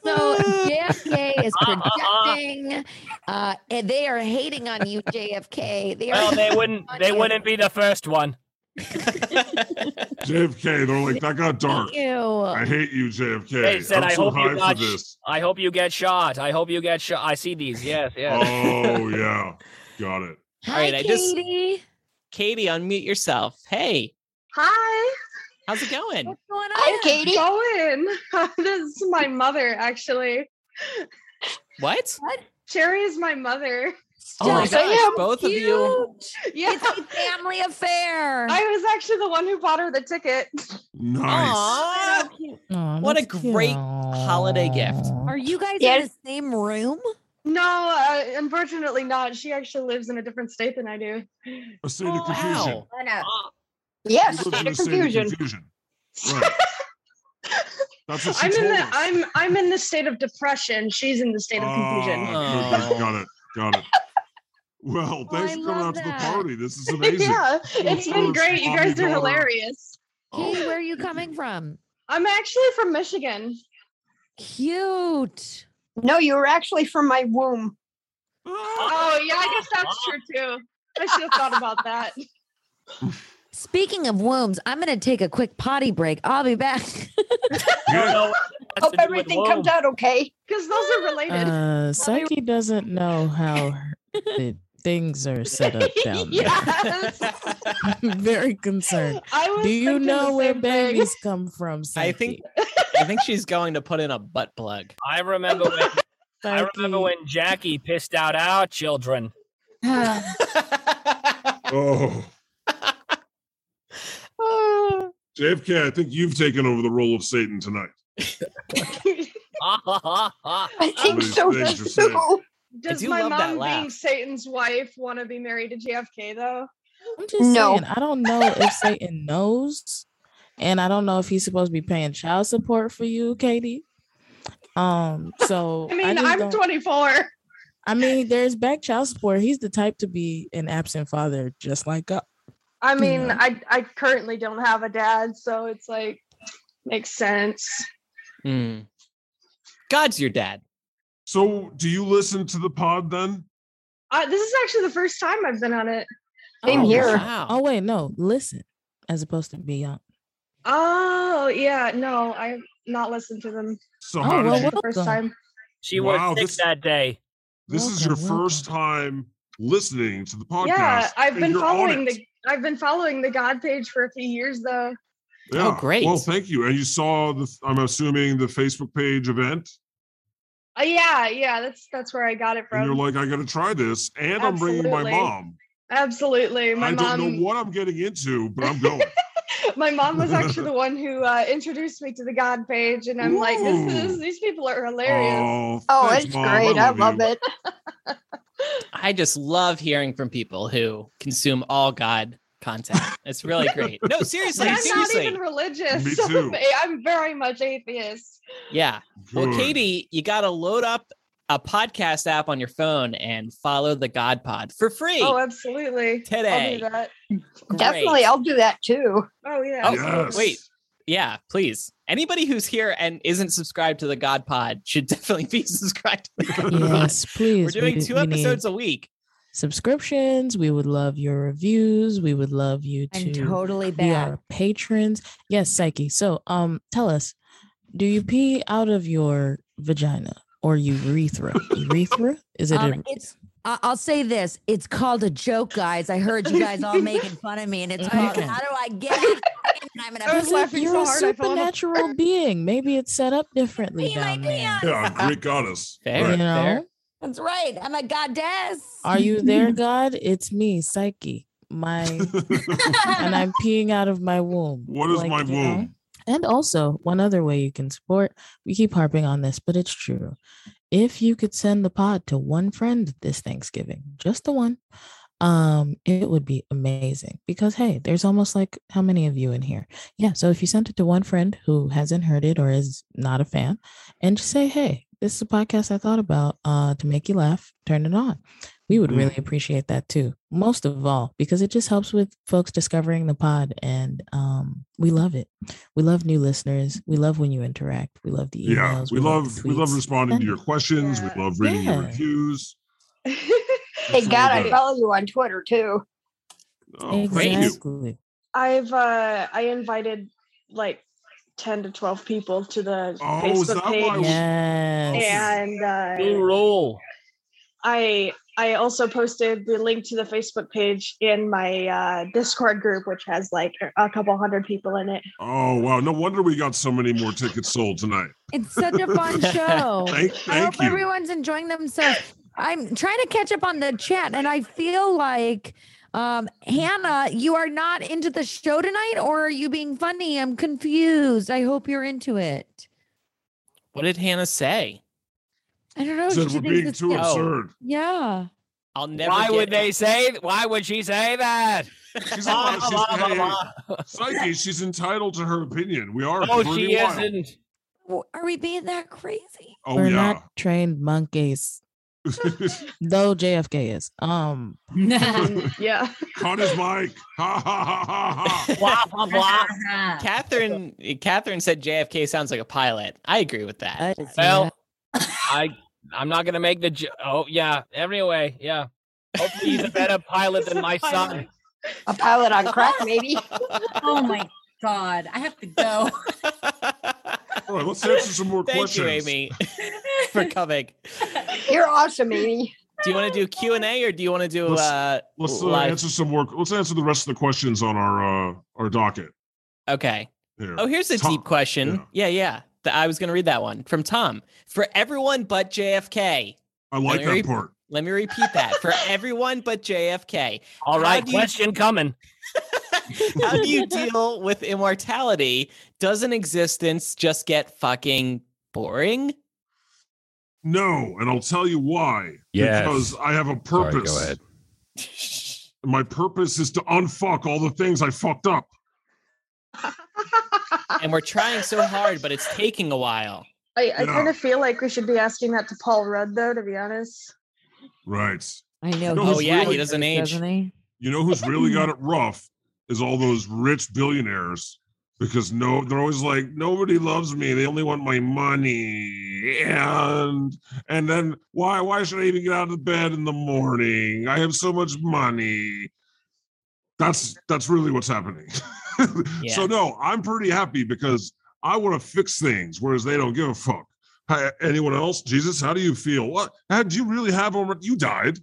Speaker 2: so JFK is projecting. Uh, and they are hating on you, JFK. They are.
Speaker 5: Well, they wouldn't. They
Speaker 2: you.
Speaker 5: wouldn't be the first one.
Speaker 3: JFK, they're like, that got dark. I
Speaker 2: Ew.
Speaker 3: hate you, JFK.
Speaker 5: They said,
Speaker 3: I'm
Speaker 5: "I
Speaker 3: so
Speaker 5: hope you
Speaker 3: high
Speaker 5: watch-
Speaker 3: for this.
Speaker 5: I hope you get shot. I hope you get shot. I see these. Yes, yes.
Speaker 3: Oh yeah, got it.
Speaker 2: Hi,
Speaker 1: All right, I just-
Speaker 2: Katie.
Speaker 1: Katie, unmute yourself. Hey,
Speaker 9: Hi.
Speaker 1: How's it going?
Speaker 12: going
Speaker 1: on?
Speaker 12: I'm Katie. Going. this is my mother, actually.
Speaker 1: What?
Speaker 12: What? Sherry is my mother.
Speaker 1: Oh my gosh, both of you.
Speaker 12: Yeah. It's a family affair. I was actually the one who bought her the ticket.
Speaker 1: Nice. what a great holiday gift.
Speaker 12: Are you guys in the same room? No, uh, unfortunately not. She actually lives in a different state than I do.
Speaker 3: A state of confusion.
Speaker 12: Yes,
Speaker 3: You live in a state of confusion. Right. That's what she
Speaker 12: I'm
Speaker 3: told
Speaker 12: in the
Speaker 3: us. Oh,
Speaker 12: I'm I'm in the state of depression. She's in the state of confusion. Oh,
Speaker 3: Ah, okay, Got it. Got it. Well, thanks for coming out to the party. This is amazing.
Speaker 12: yeah, it's been great. You guys are hilarious.
Speaker 2: Katie, where are you coming from?
Speaker 12: I'm actually from Michigan.
Speaker 2: Cute.
Speaker 9: No, you were actually from my womb.
Speaker 12: Oh yeah, I guess that's true too. I should have thought about that.
Speaker 2: Speaking of wombs, I'm going to take a quick potty break. I'll be back.
Speaker 9: Hope everything comes out okay.
Speaker 12: Because those are related.
Speaker 6: Uh, Psyche doesn't know how her- the things are set up down there.
Speaker 12: yes.
Speaker 6: I'm very concerned.
Speaker 12: I was
Speaker 6: Do you
Speaker 12: thinking
Speaker 6: know
Speaker 12: the
Speaker 6: where
Speaker 12: same
Speaker 6: babies come from? Psyche?
Speaker 1: I think I think she's going to put in a butt plug.
Speaker 5: I remember when I remember when Jackie pissed out our children.
Speaker 3: Oh. JFK, I think you've taken over the role of Satan tonight.
Speaker 5: I
Speaker 3: think so, Things are said. too.
Speaker 12: Does
Speaker 6: do
Speaker 12: my
Speaker 6: love that
Speaker 12: mom being
Speaker 6: laugh.
Speaker 12: Satan's wife want to be married to JFK though?
Speaker 6: I'm just saying, I don't know if Satan knows, and I don't know if he's supposed to be paying child support for you, Katie. Um, so
Speaker 12: I mean,
Speaker 6: just
Speaker 12: I'm
Speaker 6: don't-
Speaker 12: 24.
Speaker 6: I mean, there's back child support. He's the type to be an absent father, just like us.
Speaker 12: I mean, I I currently don't have a dad, so it's like makes sense.
Speaker 1: Hmm.
Speaker 6: Mm.
Speaker 1: God's your dad.
Speaker 3: So, do you listen to the pod then?
Speaker 12: Uh, this is actually the first time I've been on it.
Speaker 6: Oh, wow. Oh wait, no, listen, as opposed to be young.
Speaker 12: Oh yeah, no, I've not listened to them.
Speaker 3: So
Speaker 6: how did
Speaker 12: this
Speaker 6: you-
Speaker 12: is the first
Speaker 6: welcome.
Speaker 12: time?
Speaker 5: She
Speaker 3: Wow,
Speaker 5: was sick
Speaker 3: this-
Speaker 5: that day.
Speaker 3: This is your first time listening to the podcast.
Speaker 12: yeah, I've
Speaker 3: and
Speaker 12: been
Speaker 3: you're on
Speaker 12: following
Speaker 3: it.
Speaker 12: the I've been following the God page for a few years though.
Speaker 3: Yeah.
Speaker 1: Oh, great.
Speaker 3: Well, thank you. And you saw the, I'm assuming, the Facebook page event,
Speaker 12: Uh, yeah, yeah, that's that's where I got it
Speaker 3: and you're
Speaker 12: from.
Speaker 3: like, I got to try this, and I'm bringing my
Speaker 12: Absolutely.
Speaker 3: mom.
Speaker 12: Absolutely, my
Speaker 3: I
Speaker 12: mom.
Speaker 3: don't know what I'm getting into, but I'm going.
Speaker 12: my mom was actually the one who uh, introduced me to the God page, and I'm like, this is these people are hilarious.
Speaker 3: oh,
Speaker 12: Oh,
Speaker 1: thanks,
Speaker 12: it's
Speaker 1: Mom.
Speaker 12: great. I love
Speaker 1: you.
Speaker 12: it.
Speaker 1: I just love hearing from people who consume all God content. It's really great. No, seriously,
Speaker 12: But I'm
Speaker 1: seriously.
Speaker 12: not even religious.
Speaker 1: Me too.
Speaker 12: I'm very much atheist.
Speaker 1: Yeah. Well,
Speaker 3: Good.
Speaker 1: Katie, you got to load up a podcast app on your phone and follow the God Pod for free.
Speaker 12: Oh, absolutely.
Speaker 1: Today.
Speaker 12: I'll do that.
Speaker 1: Definitely, I'll
Speaker 9: do that too.
Speaker 12: Oh yeah.
Speaker 1: Oh, wait. Yeah, please. Anybody who's here and isn't subscribed to the God Pod should definitely be subscribed. To the God
Speaker 6: Yes,
Speaker 1: Pod.
Speaker 6: please.
Speaker 1: We're
Speaker 6: we
Speaker 1: doing
Speaker 6: do-
Speaker 1: two
Speaker 6: we
Speaker 1: episodes
Speaker 6: need
Speaker 1: a week.
Speaker 6: Subscriptions. We would love your reviews. We would love you to
Speaker 2: I'm totally
Speaker 6: be
Speaker 2: back.
Speaker 6: our patrons. Yes, Psyche. So, um, tell us, do you pee out of your vagina or urethra? urethra? Is it?
Speaker 2: Um,
Speaker 6: a,
Speaker 2: it's I- I'll say this. It's called a joke, guys. I heard you guys all making fun of me, and it's called
Speaker 6: Okay.
Speaker 2: how do I get it? And I'm gonna
Speaker 6: Because you're a supernatural being. Maybe it's set up differently down there.
Speaker 3: Yeah, Greek goddess.
Speaker 1: Fair,
Speaker 6: You know?
Speaker 1: fair.
Speaker 2: That's right. I'm a goddess.
Speaker 6: Are you there, God? It's me, Psyche. My and I'm peeing out of my womb.
Speaker 3: What is
Speaker 6: Like,
Speaker 3: my
Speaker 6: you know?
Speaker 3: womb?
Speaker 6: And also, one other way you can support, we keep harping on this, but it's true. If you could send the pod to one friend this Thanksgiving, just the one, um, it would be amazing because hey, there's almost like how many of you in here? Yeah. So if you sent it to one friend who hasn't heard it or is not a fan, and just say, hey, this is a podcast I thought about uh to make you laugh, turn it on. We
Speaker 3: Mm-hmm.
Speaker 6: would really appreciate that too. Most of all, because it just helps with folks discovering the pod and um we love it. We love new listeners. We love when you interact. We love the emails.
Speaker 3: Yeah, we
Speaker 6: the
Speaker 3: love we love
Speaker 6: tweets.
Speaker 3: responding to your questions. We love reading your
Speaker 6: Yeah.
Speaker 3: reviews.
Speaker 9: Thank God
Speaker 3: good.
Speaker 9: I follow you on Twitter too.
Speaker 3: Oh, thank you.
Speaker 6: Exactly.
Speaker 12: I've uh I invited like 10 to 12 people to the
Speaker 3: Oh, is
Speaker 12: Facebook
Speaker 3: that why
Speaker 12: page.
Speaker 3: we-
Speaker 6: Yes.
Speaker 12: And uh
Speaker 5: New rule.
Speaker 12: I I also posted the link to the Facebook page in my uh, Discord group, which has like a couple hundred people in it.
Speaker 3: Oh wow! No wonder we got so many more tickets sold tonight.
Speaker 2: It's such a fun show.
Speaker 3: Thank-
Speaker 2: I hope
Speaker 3: thank you.
Speaker 2: everyone's enjoying themselves. I'm trying to catch up on the chat, and I feel like um, Hannah, you are not into the show tonight, or are you being funny? I'm confused. I hope you're into it.
Speaker 1: What did Hannah say?
Speaker 2: I don't know.
Speaker 1: Said
Speaker 2: Oh, she
Speaker 1: we're
Speaker 2: thinks
Speaker 1: being
Speaker 2: it's
Speaker 1: too
Speaker 2: good.
Speaker 1: absurd.
Speaker 2: Yeah.
Speaker 1: I'll never.
Speaker 5: why
Speaker 1: get
Speaker 5: would they say? Why would she say that?
Speaker 3: She's
Speaker 5: Blah,
Speaker 3: allowed- she's-
Speaker 5: blah, blah,
Speaker 3: hey,
Speaker 5: blah.
Speaker 3: hey, Psyche, she's entitled to her opinion. We are.
Speaker 5: No,
Speaker 3: pretty
Speaker 5: Oh, she
Speaker 3: wild.
Speaker 5: isn't.
Speaker 2: W- Are we being that crazy?
Speaker 3: Oh
Speaker 6: We're
Speaker 3: yeah.
Speaker 6: not trained monkeys. Though JFK is. Um
Speaker 12: yeah.
Speaker 3: Caught his mic. Ha ha ha ha ha.
Speaker 5: Blah, blah, blah.
Speaker 1: Catherine. Catherine said JFK sounds like a pilot. I agree with that.
Speaker 5: Well, I I'm not gonna make the. Ju- oh yeah. Anyway, yeah. Hopefully he's a better pilot than my son.
Speaker 9: A pilot on crack, maybe.
Speaker 11: oh my god, I have to go.
Speaker 3: All right, let's answer some more
Speaker 1: Thank
Speaker 3: questions.
Speaker 1: you, Amy, for coming.
Speaker 9: You're awesome, Amy.
Speaker 1: Do you want to do Q and A or do you want to do
Speaker 3: Let's-
Speaker 1: uh,
Speaker 3: Let's uh,
Speaker 1: live?
Speaker 3: answer some more. Let's answer the rest of the questions on our uh, our docket.
Speaker 1: Okay.
Speaker 3: Here.
Speaker 1: Oh, here's a
Speaker 3: Tom-
Speaker 1: deep question. Yeah, yeah. Th- I was going to read that one from Tom. For everyone but JFK.
Speaker 3: I like
Speaker 1: Let me
Speaker 3: that
Speaker 1: re-
Speaker 3: part.
Speaker 1: Let me repeat that. For everyone but JFK.
Speaker 5: All right,
Speaker 1: do you-
Speaker 5: question coming.
Speaker 1: How do you deal with immortality? Doesn't existence just get fucking boring?
Speaker 3: No, and I'll tell you why.
Speaker 4: Yes.
Speaker 3: Because I have a
Speaker 4: Sorry,
Speaker 3: purpose.
Speaker 4: go ahead.
Speaker 3: And My purpose is to unfuck all the things I fucked up.
Speaker 1: And we're trying so hard, but it's taking a while.
Speaker 12: I, I
Speaker 3: Yeah.
Speaker 12: kind of feel like we should be asking that to Paul Rudd, though, to be honest.
Speaker 3: Right.
Speaker 2: I know.
Speaker 3: No,
Speaker 2: he's
Speaker 3: oh, yeah, he
Speaker 2: really
Speaker 1: doesn't
Speaker 2: nice,
Speaker 1: age.
Speaker 2: Doesn't he?
Speaker 3: You know who's really got it rough is all those rich billionaires because no, they're always like nobody loves me. They only want my money, and and then why why should I even get out of bed in the morning? I have so much money. That's that's really what's happening.
Speaker 1: Yeah.
Speaker 3: So no, I'm pretty happy because I want to fix things, whereas they don't give a fuck. Hi, anyone else? Jesus, how do you feel? What? How do you really have over? You died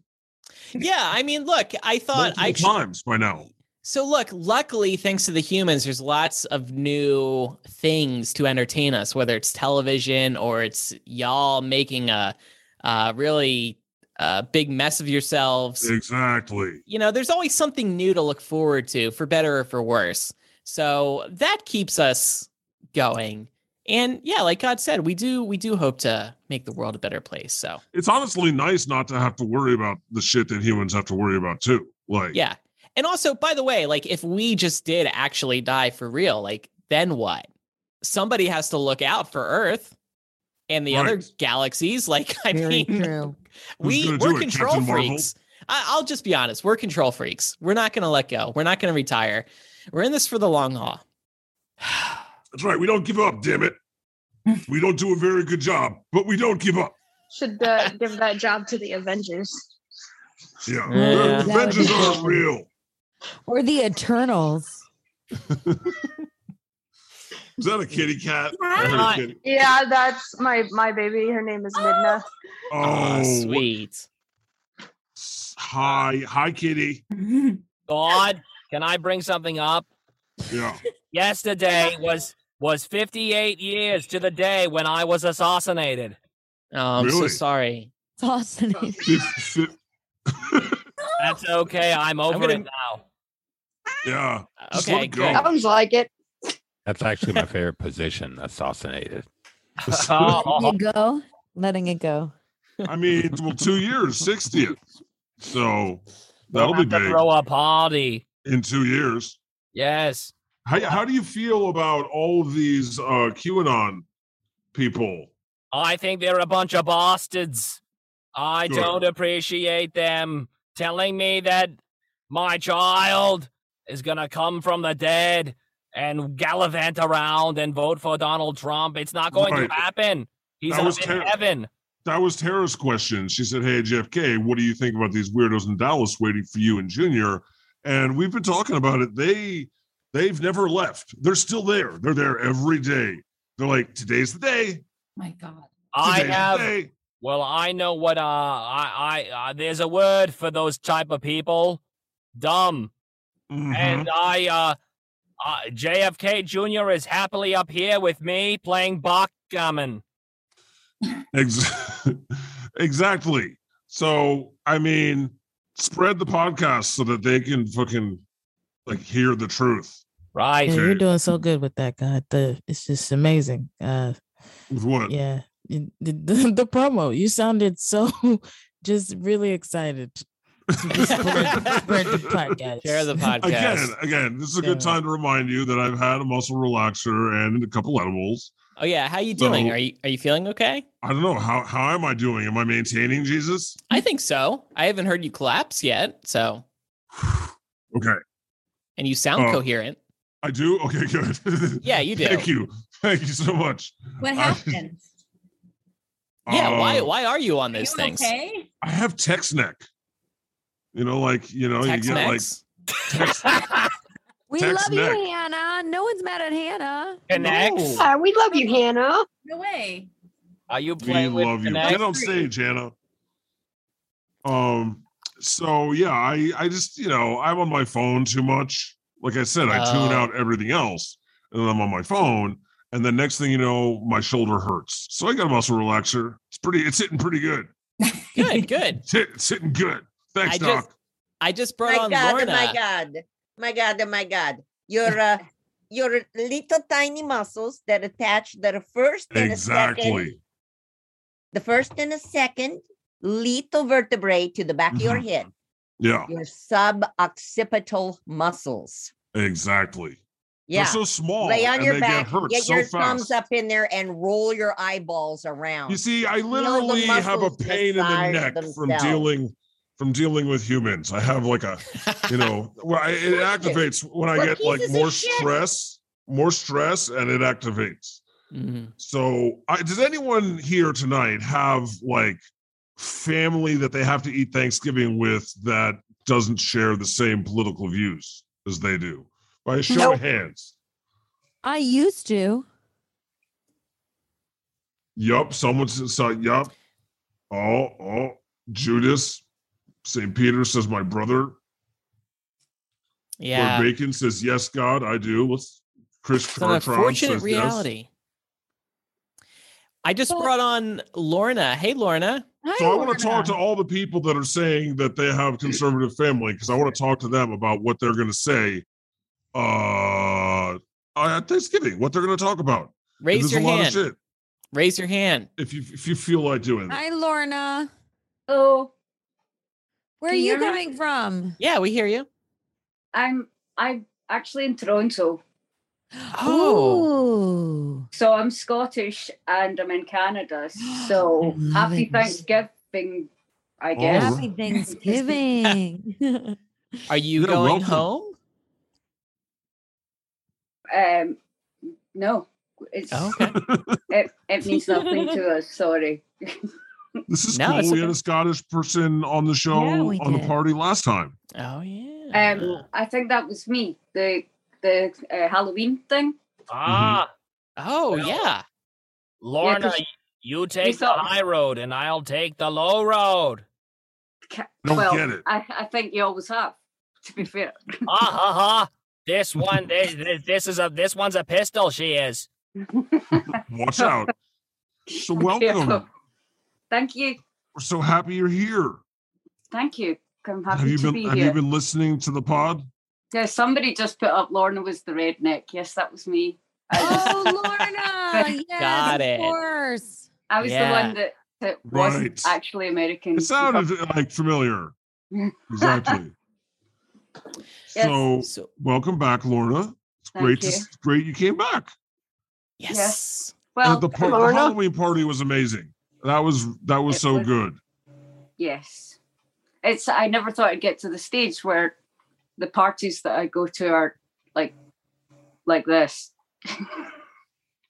Speaker 1: yeah, I mean, look, I thought
Speaker 3: multiple
Speaker 1: I actually-
Speaker 3: times by now.
Speaker 1: So look, luckily, thanks to the humans, there's lots of new things to entertain us, whether it's television or it's y'all making a, uh really uh, big mess of yourselves.
Speaker 3: Exactly.
Speaker 1: You know, there's always something new to look forward to, for better or for worse. So that keeps us going. And yeah, like God said, we do we do hope to make the world a better place. So
Speaker 3: It's honestly nice not to have to worry about the shit that humans have to worry about too. Like,
Speaker 1: Yeah. And also, by the way, like if we just did actually die for real, like then what? Somebody has to look out for Earth and the other
Speaker 3: Right.
Speaker 1: galaxies. Like, I
Speaker 2: Very
Speaker 1: mean,
Speaker 2: true.
Speaker 3: Who's
Speaker 1: we
Speaker 3: gonna
Speaker 1: we're
Speaker 3: do it,
Speaker 1: control
Speaker 3: Captain Marvel?
Speaker 1: freaks. I, I'll just be honest, we're control freaks. We're not gonna let go. We're not gonna retire. We're in this for the long haul.
Speaker 3: that's right. We don't give up. Damn it. we don't do a very good job, but we don't give up.
Speaker 12: Should uh, give that job to the Avengers.
Speaker 3: Yeah.
Speaker 1: Yeah.
Speaker 3: The Vengeance
Speaker 2: That would be
Speaker 3: are real.
Speaker 2: Or the Eternals.
Speaker 3: Is that a kitty cat? I heard a
Speaker 5: Right.
Speaker 3: kitty-
Speaker 12: Yeah, that's my my baby. Her name is Midna.
Speaker 1: Oh,
Speaker 3: Oh,
Speaker 1: sweet.
Speaker 3: hi, hi, kitty.
Speaker 5: God, can I bring something up?
Speaker 3: Yeah.
Speaker 5: Yesterday was was 58 years to the day when I was assassinated.
Speaker 1: Oh, I'm so
Speaker 3: Really?
Speaker 1: sorry.
Speaker 2: It's awesome.
Speaker 3: Fif- fif-
Speaker 5: That's okay. I'm over it
Speaker 1: would've-
Speaker 5: now.
Speaker 3: yeah. Just let
Speaker 1: Okay,
Speaker 3: it go.
Speaker 1: good.
Speaker 9: Sounds like it.
Speaker 4: That's actually my favorite position, assassinated.
Speaker 5: Oh,
Speaker 2: Letting it go. Letting it go.
Speaker 3: I mean, well, two years, 60th. So that'll
Speaker 5: we'll have
Speaker 3: be
Speaker 5: to
Speaker 3: big
Speaker 5: throw a party.
Speaker 3: in two years.
Speaker 5: Yes.
Speaker 3: How, how do you feel about all of these uh, QAnon people?
Speaker 5: I think they're a bunch of bastards. I
Speaker 3: Sure.
Speaker 5: don't appreciate them telling me that my child is going to come from the dead and gallivant around and vote for Donald Trump. It's not going
Speaker 3: Right.
Speaker 5: to happen. He's
Speaker 3: That
Speaker 5: up
Speaker 3: was
Speaker 5: in
Speaker 3: ter-
Speaker 5: heaven.
Speaker 3: That was Tara's question. She said, Hey, JFK, what do you think about these weirdos in Dallas waiting for you and Junior? And we've been talking about it. They they've never left. They're still there. They're there every day. They're like, today's the day.
Speaker 11: my god.
Speaker 5: I
Speaker 3: today's the
Speaker 5: have
Speaker 3: day."
Speaker 5: Well, I know what. Uh, I, I, uh, there's a word for those type of people, dumb.
Speaker 3: Mm-hmm.
Speaker 5: And I, uh, uh, JFK Jr. is happily up here with me playing backgammon.
Speaker 3: Ex- exactly. So, I mean, spread the podcast so that they can fucking like hear the truth.
Speaker 5: Right.
Speaker 6: Yeah, you're doing so good with that, God. The it's just amazing. Uh,
Speaker 3: with what?
Speaker 6: Yeah, the, the, the promo. You sounded so just really excited. to just spread- spread the podcast.
Speaker 1: Share the podcast.
Speaker 3: Again, again, this is a good
Speaker 6: Yeah.
Speaker 3: time to remind you that I've had a muscle relaxer and a couple edibles.
Speaker 1: Oh yeah, how you
Speaker 3: So-
Speaker 1: doing? are you are you feeling okay?
Speaker 3: I don't know how how am I doing? Am I maintaining Jesus?
Speaker 1: I think so. I haven't heard you collapse yet, so
Speaker 3: Okay.
Speaker 1: and you sound
Speaker 3: Uh,
Speaker 1: coherent.
Speaker 3: I do. Okay, good.
Speaker 1: Yeah, you do.
Speaker 3: Thank you. Thank you so much.
Speaker 11: What happened?
Speaker 1: Yeah,
Speaker 3: Uh,
Speaker 1: why why are you on those things?
Speaker 11: Okay.
Speaker 3: I have Tex neck. You know, like you know, you get like
Speaker 1: Tex-Mex?
Speaker 2: We
Speaker 3: Text
Speaker 2: love you,
Speaker 3: Nick.
Speaker 2: Hannah. No one's mad at Hannah.
Speaker 5: Connects.
Speaker 9: Uh, we love you, Hannah.
Speaker 11: No way.
Speaker 5: Are you
Speaker 3: we
Speaker 5: playing with
Speaker 3: love you.
Speaker 5: Connect?
Speaker 3: Get on stage, Hannah. Um. So yeah, I I just you know I'm on my phone too much. Like I said, I tune
Speaker 1: Oh.
Speaker 3: out everything else, and then I'm on my phone. And the next thing you know, my shoulder hurts. So I got a muscle relaxer. It's pretty. It's hitting pretty good.
Speaker 1: Good, good.
Speaker 3: It's, hit, it's hitting good. Thanks,
Speaker 1: I
Speaker 3: Doc.
Speaker 1: just I just brought
Speaker 10: My
Speaker 1: on
Speaker 10: God,
Speaker 1: Lorna.
Speaker 10: my God, my God, oh, my God. Your uh, your little tiny muscles that attach that are first and a second
Speaker 3: exactly.
Speaker 10: the first and the second lethal vertebrae to the back of your
Speaker 3: Mhm.
Speaker 10: head,
Speaker 3: Yeah.
Speaker 10: your suboccipital muscles.
Speaker 3: Exactly.
Speaker 10: Yeah.
Speaker 3: They're so small.
Speaker 10: Lay on
Speaker 3: and
Speaker 10: your
Speaker 3: they
Speaker 10: back,
Speaker 3: get hurt
Speaker 10: get
Speaker 3: so
Speaker 10: your
Speaker 3: fast.
Speaker 10: thumbs up in there, and roll your eyeballs around.
Speaker 3: You see, I
Speaker 10: Feel the
Speaker 3: literally have a
Speaker 10: muscles
Speaker 3: pain in the
Speaker 10: massage
Speaker 3: neck from
Speaker 10: themselves.
Speaker 3: dealing from dealing with humans. I have like a, you know, well, I, it activates when I
Speaker 10: We're
Speaker 3: get like
Speaker 10: pieces of
Speaker 3: more
Speaker 10: shit.
Speaker 3: stress, more stress, and it activates.
Speaker 1: Mhm.
Speaker 3: So, I, does anyone here tonight have like family that they have to eat Thanksgiving with that doesn't share the same political views as they do? By a show
Speaker 2: Nope.
Speaker 3: of hands.
Speaker 2: I used to.
Speaker 3: Yup. Someone's so yup. Oh, oh, Judas. St. Peter says, my brother.
Speaker 1: Yeah.
Speaker 3: Lord Bacon says, yes, God, I do. Let's Chris
Speaker 1: It's an
Speaker 3: Chartrand
Speaker 1: unfortunate
Speaker 3: says,
Speaker 1: reality. I just brought on Lorna. Hey, Lorna.
Speaker 3: Yes. So I want to talk to all the people that are saying that they have conservative family because I want to talk to them about what they're going to say uh, at Thanksgiving, what they're going to talk about.
Speaker 1: Raise
Speaker 3: There's
Speaker 1: your
Speaker 3: a lot
Speaker 1: hand.
Speaker 3: of shit
Speaker 1: Raise your hand.
Speaker 3: if you if you feel like doing that.
Speaker 2: Hi, Lorna.
Speaker 13: Oh,
Speaker 2: Where are
Speaker 13: Can you
Speaker 2: you
Speaker 13: hear me?
Speaker 2: coming from?
Speaker 1: Yeah, we hear you.
Speaker 13: I'm I'm actually in Toronto.
Speaker 1: Oh.
Speaker 2: Ooh.
Speaker 13: So I'm Scottish and I'm in Canada. So
Speaker 2: Love
Speaker 13: happy
Speaker 2: it.
Speaker 13: Thanksgiving, I
Speaker 3: Oh,
Speaker 13: guess.
Speaker 3: right.
Speaker 2: Happy Thanksgiving.
Speaker 1: Are you
Speaker 3: Yeah,
Speaker 1: going home?
Speaker 3: welcome.
Speaker 13: Um no. It's
Speaker 1: Oh, okay.
Speaker 13: it, it means nothing to us, sorry.
Speaker 3: This is
Speaker 1: No,
Speaker 3: cool.
Speaker 1: it's
Speaker 3: We had
Speaker 1: okay.
Speaker 3: a Scottish person on the show
Speaker 2: Yeah, we
Speaker 3: on the
Speaker 2: did.
Speaker 3: party last time.
Speaker 1: Oh, yeah.
Speaker 13: Um I think that was me, the the uh, Halloween thing.
Speaker 3: Mm-hmm.
Speaker 5: Ah,
Speaker 1: oh,
Speaker 5: well,
Speaker 1: yeah.
Speaker 5: Lorna,
Speaker 13: 'cause
Speaker 5: you take the
Speaker 13: thought-
Speaker 5: high road and I'll take the low road.
Speaker 13: Ca-
Speaker 3: Don't
Speaker 13: well,
Speaker 3: get it.
Speaker 13: I, I think you always have, to be fair.
Speaker 5: Ah ha ha! This one, this, this, this is a this one's a pistol. She is.
Speaker 3: Watch out. So
Speaker 13: Okay,
Speaker 3: welcome.
Speaker 13: Thank you.
Speaker 3: We're so happy you're here.
Speaker 13: Thank you. I'm happy
Speaker 3: have you
Speaker 13: to
Speaker 3: been
Speaker 13: be
Speaker 3: have
Speaker 13: here.
Speaker 3: you been listening to the pod?
Speaker 13: Yeah, somebody just put up Lorna was the redneck. Yes, that was me. I just,
Speaker 2: oh, Lorna. Yes,
Speaker 1: Got
Speaker 2: of
Speaker 1: it.
Speaker 2: course.
Speaker 13: I was the
Speaker 1: yeah.
Speaker 13: one that, that wasn't
Speaker 3: Right.
Speaker 13: actually American.
Speaker 3: It sounded uh, like familiar. Exactly.
Speaker 13: Yes.
Speaker 3: So
Speaker 1: So,
Speaker 3: welcome back, Lorna. It's
Speaker 13: Thank
Speaker 3: great
Speaker 13: you.
Speaker 3: to s- great you came back.
Speaker 1: yes.
Speaker 13: Yes.
Speaker 3: And
Speaker 13: Well,
Speaker 3: the, par- the
Speaker 9: Lorna.
Speaker 3: Halloween party was amazing. That was that was
Speaker 13: It
Speaker 3: so
Speaker 13: was.
Speaker 3: good.
Speaker 13: yes. It's I never thought I'd get to the stage where the parties that I go to are like like this.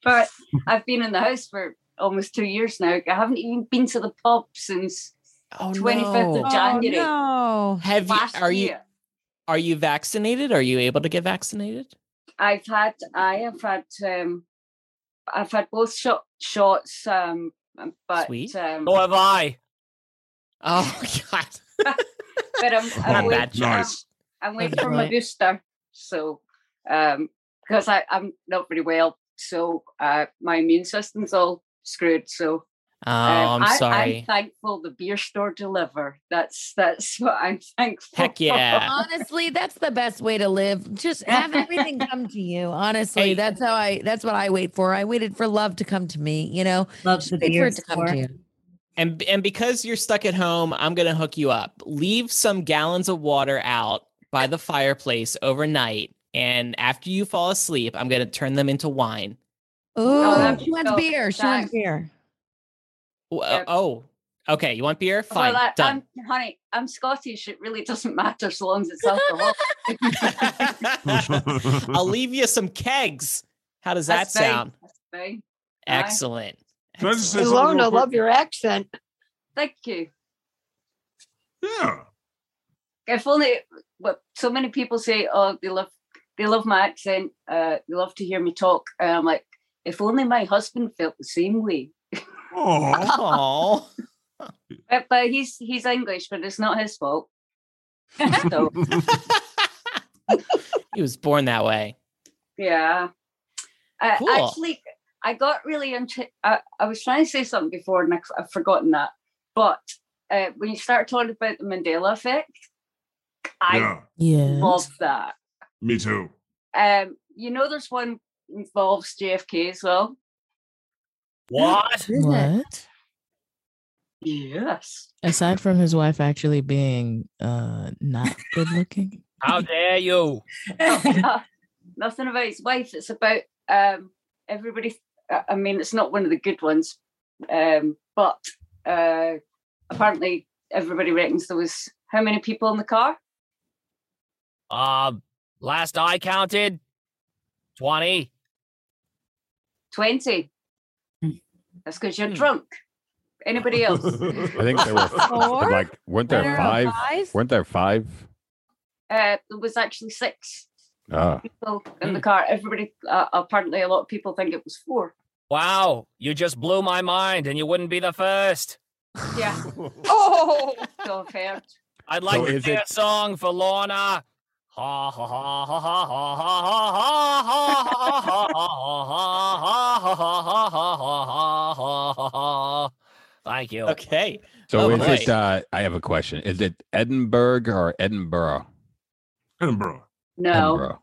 Speaker 13: but I've been in the house for almost two years now. I haven't even been to the pub since
Speaker 1: Oh,
Speaker 13: 25th
Speaker 1: no.
Speaker 13: of January
Speaker 2: Oh, no.
Speaker 1: Have you,
Speaker 13: last
Speaker 1: are you
Speaker 13: year.
Speaker 1: are you vaccinated? Are you able to get vaccinated?
Speaker 13: I've had I have had um I've had both shot shots um Um, But
Speaker 1: Sweet.
Speaker 13: Um,
Speaker 5: So have I.
Speaker 1: Oh God.
Speaker 13: but I'm, I'm,
Speaker 1: Oh,
Speaker 13: wait,
Speaker 1: that's nice.
Speaker 13: I'm, I'm waiting
Speaker 1: That's
Speaker 13: for my
Speaker 1: right.
Speaker 13: booster. So, um, because I I'm not very well, so uh, my immune system's all screwed. So,
Speaker 1: Oh,
Speaker 13: um,
Speaker 1: I'm
Speaker 13: I,
Speaker 1: sorry.
Speaker 13: I'm thankful the beer store deliver. That's that's what I'm thankful.
Speaker 1: Heck yeah.
Speaker 2: Honestly, that's the best way to live. Just have everything come to you. Honestly, that's how I. That's what I wait for. I waited for love to come to me. You know,
Speaker 11: love
Speaker 2: Just wait for it to come to you.
Speaker 1: And and because you're stuck at home, I'm gonna hook you up. Leave some gallons of water out by the fireplace overnight, and after you fall asleep, I'm gonna turn them into wine.
Speaker 2: Oh,
Speaker 13: that-
Speaker 2: she wants
Speaker 13: no,
Speaker 2: beer. She wants
Speaker 13: that-
Speaker 2: beer.
Speaker 1: W- Oh, okay. You want beer?
Speaker 13: for
Speaker 1: Fine.
Speaker 13: that.
Speaker 1: Done.
Speaker 13: I'm, honey, I'm Scottish. It really doesn't matter so long as it's alcohol.
Speaker 1: I'll leave you some kegs. How does that
Speaker 13: That's fine.
Speaker 1: sound?
Speaker 13: That's fine. Aye.
Speaker 1: Excellent.
Speaker 3: Can I just say something
Speaker 9: Lorna,
Speaker 3: real quick?
Speaker 9: love your accent.
Speaker 13: Thank you.
Speaker 3: Yeah.
Speaker 13: if only but so many people say oh they love they love my accent uh they love to hear me talk and i'm like if only my husband felt the same way
Speaker 1: Oh,
Speaker 13: but, but he's he's english but it's not his fault so
Speaker 1: he was born that way.
Speaker 13: yeah uh,
Speaker 1: Cool.
Speaker 13: actually i got really into I, I was trying to say something before and I, i've forgotten that but uh, when you start talking about the mandela effect i
Speaker 3: yeah.
Speaker 6: Yeah.
Speaker 13: love that
Speaker 3: Me too.
Speaker 13: Um, you know, there's one involves JFK as well.
Speaker 5: What?
Speaker 6: What?
Speaker 13: Yes.
Speaker 6: Aside from his wife actually being uh not good looking.
Speaker 5: How dare you?
Speaker 13: Nothing about his wife. It's about um everybody. uh, I I mean, it's not one of the good ones, um, but uh, apparently everybody reckons there was how many people in the car?
Speaker 5: Uh, last I counted, 20.
Speaker 13: Twenty.
Speaker 4: Hmm.
Speaker 13: That's because you're drunk. Anybody else?
Speaker 3: I
Speaker 4: think there were f-
Speaker 2: Four?
Speaker 4: like weren't there
Speaker 13: There were
Speaker 4: five?
Speaker 2: five?
Speaker 4: Weren't there five?
Speaker 13: uh, there was actually six
Speaker 4: Uh,
Speaker 13: people in the car. Everybody, uh, apparently, a lot of people think it was four.
Speaker 5: Wow, you just blew my mind and you wouldn't be the first.
Speaker 13: Yeah. oh, so fair.
Speaker 5: I'd like
Speaker 4: So
Speaker 5: to
Speaker 4: is
Speaker 5: sing
Speaker 4: it-
Speaker 5: a song for Lorna. Ha ha ha ha ha ha ha ha ha ha ha ha ha ha ha ha ha ha ha ha ha ha. Thank you.
Speaker 1: Okay.
Speaker 4: so
Speaker 1: Oh,
Speaker 4: is
Speaker 1: boy.
Speaker 4: it? Uh, I have a question. Is it Edinburgh or Edinburgh?
Speaker 3: Edinburgh.
Speaker 13: No,
Speaker 4: Edinburgh.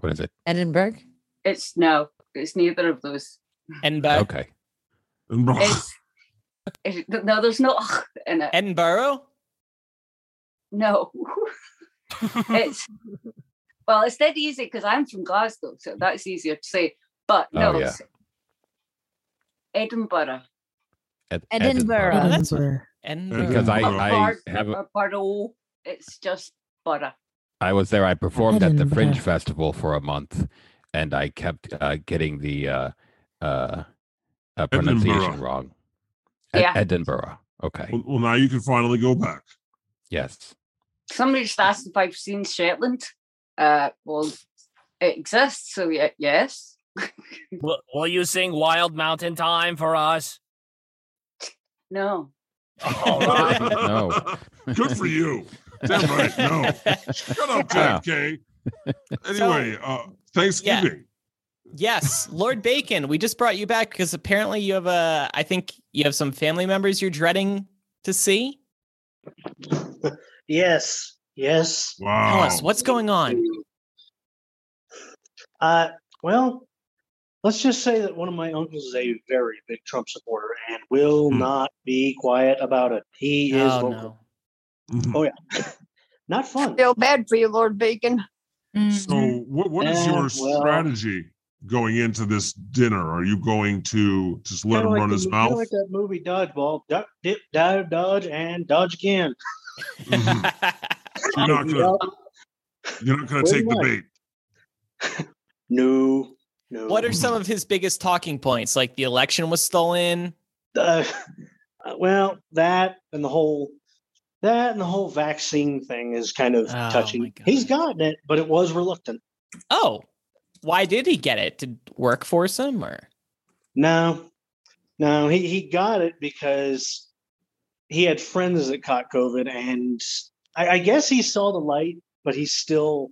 Speaker 4: What is it?
Speaker 2: Edinburgh.
Speaker 13: it's no, it's neither of those.
Speaker 1: Edinburgh.
Speaker 4: Okay.
Speaker 3: Edinburgh.
Speaker 13: It's, it, no, there's no ugh in it.
Speaker 1: Edinburgh.
Speaker 13: No, it's well, it's dead easy because I'm from Glasgow, so that's easier to say. But
Speaker 4: Oh,
Speaker 13: no,
Speaker 4: yeah.
Speaker 13: it's Edinburgh.
Speaker 4: Ed-
Speaker 2: Edinburgh.
Speaker 1: Oh, that's-
Speaker 6: Edinburgh.
Speaker 1: Edinburgh.
Speaker 4: Because I,
Speaker 13: Or
Speaker 4: I
Speaker 13: Bard-
Speaker 4: have a,
Speaker 13: or Bordeaux. It's just butter.
Speaker 4: I was there. I performed at the Fringe
Speaker 6: Edinburgh.
Speaker 4: Festival for a month, and I kept uh, getting the uh, uh, uh, pronunciation
Speaker 3: Edinburgh.
Speaker 4: wrong.
Speaker 13: Yeah.
Speaker 4: Edinburgh. Okay.
Speaker 3: Well, well, now you can finally go back.
Speaker 4: Yes.
Speaker 13: Somebody just asked if I've seen Shetland. Uh, well, it exists, so yeah, yes.
Speaker 5: Will, will you sing Wild Mountain Time for us?
Speaker 13: No.
Speaker 5: All right.
Speaker 4: No.
Speaker 3: Good for you. Damn right. No. Shut up,
Speaker 4: Wow.
Speaker 3: JFK. Anyway, uh, Thanksgiving.
Speaker 1: Yes, Lord Bacon. We just brought you back because apparently you have a. I think you have some family members you're dreading to see.
Speaker 14: Yes, yes.
Speaker 3: Wow.
Speaker 1: Tell us what's going on.
Speaker 14: Uh, well, let's just say that one of my uncles is a very big Trump supporter and will
Speaker 3: Hmm.
Speaker 14: not be quiet about it. He is
Speaker 1: Oh
Speaker 14: vocal.
Speaker 1: no.
Speaker 3: Mm-hmm.
Speaker 14: Oh yeah, not fun.
Speaker 9: Feel bad for you, Lord Bacon.
Speaker 11: Mm-hmm.
Speaker 3: So, what, what is
Speaker 14: Eh,
Speaker 3: your
Speaker 14: well-
Speaker 3: strategy going into this dinner? Are you going to just let
Speaker 14: Kinda
Speaker 3: him
Speaker 14: like
Speaker 3: run
Speaker 14: the
Speaker 3: his
Speaker 14: mo-
Speaker 3: mouth?
Speaker 14: Kinda like that movie Dodgeball. Duck, dip, dive, dodge, and dodge again.
Speaker 3: Mhm. you're not gonna, you're not gonna
Speaker 14: Pretty
Speaker 3: take the
Speaker 14: much.
Speaker 3: bait.
Speaker 14: No, no.
Speaker 1: what are some of his biggest talking points? Like the election was stolen.
Speaker 14: uh, well, that and the whole that and the whole vaccine thing is kind of
Speaker 1: Oh, my
Speaker 14: touching.
Speaker 1: God.
Speaker 14: He's gotten it, but it was reluctant.
Speaker 1: Oh, why did he get it? Did work force him or?
Speaker 14: No, No, he, he got it because he had friends that caught COVID, and I, I guess he saw the light, but he's still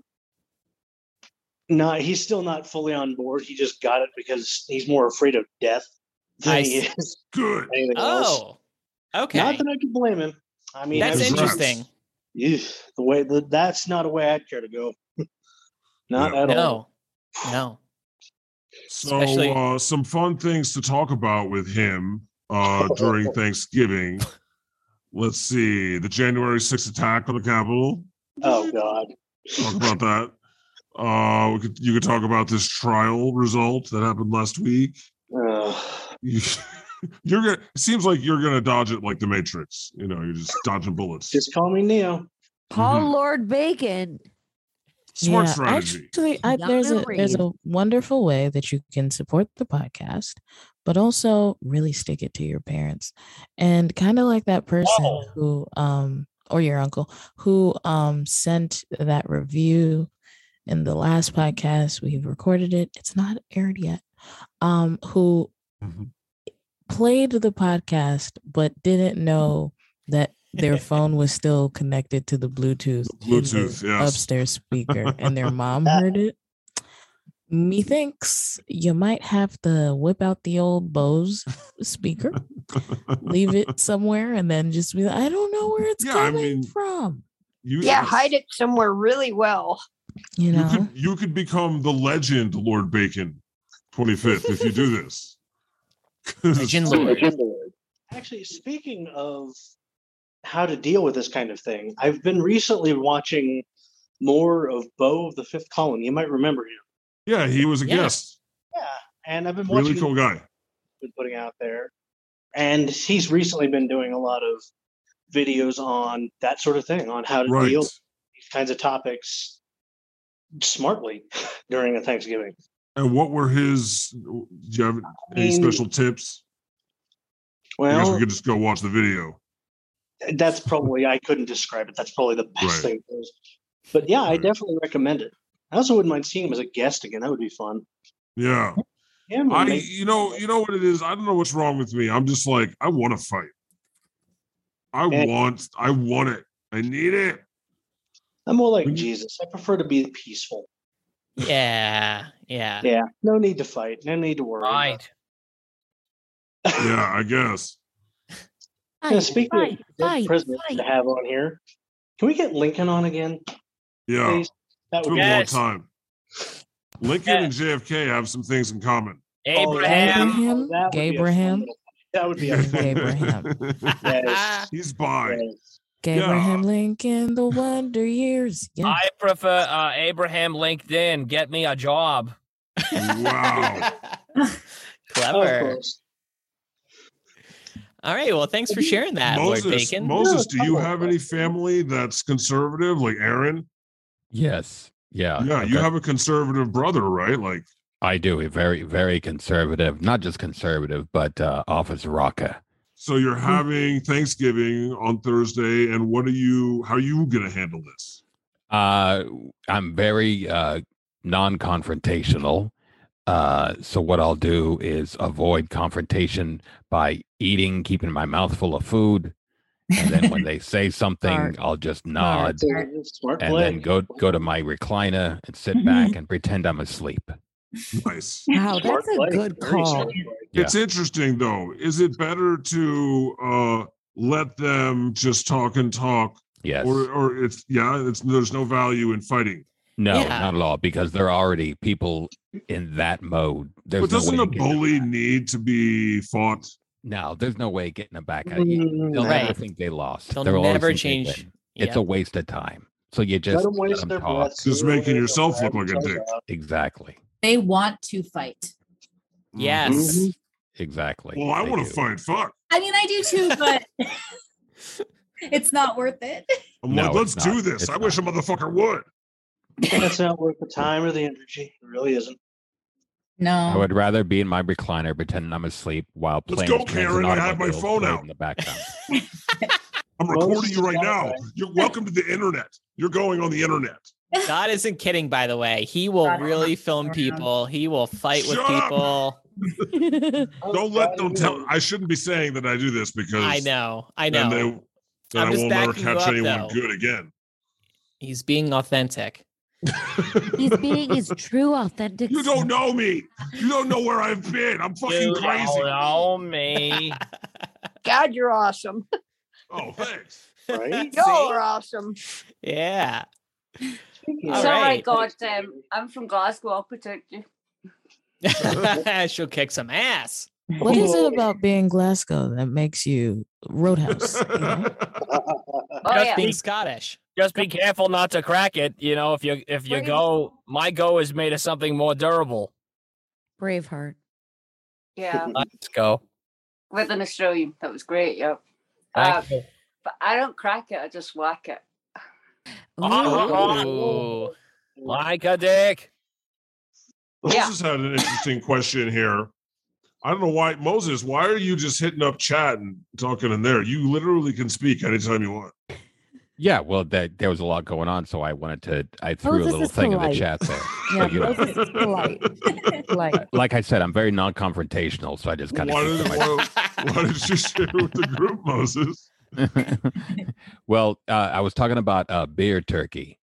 Speaker 14: not he's still not fully on board. He just got it because he's more afraid of death than
Speaker 1: I
Speaker 14: he
Speaker 1: see.
Speaker 14: is good. Anything else.
Speaker 1: Oh, okay.
Speaker 14: Not that I can blame him. I mean,
Speaker 1: That's
Speaker 14: every-
Speaker 1: interesting.
Speaker 14: Eugh, the way the, that's not a way I'd care to go. not at all.
Speaker 1: No.
Speaker 3: So,
Speaker 14: Especially-
Speaker 3: uh, some fun things to talk about with him uh, during Thanksgiving. Let's see the January 6th attack on the Capitol.
Speaker 14: Oh God.
Speaker 3: Talk about that. Uh, we could, you could talk about this trial result that happened last week. You, you're gonna. It seems like you're gonna dodge it like the Matrix. You know, you're just dodging bullets.
Speaker 14: Just call me Neo.
Speaker 2: Call
Speaker 4: Mm-hmm.
Speaker 2: Lord Bacon.
Speaker 3: Smart
Speaker 6: Yeah,
Speaker 3: strategy.
Speaker 6: Actually, I, there's a there's a wonderful way that you can support the podcast, but also really stick it to your parents, and kind of like that person who um or your uncle who um sent that review in the last podcast we've recorded it. It's not aired yet. Um, who played the podcast but didn't know that their phone was still connected to the Bluetooth, in the
Speaker 3: Bluetooth, yes.
Speaker 6: upstairs speaker, and their mom heard it. Methinks you might have to whip out the old Bose speaker, leave it somewhere, and then just be like, I don't know where it's
Speaker 3: Yeah, I
Speaker 6: coming
Speaker 3: mean,
Speaker 6: from.
Speaker 3: You,
Speaker 9: yeah, hide it somewhere really well.
Speaker 6: You
Speaker 3: know, you could, you could become the legend, Lord Bacon, twenty fifth, if you do this. Legend
Speaker 14: Actually, speaking of how to deal with this kind of thing, I've been recently watching more of Bo of the Fifth Column. You might remember him,
Speaker 3: Yeah, he was a
Speaker 14: Yeah.
Speaker 3: guest.
Speaker 14: and I've been watching.
Speaker 3: Really cool guy.
Speaker 14: been putting out there. And he's recently been doing a lot of videos on that sort of thing, on how to
Speaker 3: Right.
Speaker 14: deal with these kinds of topics smartly during a Thanksgiving.
Speaker 3: And what were his? Do you have any
Speaker 14: mean-
Speaker 3: special tips? I guess
Speaker 14: Um, Well-
Speaker 3: we could just go watch the video.
Speaker 14: That's probably I couldn't describe it. That's probably the best thing. for us. But yeah, I definitely recommend it. I also wouldn't mind seeing him as a guest again. That would be fun.
Speaker 3: Yeah.
Speaker 14: Yeah, man,
Speaker 3: I,
Speaker 14: make-
Speaker 3: you know, you know what it is. I don't know what's wrong with me. I'm just like, I want to fight. I
Speaker 14: Yeah.
Speaker 3: want, I want it. I need it.
Speaker 14: I'm more like Jesus. I prefer to be peaceful.
Speaker 1: Yeah. Yeah.
Speaker 14: Yeah. No need to fight. No need to worry. Right.
Speaker 3: Yeah, I guess.
Speaker 14: Yeah, speaking of dead
Speaker 2: fight,
Speaker 14: prisoners to have on here, can we get Lincoln on again?
Speaker 3: Yeah.
Speaker 14: Please? That
Speaker 3: Took
Speaker 14: would
Speaker 3: a
Speaker 14: be
Speaker 3: long
Speaker 14: awesome.
Speaker 3: time. Lincoln and JFK have some things in common.
Speaker 14: Oh,
Speaker 6: Abraham,
Speaker 14: that would be a fun
Speaker 6: Gabraham,
Speaker 14: little- That would be a fun
Speaker 6: Abraham.
Speaker 1: Ah.
Speaker 14: Yes.
Speaker 3: He's bi.
Speaker 6: Gabraham Lincoln, the Wonder Years. Yeah.
Speaker 5: I prefer uh, Abraham LinkedIn. Get me a job.
Speaker 3: Wow.
Speaker 1: Clever. All right. Well, thanks for sharing that, Lord
Speaker 3: Moses,
Speaker 1: Bacon.
Speaker 3: Moses, do you have any family that's conservative, like Aaron?
Speaker 4: Yes. Yeah.
Speaker 3: Yeah,
Speaker 4: I've
Speaker 3: you
Speaker 4: got-
Speaker 3: have a conservative brother, right? Like,
Speaker 4: I do. a Very, very conservative. Not just conservative, but uh, Officer Rocca.
Speaker 3: so you're having Thanksgiving on Thursday, and what are you? How are you gonna handle this?
Speaker 4: Uh, I'm very uh, non confrontational. Uh, so, what I'll do is avoid confrontation by eating, keeping my mouth full of food. And then when they say something,
Speaker 14: Smart.
Speaker 4: I'll just nod
Speaker 14: Smart
Speaker 4: and
Speaker 14: play.
Speaker 4: then go go to my recliner and sit back and pretend I'm asleep.
Speaker 3: Nice.
Speaker 2: Wow,
Speaker 3: Smart
Speaker 2: that's a
Speaker 3: play.
Speaker 2: good
Speaker 3: Very
Speaker 1: Oh.
Speaker 3: smart
Speaker 2: call.
Speaker 3: It's interesting though. Is it better to uh let them just talk and talk?
Speaker 4: Yes.
Speaker 3: Or or it's yeah, it's there's no value in fighting.
Speaker 4: No,
Speaker 3: Yeah.
Speaker 4: not at all, because there are already people in that mode. There's
Speaker 3: but doesn't
Speaker 4: no
Speaker 3: a
Speaker 4: way getting-
Speaker 3: bully need to be fought?
Speaker 4: No, there's no way getting them back at you. They'll never
Speaker 1: Mm, Right.
Speaker 4: think they lost.
Speaker 1: They'll
Speaker 4: always
Speaker 1: never
Speaker 4: think they
Speaker 1: change.
Speaker 4: win. It's
Speaker 1: Yep.
Speaker 4: a waste of time. So you just
Speaker 1: them
Speaker 4: let
Speaker 1: waste
Speaker 4: them
Speaker 1: their
Speaker 4: talk.
Speaker 1: breath,
Speaker 3: Just making yourself look like a dick.
Speaker 4: Exactly.
Speaker 11: They want to fight.
Speaker 1: Yes.
Speaker 9: Mm-hmm.
Speaker 4: Mhm. Exactly.
Speaker 3: Mm-hmm. Well, I
Speaker 4: They
Speaker 3: want to
Speaker 4: do.
Speaker 3: fight. Fuck.
Speaker 11: I mean, I do too, but it's not worth it.
Speaker 3: I'm
Speaker 4: No,
Speaker 3: like,
Speaker 4: it's
Speaker 3: let's do
Speaker 4: not.
Speaker 3: this.
Speaker 4: It's
Speaker 3: I wish a motherfucker would.
Speaker 14: That's not worth the time or the energy. It really isn't.
Speaker 11: No.
Speaker 4: I would rather be in my recliner pretending I'm asleep while
Speaker 3: Let's
Speaker 4: playing.
Speaker 3: go, Karen. I have my phone out.
Speaker 4: in the background.
Speaker 3: I'm
Speaker 14: Well, this
Speaker 3: recording
Speaker 14: is
Speaker 3: you right
Speaker 14: Spotify.
Speaker 3: now. You're welcome to the internet. You're going on the internet.
Speaker 1: God isn't kidding, by the way. He will really film people. He will fight with
Speaker 3: Shut up!
Speaker 1: people.
Speaker 3: Don't let them tell. I shouldn't be saying that I do this because
Speaker 1: Oh, I know. I
Speaker 3: then
Speaker 1: know.
Speaker 3: they- then
Speaker 1: I'm
Speaker 3: I
Speaker 1: just
Speaker 3: will never
Speaker 1: backing you
Speaker 3: catch
Speaker 1: up,
Speaker 3: anyone
Speaker 1: though.
Speaker 3: good again.
Speaker 1: He's being authentic.
Speaker 2: He's being his true, authentic.
Speaker 3: You don't know me. You don't know where I've been. I'm fucking
Speaker 5: You
Speaker 3: crazy.
Speaker 5: don't know Oh, me.
Speaker 9: God, you're awesome.
Speaker 3: Oh, thanks.
Speaker 9: Right?
Speaker 5: See?
Speaker 9: Y'all are awesome.
Speaker 1: Yeah.
Speaker 13: It's all right, God. Um, I'm from Glasgow. I'll protect you.
Speaker 1: God. She'll kick some ass.
Speaker 6: What is it about being Glasgow that makes you Roadhouse? you know?
Speaker 5: Just
Speaker 1: being
Speaker 5: be-
Speaker 1: Scottish.
Speaker 5: Just be careful not to crack it. You know, if you if you
Speaker 2: Wait.
Speaker 5: go, my go is made of something more durable.
Speaker 2: Braveheart.
Speaker 1: Um,
Speaker 13: Yeah,
Speaker 5: Let's go.
Speaker 13: with an Australian. That was great. Yep. Uh,
Speaker 5: Thank you.
Speaker 13: but I don't crack it. I just whack it.
Speaker 5: Ah, Ooh. Like a dick.
Speaker 3: Moses had an interesting question here. I don't know why, Moses. Why are you just hitting up chat and talking in there? You literally can speak anytime you want.
Speaker 4: Yeah, well, that, there was a lot going on, so I wanted to. I threw
Speaker 2: Moses
Speaker 4: a little
Speaker 2: is
Speaker 4: thing in
Speaker 2: polite.
Speaker 4: the chat there.
Speaker 2: Yeah,
Speaker 4: but, you know,
Speaker 2: Moses is polite. Polite.
Speaker 4: like I said, I'm very non-confrontational, so I just kind
Speaker 3: Why did,
Speaker 4: of.
Speaker 3: why, why did you share with the group, Moses?
Speaker 4: well, uh, I was talking about uh, beer turkey.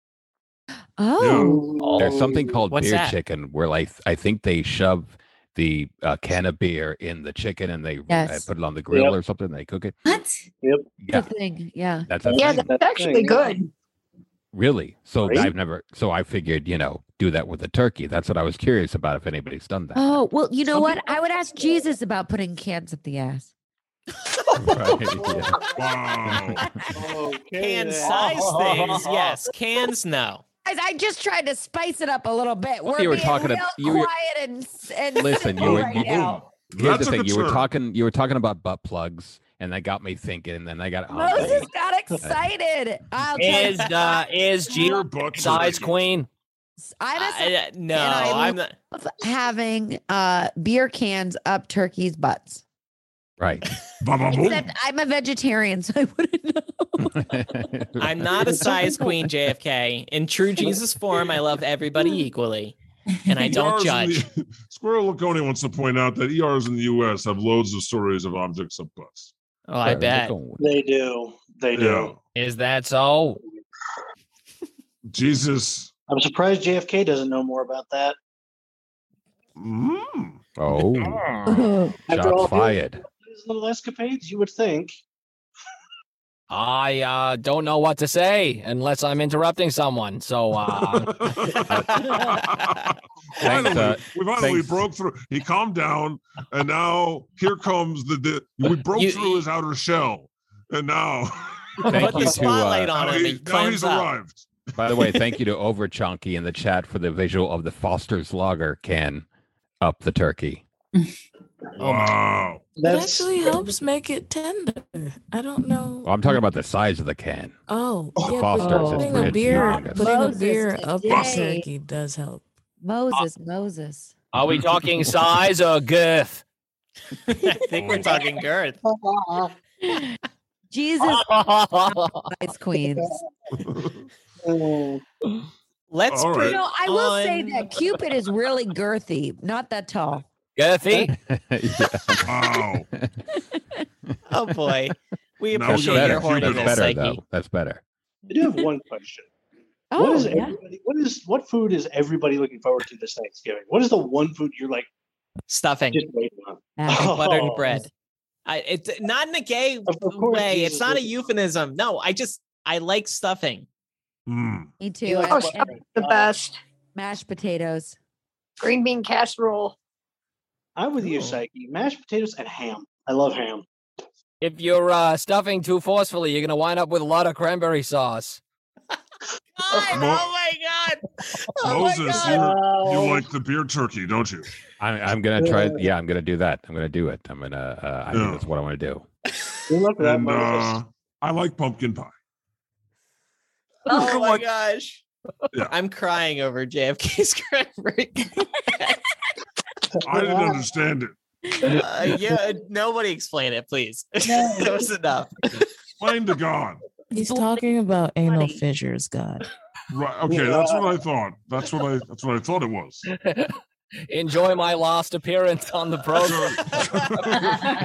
Speaker 2: Oh.
Speaker 4: There's something called
Speaker 1: What's
Speaker 4: beer
Speaker 1: that?
Speaker 4: chicken where like I think they shove the uh, can of beer in the chicken and they uh,
Speaker 2: Yes.
Speaker 4: put it on the grill
Speaker 2: Yep.
Speaker 4: or something. And they cook it.
Speaker 11: What?
Speaker 14: Yep.
Speaker 4: Yeah,
Speaker 2: The thing. Yeah.
Speaker 4: That's a
Speaker 9: yeah,
Speaker 4: thing.
Speaker 9: that's actually good.
Speaker 4: really. So
Speaker 14: Right?
Speaker 4: I've never. So I figured, you know, do that with a turkey. That's what I was curious about. If anybody's done that.
Speaker 2: Oh, well, you know what? I would ask Jesus about putting cans up the ass.
Speaker 4: Right, yeah.
Speaker 1: Can size things, yes. Cans, no.
Speaker 2: Guys, I just tried to spice it up a little bit. We're
Speaker 4: you were
Speaker 2: being
Speaker 4: talking to-
Speaker 2: real
Speaker 4: you were-
Speaker 2: quiet and, and
Speaker 4: Listen, you
Speaker 2: simple
Speaker 4: were
Speaker 2: Oh. right
Speaker 4: you,
Speaker 2: now.
Speaker 4: here's
Speaker 3: That's
Speaker 4: the
Speaker 3: a
Speaker 4: thing.
Speaker 3: good
Speaker 4: You were
Speaker 3: term.
Speaker 4: talking you were talking about butt plugs, and that got me thinking, and then I got oh, hungry.
Speaker 2: Moses got excited. I'll tell
Speaker 5: Is
Speaker 2: you,
Speaker 5: uh is G size queen?
Speaker 2: I'm
Speaker 1: I,
Speaker 2: a
Speaker 1: uh, no,
Speaker 2: and I
Speaker 1: I'm not.
Speaker 2: love having uh, beer cans up turkeys' butts.
Speaker 4: Right.
Speaker 2: Except I'm a vegetarian, so I wouldn't know.
Speaker 1: I'm not a size queen, JFK. In true Jesus form, I love everybody equally, and I don't
Speaker 3: ERs E in
Speaker 1: judge.
Speaker 3: The, Squirrel Laconi wants to point out that ERs in the U.S. have loads of stories of objects up butts.
Speaker 1: Oh, I bet.
Speaker 14: They do. They do.
Speaker 5: Is that so?
Speaker 3: Jesus.
Speaker 14: I'm surprised JFK doesn't know more about that.
Speaker 1: Mm-hmm.
Speaker 3: Mm.
Speaker 4: Oh,
Speaker 14: After all
Speaker 4: shots
Speaker 14: his-
Speaker 4: fired.
Speaker 14: His little escapades, you would think.
Speaker 5: I uh don't know what to say unless I'm interrupting someone. So uh
Speaker 4: Thanks,
Speaker 3: finally,
Speaker 4: uh,
Speaker 3: we finally
Speaker 4: thanks.
Speaker 3: broke through. He calmed down, and now here comes the. the we broke
Speaker 1: You-
Speaker 3: through his outer shell, and now.
Speaker 4: Thank
Speaker 1: Put the
Speaker 4: you to,
Speaker 1: spotlight
Speaker 4: uh,
Speaker 1: on
Speaker 3: now
Speaker 1: him.
Speaker 3: he-
Speaker 1: He
Speaker 3: now he's
Speaker 1: climbs up.
Speaker 3: arrived.
Speaker 4: By the way, thank you to Over Chonky in the chat for the visual of the Foster's Lager can up the turkey.
Speaker 3: Oh, Wow.
Speaker 6: It actually helps make it tender. I don't know.
Speaker 4: Well, I'm talking about the size of the can.
Speaker 6: Oh,
Speaker 4: The
Speaker 6: yeah,
Speaker 4: Foster's
Speaker 6: but
Speaker 4: is
Speaker 6: putting a
Speaker 4: pretty
Speaker 6: beer,
Speaker 4: humongous.
Speaker 6: putting a
Speaker 2: Moses
Speaker 6: beer up the
Speaker 2: today.
Speaker 6: turkey does help.
Speaker 2: Moses, Moses.
Speaker 5: are we talking size or girth?
Speaker 1: I think we're talking girth.
Speaker 2: Jesus, size queens.
Speaker 1: Let's
Speaker 3: All
Speaker 1: bring
Speaker 2: You know, I will say
Speaker 1: on-
Speaker 2: that Cupid is really girthy, not that tall.
Speaker 5: Girthy.
Speaker 3: Wow.
Speaker 1: Oh boy, we
Speaker 4: That's
Speaker 1: appreciate
Speaker 4: better.
Speaker 1: your
Speaker 4: That's
Speaker 1: horniness,
Speaker 4: better,
Speaker 1: Psyche.
Speaker 4: though. That's better.
Speaker 14: I do have one question.
Speaker 2: Oh,
Speaker 14: what is
Speaker 2: yeah.
Speaker 14: everybody, what is what food is everybody looking forward to this Thanksgiving? What is the one food you're like
Speaker 1: Stuffing,
Speaker 14: just waiting on?
Speaker 1: Like butter and
Speaker 14: Oh.
Speaker 1: bread. I, it's not in a gay
Speaker 14: of course
Speaker 1: way.
Speaker 14: Jesus
Speaker 1: It's not a
Speaker 14: would-
Speaker 1: euphemism. No, I just I like stuffing.
Speaker 3: Mm.
Speaker 2: Me too.
Speaker 14: You like
Speaker 2: and-
Speaker 9: Oh,
Speaker 2: and
Speaker 9: stuffing's the best.
Speaker 2: mashed potatoes.
Speaker 9: Green bean casserole.
Speaker 14: I'm with you,
Speaker 1: Cool.
Speaker 14: Psyche. Mashed potatoes and ham. I love ham.
Speaker 5: If you're uh stuffing too forcefully, you're gonna wind up with a lot of cranberry sauce.
Speaker 1: God,
Speaker 3: Uh, Mo-
Speaker 1: oh my god! Oh my
Speaker 3: Moses,
Speaker 1: god!
Speaker 3: you're, you
Speaker 14: Wow.
Speaker 3: like the beer turkey, don't you?
Speaker 4: I'm, I'm gonna try.
Speaker 14: Yeah.
Speaker 4: Yeah, I'm gonna do that. I'm gonna do it. I'm gonna. Uh, I
Speaker 3: Yeah.
Speaker 4: think that's what I want to do.
Speaker 14: Good luck with that,
Speaker 3: And
Speaker 14: Moses.
Speaker 3: uh, I like pumpkin pie.
Speaker 1: Oh my gosh.
Speaker 3: Yeah.
Speaker 1: I'm crying over JFK's cranberry.
Speaker 3: I didn't understand it.
Speaker 1: Uh, yeah, nobody explain it, please. that was enough.
Speaker 3: Explain to God.
Speaker 6: He's talking about anal fissures, God.
Speaker 3: Right. Okay. That's what I thought. That's what I. That's what I thought it was.
Speaker 5: Enjoy my last appearance on the program.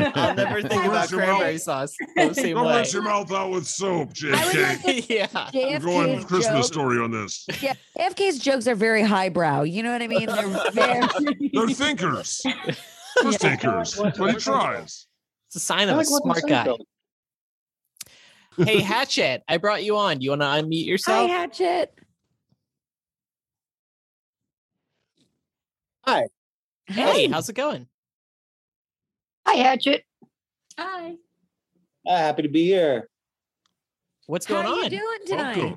Speaker 1: I'll never think
Speaker 3: Don't
Speaker 1: about
Speaker 3: rinse your mouth.
Speaker 1: cranberry sauce the same
Speaker 3: Don't
Speaker 1: way.
Speaker 3: rinse your mouth out with soap,
Speaker 2: like
Speaker 3: JFK.
Speaker 1: yeah.
Speaker 3: We're going with Christmas story on this.
Speaker 2: Yeah, JFK's jokes are very highbrow. You know what I mean? They're very.
Speaker 3: They're thinkers. Risk takers. That's what he tries.
Speaker 1: It's a sign of a smart guy. hey, Hatchet, I brought you on. You want to unmute yourself?
Speaker 2: Hatchet.
Speaker 5: Hi.
Speaker 1: Hey, how's it going?
Speaker 9: Hi, Hatchet.
Speaker 11: Hi.
Speaker 15: Ah, happy to be here.
Speaker 1: What's
Speaker 2: How are you doing tonight?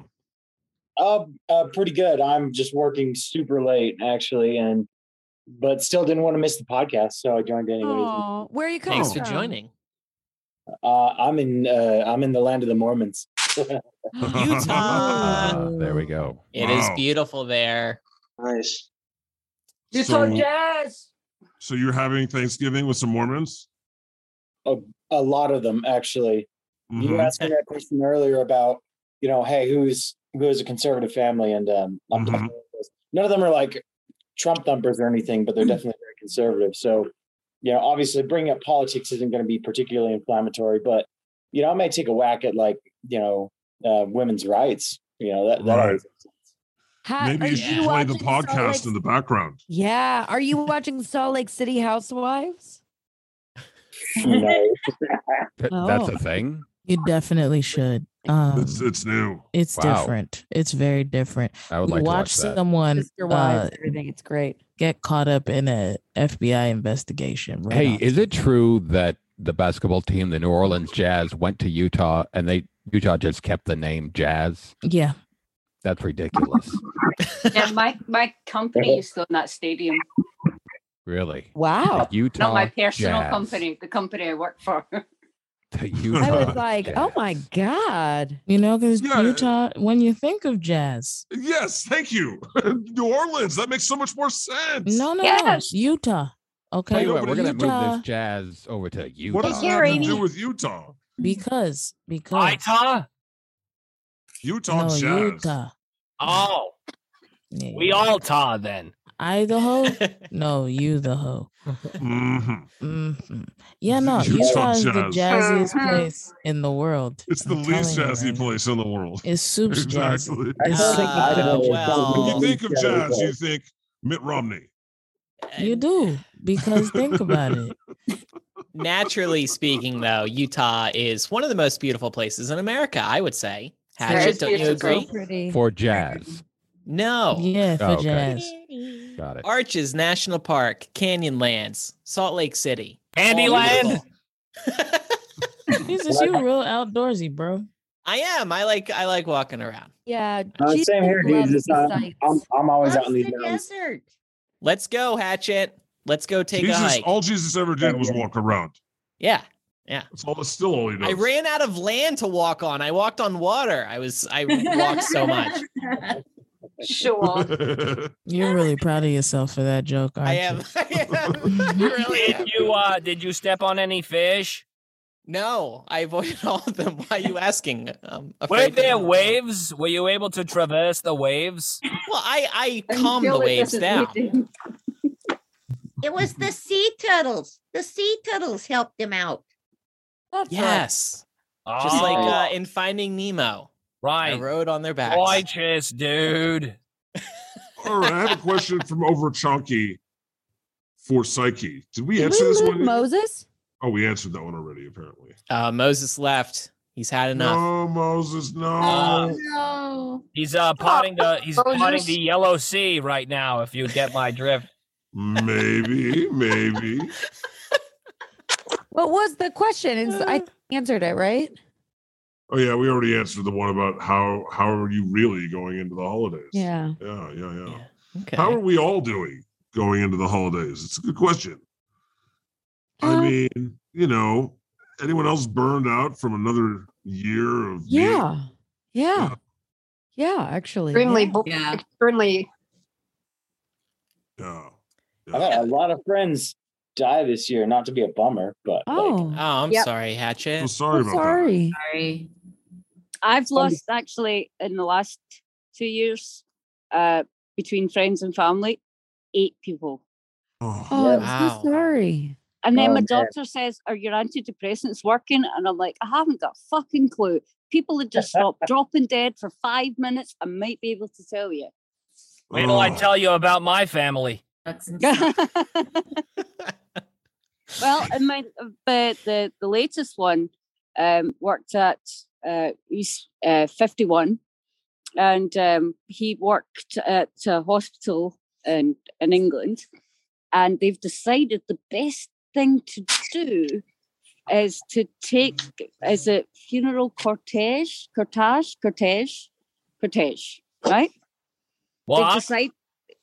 Speaker 15: Uh, uh, pretty good. I'm just working super late actually, and but still didn't want to miss the podcast, so I joined anyways.
Speaker 2: Aw, where are you coming
Speaker 15: Thanks for
Speaker 2: from?
Speaker 15: joining. Uh, I'm in. Uh, I'm in the land of the Mormons.
Speaker 1: Utah.
Speaker 4: Ah, there we go.
Speaker 1: It is beautiful there.
Speaker 15: Nice.
Speaker 3: You So- told
Speaker 9: jazz.
Speaker 3: So you're having Thanksgiving with some Mormons?
Speaker 15: A, a lot of them actually. You
Speaker 4: Mm-hmm.
Speaker 15: were asking that question earlier about you know, hey, who's who is a conservative family, and um, I'm
Speaker 1: Mm-hmm.
Speaker 15: definitely none of them are like Trump thumpers or anything, but they're
Speaker 3: Hmm.
Speaker 15: definitely very conservative. So, you know, obviously bringing up politics isn't going to be particularly inflammatory, but you know, I may take a whack at like you know uh, women's rights. You know that, that
Speaker 3: Right.
Speaker 15: always-
Speaker 2: Hi,
Speaker 3: Maybe
Speaker 2: are
Speaker 3: Uh, you should play the
Speaker 2: watching Salt
Speaker 3: podcast in
Speaker 2: Lake-
Speaker 3: the background.
Speaker 2: Yeah. Are you watching Salt Lake City Housewives?
Speaker 15: No.
Speaker 4: That's
Speaker 14: Oh.
Speaker 4: a thing.
Speaker 6: You definitely should. Um,
Speaker 3: It's it's new.
Speaker 6: it's
Speaker 4: Wow.
Speaker 6: different. It's very different.
Speaker 4: I would
Speaker 6: We
Speaker 4: like to watch
Speaker 6: watched
Speaker 4: that.
Speaker 6: someone
Speaker 2: Sister
Speaker 6: uh,
Speaker 2: Wives, everything. It's great.
Speaker 6: get caught up in a FBI investigation. Right
Speaker 4: Hey,
Speaker 6: off.
Speaker 4: is it true that the basketball team, the New Orleans Jazz, went to Utah and they Utah just kept the name Jazz?
Speaker 6: yeah.
Speaker 4: That's ridiculous.
Speaker 13: Yeah, my my company used to own that stadium.
Speaker 4: really?
Speaker 2: Wow.
Speaker 4: The Utah.
Speaker 13: Not my personal
Speaker 4: Jazz.
Speaker 13: company, the company I work for.
Speaker 4: The
Speaker 2: I
Speaker 4: Utah
Speaker 2: was like, oh my god.
Speaker 6: You know, because
Speaker 3: Yeah.
Speaker 6: Utah, when you think of jazz,
Speaker 3: Yes, thank you. New Orleans. That makes so much more sense.
Speaker 6: no, no, no, Utah. Okay,
Speaker 4: Tell you what, we're gonna
Speaker 6: Utah,
Speaker 4: move this Jazz over to Utah.
Speaker 3: What does it have to do with Utah?
Speaker 6: because because
Speaker 5: Utah.
Speaker 3: Utah
Speaker 6: no,
Speaker 3: Jazz.
Speaker 6: Utah,
Speaker 5: Oh,
Speaker 6: Yeah,
Speaker 5: we all tar then.
Speaker 6: I the hoe. no, you the hoe. Mhm. Yeah, no,
Speaker 3: Mm-hmm. Utah
Speaker 6: Utah is the
Speaker 3: Jazz.
Speaker 6: jazziest
Speaker 3: Mhm.
Speaker 6: place in the world.
Speaker 3: It's the
Speaker 6: I'm telling
Speaker 3: least
Speaker 6: you
Speaker 3: jazzy
Speaker 6: right now.
Speaker 3: place in the world.
Speaker 6: It's soup's
Speaker 3: Exactly.
Speaker 6: jazzy. It's soup's jazzy.
Speaker 3: When you
Speaker 1: well-
Speaker 3: think of jazz, you think Mitt Romney.
Speaker 6: You do because think about it.
Speaker 1: Naturally speaking, though, Utah is one of the most beautiful places in America, I would say. Hatchet, don't you agree?
Speaker 4: For jazz.
Speaker 1: No.
Speaker 6: Yeah,
Speaker 4: for Oh, okay. jazz. Got it.
Speaker 1: Arches National Park, Canyonlands, Salt Lake City.
Speaker 5: Candyland?
Speaker 1: All beautiful.
Speaker 6: Jesus, you real outdoorsy, bro.
Speaker 1: I am. I like I like walking around.
Speaker 2: Yeah.
Speaker 15: Uh,
Speaker 2: Jesus
Speaker 15: same here, dude.
Speaker 2: loves
Speaker 15: Just,
Speaker 2: the
Speaker 15: uh,
Speaker 2: sight.
Speaker 15: I'm I'm always out
Speaker 1: Loves
Speaker 15: in these
Speaker 1: the
Speaker 15: mountains.
Speaker 1: Let's go, Hatchet. Let's go take a
Speaker 3: Jesus,
Speaker 1: hike.
Speaker 3: all Jesus ever did was walk around.
Speaker 1: Yeah. Yeah.
Speaker 3: That's all. That's still all he does.
Speaker 1: I ran out of land to walk on. I walked on water. I was I walked so much.
Speaker 13: Sure.
Speaker 6: You're really proud of yourself for that joke, aren't
Speaker 1: I
Speaker 6: you?
Speaker 1: am. I am. I really am.
Speaker 5: Did you uh did you step on any fish?
Speaker 1: No, I avoided all of them. Why are you asking? Um,
Speaker 5: Were there waves? Were you able to traverse the waves?
Speaker 1: Well, I I
Speaker 5: I
Speaker 1: calm
Speaker 5: feel
Speaker 1: the
Speaker 5: like this
Speaker 1: waves
Speaker 5: is
Speaker 1: down.
Speaker 10: It was the sea turtles. The sea turtles helped him out.
Speaker 1: Yes,
Speaker 3: Oh.
Speaker 1: just like uh, in Finding Nemo.
Speaker 5: Right,
Speaker 1: I rode on their backs.
Speaker 5: Righteous, dude.
Speaker 3: All right, I have a question from over Chunky for Psyche. Did we
Speaker 2: Did
Speaker 3: answer
Speaker 2: we
Speaker 3: this
Speaker 2: lose
Speaker 3: one?
Speaker 2: Moses?
Speaker 3: Oh, we answered that one already, apparently.
Speaker 1: Uh, Moses left. He's had enough.
Speaker 3: No, Moses, no.
Speaker 5: Uh,
Speaker 2: No.
Speaker 5: He's uh potting the he's
Speaker 3: Moses.
Speaker 5: potting the yellow sea right now. If you get my drift.
Speaker 3: maybe, maybe.
Speaker 2: What was the question? It's, I answered it right.
Speaker 3: Oh yeah, we already answered the one about how how are you really going into the holidays?
Speaker 2: Yeah.
Speaker 3: Yeah, yeah, yeah. How are we all doing going into the holidays? It's a good question.
Speaker 2: Um,
Speaker 3: I mean, you know, anyone else burned out from another year of being-
Speaker 2: Yeah. Yeah. Yeah. Actually.
Speaker 9: Extremely,
Speaker 2: yeah.
Speaker 9: bo- extremely.
Speaker 3: Yeah.
Speaker 15: I've had a lot of friends die this year. Not to be a bummer, but
Speaker 1: Oh, I'm
Speaker 13: Yep.
Speaker 1: sorry, Hatchet.
Speaker 3: sorry
Speaker 2: Oh,
Speaker 13: Sorry. I've lost actually in the last two years uh, between friends and family, eight people.
Speaker 2: Oh, I'm so sorry.
Speaker 13: And then
Speaker 2: Oh,
Speaker 13: my
Speaker 2: man.
Speaker 13: doctor says, Are your antidepressants working? And I'm like, I haven't got a fucking clue. People had just stopped dropping dead for five minutes. I might be able to tell you.
Speaker 5: Wait till I tell you about my family.
Speaker 13: Well, and my but the the latest one um, worked at uh, he's uh, fifty one, and um, he worked at a hospital in in England, and they've decided the best thing to do is to take is a funeral cortege, cortege, cortege, cortege, right?
Speaker 5: What?
Speaker 13: They've decided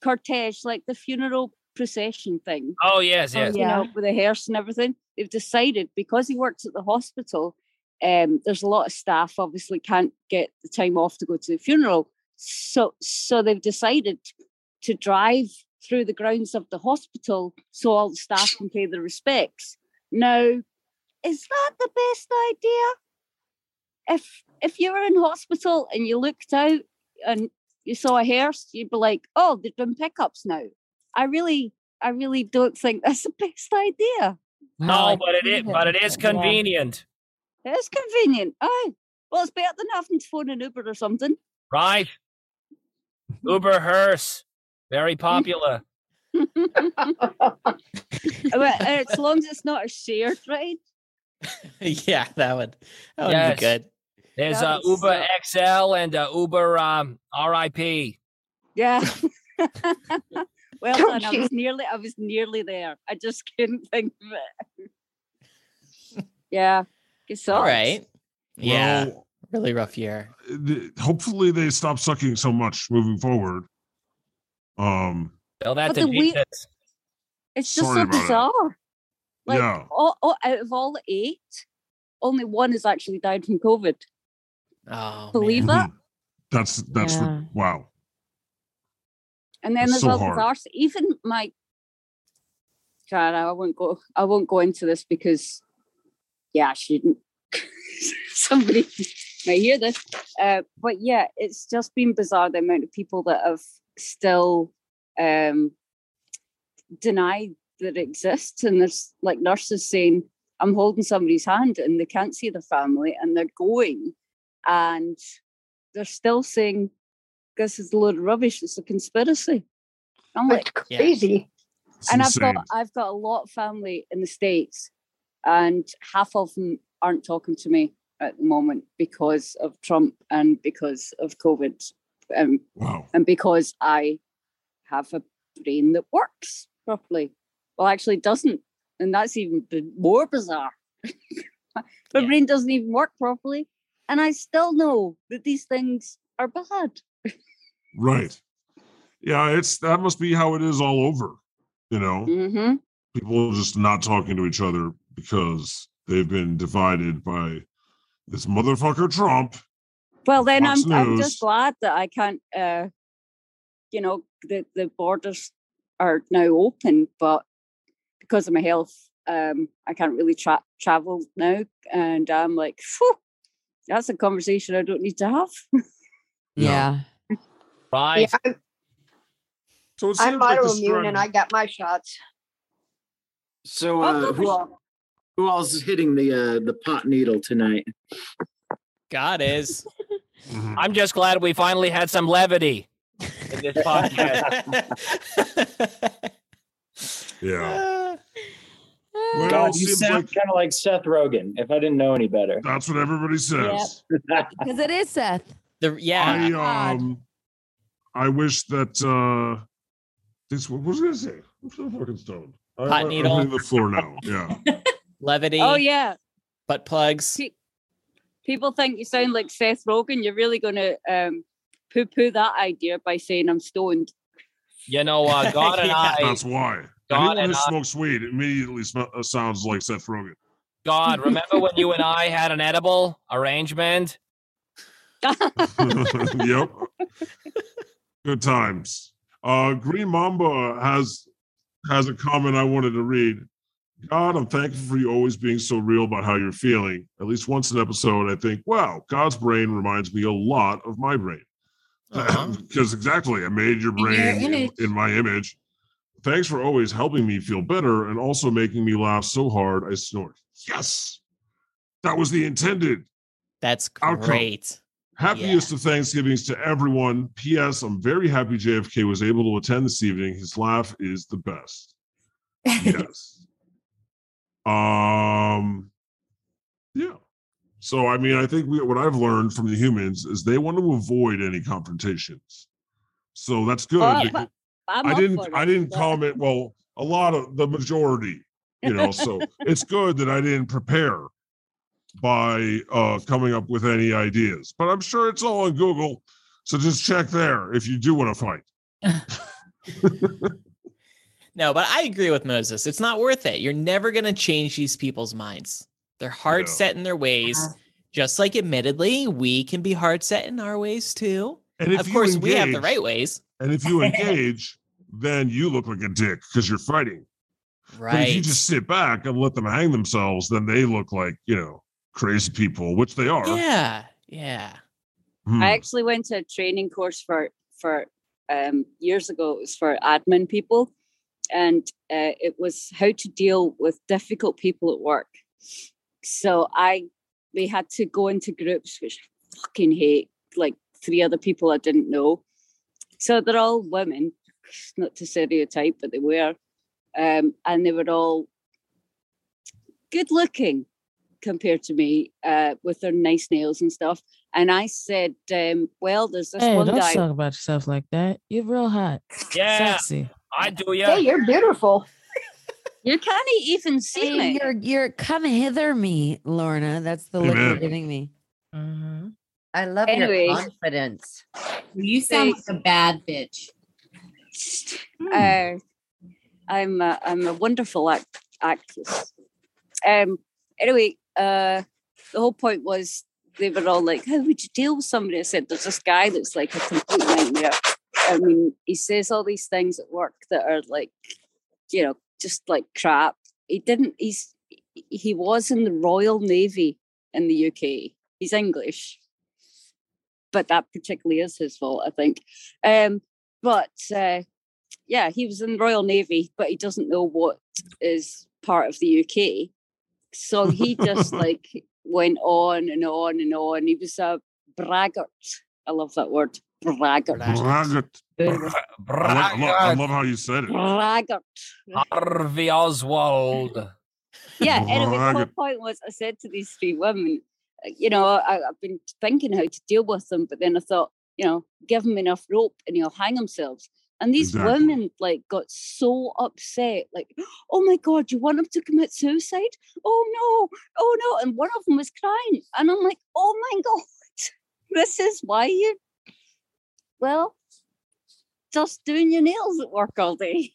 Speaker 13: cortege, like the funeral procession thing.
Speaker 5: Oh, yes, yes.
Speaker 13: You know, with the hearse and everything. They've decided because he works at the hospital, um, there's a lot of staff obviously can't get the time off to go to the funeral. So so they've decided to drive through the grounds of the hospital so all the staff can pay their respects. Now, is that the best idea? If if you were in hospital and you looked out and you saw a hearse, you'd be like, "Oh, they're doing pickups now." I really, I really don't think that's the best idea.
Speaker 5: No, but it is, but it is convenient,
Speaker 13: It's convenient. Oh, well, it's better than having to phone an Uber or something.
Speaker 5: right? Uber hearse, very popular.
Speaker 13: Well, eh, as long as it's not a shared ride.
Speaker 1: yeah, that would that would
Speaker 5: Yes.
Speaker 1: be good.
Speaker 5: There's
Speaker 13: That
Speaker 5: uh,
Speaker 13: is
Speaker 5: Uber XL and uh, Uber um, RIP.
Speaker 13: Yeah. well
Speaker 5: Don't
Speaker 13: done. I was nearly I was nearly there. I just couldn't think of it. yeah. It sucks.
Speaker 1: All right. Yeah.
Speaker 3: Well-
Speaker 1: really rough year.
Speaker 3: Th- Hopefully, they stop sucking so much moving forward. Um,
Speaker 5: Tell that
Speaker 13: But to the we-
Speaker 5: Jesus.
Speaker 13: It's just
Speaker 3: Sorry
Speaker 13: so
Speaker 3: about that.
Speaker 13: bizarre. Like
Speaker 3: Yeah.
Speaker 13: all, all, out of all the eight, only one has actually died from COVID.
Speaker 1: Oh,
Speaker 13: Believe that?
Speaker 3: that's that's
Speaker 13: Yeah.
Speaker 3: wow.
Speaker 13: And then
Speaker 3: It's
Speaker 13: there's
Speaker 3: so
Speaker 13: all
Speaker 3: hard.
Speaker 13: the arse. Even my God, I won't go. I won't go into this because, yeah, I shouldn't. Somebody might hear this. Uh, but yeah, it's just been bizarre the amount of people that have still um, denied that it exists, and there's like nurses saying, "I'm holding somebody's hand," and they can't see their family, and they're going, and they're still saying, "This is a load of rubbish. It's a conspiracy." I'm like,
Speaker 1: Yeah.
Speaker 9: crazy.
Speaker 3: It's
Speaker 13: and I've
Speaker 3: insane.
Speaker 13: got I've got a lot of family in the states, and half of them aren't talking to me at the moment because of Trump and because of COVID, um, and because I have a brain that works properly. Well, actually, it doesn't, and that's even b- more bizarre. My brain doesn't even work properly, and I still know that these things are bad.
Speaker 3: Right. Yeah, it's that must be how it is all over. You know,
Speaker 13: Mm-hmm.
Speaker 3: people are just not talking to each other because they've been divided by this motherfucker Trump.
Speaker 13: Well, then
Speaker 3: Fox
Speaker 13: I'm, I'm
Speaker 3: News.
Speaker 13: just glad that I can't, uh, you know, the, the borders are now open, but because of my health, um, I can't really tra- travel now. And I'm like, phew, that's a conversation I don't need to have.
Speaker 2: Yeah.
Speaker 5: Right.
Speaker 3: So it
Speaker 9: I'm
Speaker 3: seems like the
Speaker 9: autoimmune and I got my shots.
Speaker 15: So uh, who all, who all is hitting the uh, the pot needle tonight?
Speaker 1: God is.
Speaker 5: I'm just glad we finally had some levity in this podcast.
Speaker 3: Yeah.
Speaker 15: God,
Speaker 3: Well,
Speaker 15: you
Speaker 3: seems
Speaker 15: sound
Speaker 3: like-
Speaker 15: kind of like Seth Rogen. If I didn't know any better,
Speaker 3: that's what everybody says.
Speaker 15: Uh,
Speaker 2: Because it is Seth.
Speaker 1: The
Speaker 3: yeah. I um I wish that uh this what was I gonna say? I'm so fucking stoned. I- I-
Speaker 1: Pot
Speaker 3: I'm
Speaker 1: needle.
Speaker 3: hitting the floor now. Yeah.
Speaker 1: Levity.
Speaker 13: Oh, yeah.
Speaker 1: Butt plugs.
Speaker 13: People think you sound like Seth Rogen. You're really going to um, poo poo that idea by saying I'm stoned.
Speaker 5: You know, uh, God and I,
Speaker 3: That's why.
Speaker 5: God
Speaker 3: Anyone
Speaker 5: and
Speaker 3: who
Speaker 5: I-
Speaker 3: smokes weed immediately sm- uh, sounds like Seth Rogen.
Speaker 5: God, remember when you and I had an edible arrangement?
Speaker 3: yep. Good times. Uh, Green Mamba has has a comment I wanted to read. God, I'm thankful for you always being so real about how you're feeling. At least once an episode, I think, wow, God's brain reminds me a lot of my brain. Because exactly, I made
Speaker 11: your
Speaker 3: your brain in-
Speaker 11: image.
Speaker 3: in my image. Thanks for always helping me feel better and also making me laugh so hard I snort. Yes, that was the intended.
Speaker 1: That's
Speaker 3: outcome.
Speaker 1: great.
Speaker 3: Happiest of Thanksgivings to everyone. P.S. I'm very happy JFK was able to attend this evening. His laugh is the best. Yes. um. Yeah. So I mean, I think we, what I've learned from the humans is they want to avoid any confrontations. So that's good.
Speaker 13: Oh,
Speaker 3: because-
Speaker 13: but I'm
Speaker 3: I
Speaker 13: up
Speaker 3: didn't.
Speaker 13: for
Speaker 3: I
Speaker 13: it.
Speaker 3: didn't comment. Well, a lot of the majority, you know. So it's good that I didn't prepare by uh, coming up with any ideas. But I'm sure it's all on Google. So just check there if you do want to fight.
Speaker 1: No, but I agree with Moses. It's not worth it. You're never going to change these people's minds. They're hard set in their ways,
Speaker 16: Uh-huh.
Speaker 1: just like admittedly, we can be hard set in our ways too.
Speaker 3: And if
Speaker 1: of
Speaker 3: you
Speaker 1: course, we have the
Speaker 3: engage-
Speaker 1: right ways.
Speaker 3: And if you engage, then you look like a dick because you're fighting. But if you
Speaker 1: Right.
Speaker 3: just sit back and let them hang themselves, then they look like you know crazy people, which they are.
Speaker 1: Yeah. Yeah.
Speaker 3: Hmm.
Speaker 13: I actually went to a training course for for um, years ago. It was for admin people, and uh, it was how to deal with difficult people at work. So I we had to go into groups, which I fucking hate, like three other people I didn't know. So they're all women, not to stereotype, but they were, um, and they were all good looking compared to me uh, with their nice nails and stuff. And I said, um, well, there's this
Speaker 6: Hey,
Speaker 13: one
Speaker 6: don't
Speaker 13: guy.
Speaker 6: talk about yourself like that. You're real hot.
Speaker 5: Yeah.
Speaker 6: Sexy.
Speaker 5: I do ya.
Speaker 9: Hey, you're beautiful.
Speaker 13: You can't even see
Speaker 2: Hey,
Speaker 13: me.
Speaker 2: You're you're come hither me, Lorna. That's the look you're
Speaker 13: Amen.
Speaker 2: giving me.
Speaker 13: Mm-hmm.
Speaker 10: I love
Speaker 13: Anyway.
Speaker 10: your confidence.
Speaker 11: You sound like a bad bitch.
Speaker 13: Uh, I'm a, I'm a wonderful act- actress. Um. Anyway, uh, the whole point was they were all like, "How would you deal with somebody?" I said, "There's this guy that's like a complete nightmare. I mean, he says all these things at work that are like, you know, just like crap. He didn't. He's he was in the Royal Navy in the UK. He's English, but that particularly is his fault, I think. Um, but uh, yeah, he was in the Royal Navy, but he doesn't know what is part of the UK. So he just like went on and on and on. He was a braggart. I love that word, braggart.
Speaker 3: Braggart. I, lo- I lo- I love how you said it.
Speaker 13: Braggart.
Speaker 5: Harvey Oswald.
Speaker 13: Yeah, anyway, the whole
Speaker 5: Braggart.
Speaker 13: point was I said to these three women, uh, you know, I, I've been thinking how to deal with them, but then I thought, you know, give them enough rope and he'll hang himself. And these
Speaker 9: Exactly.
Speaker 13: women like got so upset, like, oh my god, you want him to commit suicide? Oh no, oh no. And one of them was crying. And I'm like, oh my god, this is why you well just doing your nails at work all day.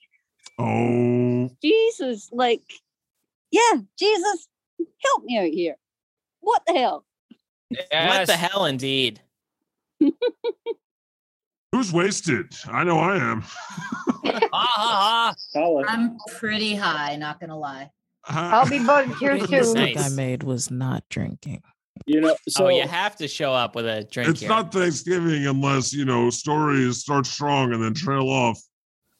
Speaker 3: Oh,
Speaker 13: Jesus, like, yeah, Jesus, help me out here. What the hell?
Speaker 1: What the hell, indeed?
Speaker 3: who's wasted? I know I am.
Speaker 11: I'm pretty high, not gonna lie.
Speaker 3: I'll
Speaker 9: be bugged here
Speaker 6: The
Speaker 1: too.
Speaker 6: mistake I
Speaker 1: Nice.
Speaker 6: made was not drinking.
Speaker 16: You know,
Speaker 1: oh, you have to show up with a drink
Speaker 3: it's
Speaker 1: here.
Speaker 3: not Thanksgiving unless you know stories start strong and then trail off,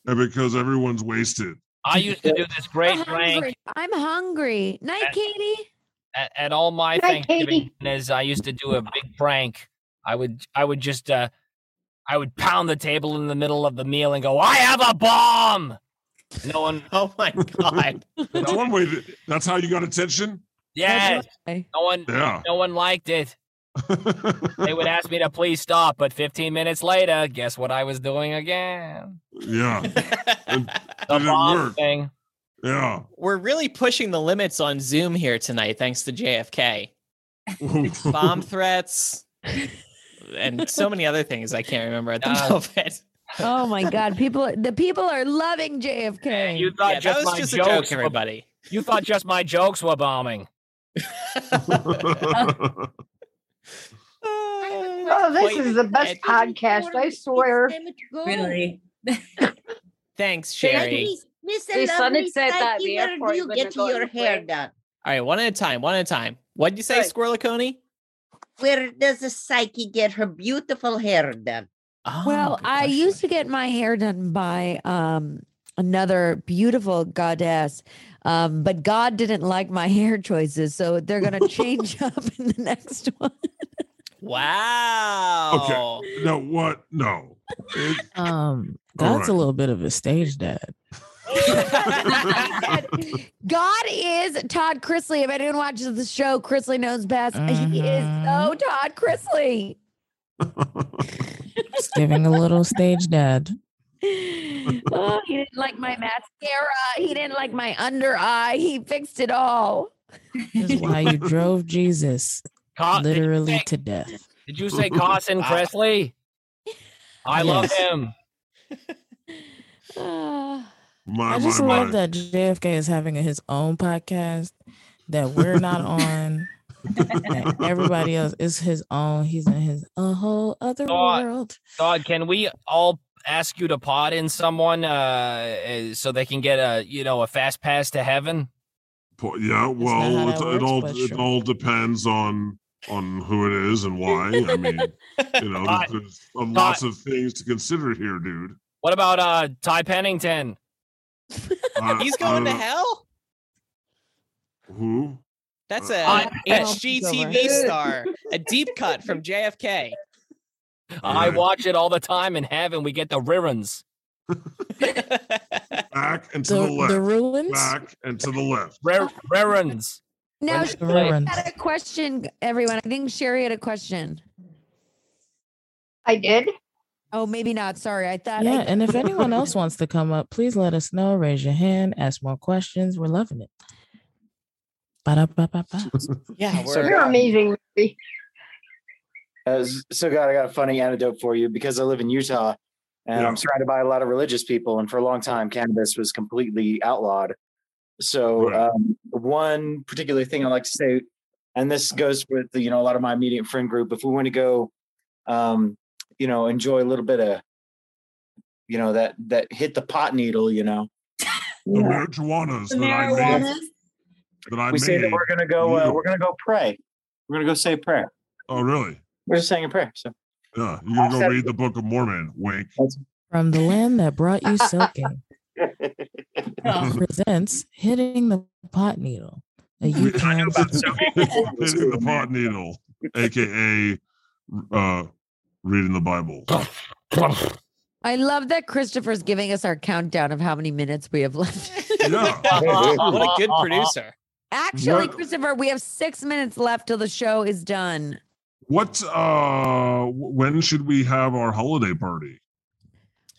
Speaker 3: and because everyone's wasted.
Speaker 5: I used to do this great drink
Speaker 2: I'm hungry. Night, Katie.
Speaker 5: at, at all my
Speaker 2: Hi, Katie.
Speaker 5: Thanksgiving dinners. I used to do a big prank. I would I would just uh I would pound the table in the middle of the meal and go, I have a bomb. No one
Speaker 1: Oh my god.
Speaker 3: that's one way. That, that's how you got attention.
Speaker 5: Yes.
Speaker 2: No
Speaker 5: one
Speaker 3: Yeah.
Speaker 5: no one liked it. they would ask me to please stop, but 15 minutes later, guess what I was doing again?
Speaker 3: Yeah.
Speaker 5: The
Speaker 3: Did it
Speaker 5: bomb
Speaker 3: work?
Speaker 5: thing.
Speaker 3: Yeah.
Speaker 1: We're really pushing the limits on Zoom here tonight, thanks to JFK. Bomb threats and so many other things I can't remember at the
Speaker 5: Yeah.
Speaker 1: moment.
Speaker 2: Oh my God! People, the people are loving JFK.
Speaker 5: You thought
Speaker 1: Yeah, that
Speaker 5: just
Speaker 1: was
Speaker 5: my
Speaker 1: just a joke,
Speaker 5: jokes
Speaker 1: everybody.
Speaker 5: Were, you thought just my jokes were bombing.
Speaker 1: Uh,
Speaker 9: Oh, this is the best podcast, I swear.
Speaker 11: Really?
Speaker 1: Thanks,
Speaker 10: Like,
Speaker 1: Sherry.
Speaker 10: Miss, Miss
Speaker 17: His son had
Speaker 10: Lovely
Speaker 17: said that at the
Speaker 10: Psyche, where
Speaker 17: airport
Speaker 10: do you
Speaker 17: when I
Speaker 10: get
Speaker 17: got
Speaker 10: your
Speaker 17: on the
Speaker 10: hair
Speaker 17: plane.
Speaker 10: done?
Speaker 1: All right, one at a time, one at a time. What'd you say, Squirrelacone?
Speaker 10: Where does the Psyche get her beautiful hair done?
Speaker 2: well, I used to get my hair done by um, another beautiful goddess, um, but God didn't like my hair choices, so they're gonna change up in the next one.
Speaker 1: Wow.
Speaker 3: Okay. No, what? No. It-
Speaker 6: Um,
Speaker 3: All
Speaker 6: God's a
Speaker 3: right.
Speaker 6: little bit of a stage dad.
Speaker 2: God is Todd Chrisley. If anyone watches the show, Chrisley knows best. He is so Todd Chrisley.
Speaker 6: He's giving a little stage dad.
Speaker 2: Oh, he didn't like my mascara. He didn't like my under eye. He fixed it all.
Speaker 6: That's why you drove Jesus
Speaker 5: Ca- did you
Speaker 6: literally
Speaker 5: say-
Speaker 6: to death.
Speaker 5: Did you say
Speaker 1: Ah.
Speaker 5: Carson Cressley? I love
Speaker 6: Yes.
Speaker 5: him.
Speaker 3: My,
Speaker 2: Ah.
Speaker 6: I
Speaker 3: my,
Speaker 6: just
Speaker 3: my.
Speaker 6: love that JFK is having his own podcast that we're not on. that everybody else is his own. He's in his a whole other
Speaker 5: Thought.
Speaker 6: world.
Speaker 5: Todd, can we all ask you to pardon someone uh, uh, so they can get a you know a fast pass to heaven?
Speaker 3: Po- Yeah,
Speaker 5: not how
Speaker 3: well, it,
Speaker 5: that
Speaker 3: it
Speaker 5: works,
Speaker 3: all
Speaker 5: but
Speaker 3: it
Speaker 5: sure.
Speaker 3: all depends on on who it is and why. I mean, you know,
Speaker 5: Todd-
Speaker 3: there's, there's uh, lots of things to consider here, dude.
Speaker 5: What about uh Ty Pennington?
Speaker 3: I-
Speaker 1: He's
Speaker 3: I
Speaker 1: going
Speaker 3: don't
Speaker 1: to
Speaker 3: know.
Speaker 1: hell?
Speaker 3: Who?
Speaker 1: That's
Speaker 3: Uh,
Speaker 1: a
Speaker 3: I-
Speaker 1: HGTV
Speaker 5: Silver.
Speaker 1: star, a deep cut from JFK.
Speaker 5: I watch it all the time in heaven. We get the rirons.
Speaker 3: Back and to
Speaker 5: The-
Speaker 3: the,
Speaker 5: the
Speaker 3: left.
Speaker 6: ruins?
Speaker 3: Back and to the left.
Speaker 5: Rirons.
Speaker 2: Now,
Speaker 5: When
Speaker 2: she
Speaker 5: they-
Speaker 2: had a question, everyone. I think Sherry had a question.
Speaker 9: I did.
Speaker 2: Oh, maybe not. Sorry. I thought.
Speaker 6: Yeah,
Speaker 2: I,
Speaker 6: and if anyone else wants to come up, please let us know. Raise your hand, ask more questions. We're loving it. Ba-da-ba-ba-ba.
Speaker 1: Yeah,
Speaker 15: So-
Speaker 9: You're amazing. Ruby.
Speaker 15: As, so, God, I got a funny anecdote for you because I live in Utah and I'm surrounded by a lot of religious people. And for a long time, cannabis was completely outlawed. So, um, one particular thing I like to say, and this goes with you know a lot of my immediate friend group. If we want to go, um, you know, enjoy a little bit of, you know, that that hit the pot needle, you know,
Speaker 3: The marijuanas
Speaker 15: The
Speaker 3: that I made. That I
Speaker 15: we say that
Speaker 3: made.
Speaker 15: we're gonna go, uh, we're gonna go pray, we're gonna go say a prayer.
Speaker 3: Oh, really?
Speaker 15: We're just saying a prayer. So
Speaker 3: Yeah, you're gonna go read the Book of Mormon. Wink.
Speaker 6: From the land that brought you soaking
Speaker 1: Oh.
Speaker 6: presents hitting the pot needle. A UConn
Speaker 3: Hitting the pot needle, aka uh, reading the Bible.
Speaker 2: I love that Christopher's giving us our countdown of how many minutes we have left.
Speaker 1: what a good producer.
Speaker 2: Actually,
Speaker 3: What-
Speaker 2: Christopher, we have six minutes left till the show is done.
Speaker 3: What? Uh, when should we have our holiday party?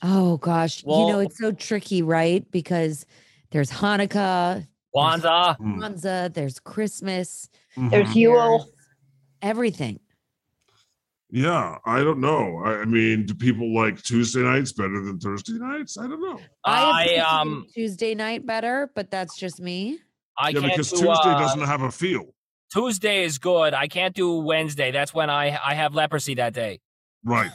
Speaker 2: Oh gosh, you know
Speaker 1: Well-
Speaker 2: it's so tricky, right? Because there's Hanukkah,
Speaker 5: Kwanzaa.
Speaker 2: Kwanzaa, there's Christmas,
Speaker 9: There's Yule.
Speaker 2: everything.
Speaker 3: Yeah, I don't know. I, I mean, do people like Tuesday nights better than Thursday nights? I don't know.
Speaker 5: I
Speaker 2: appreciate
Speaker 5: um
Speaker 2: Tuesday night better, but that's just me.
Speaker 5: I
Speaker 3: yeah,
Speaker 5: can't
Speaker 3: because
Speaker 5: do,
Speaker 3: Tuesday
Speaker 5: uh,
Speaker 3: doesn't have a feel,
Speaker 5: Tuesday is good. I can't do Wednesday. That's when I I have leprosy that day.
Speaker 3: right?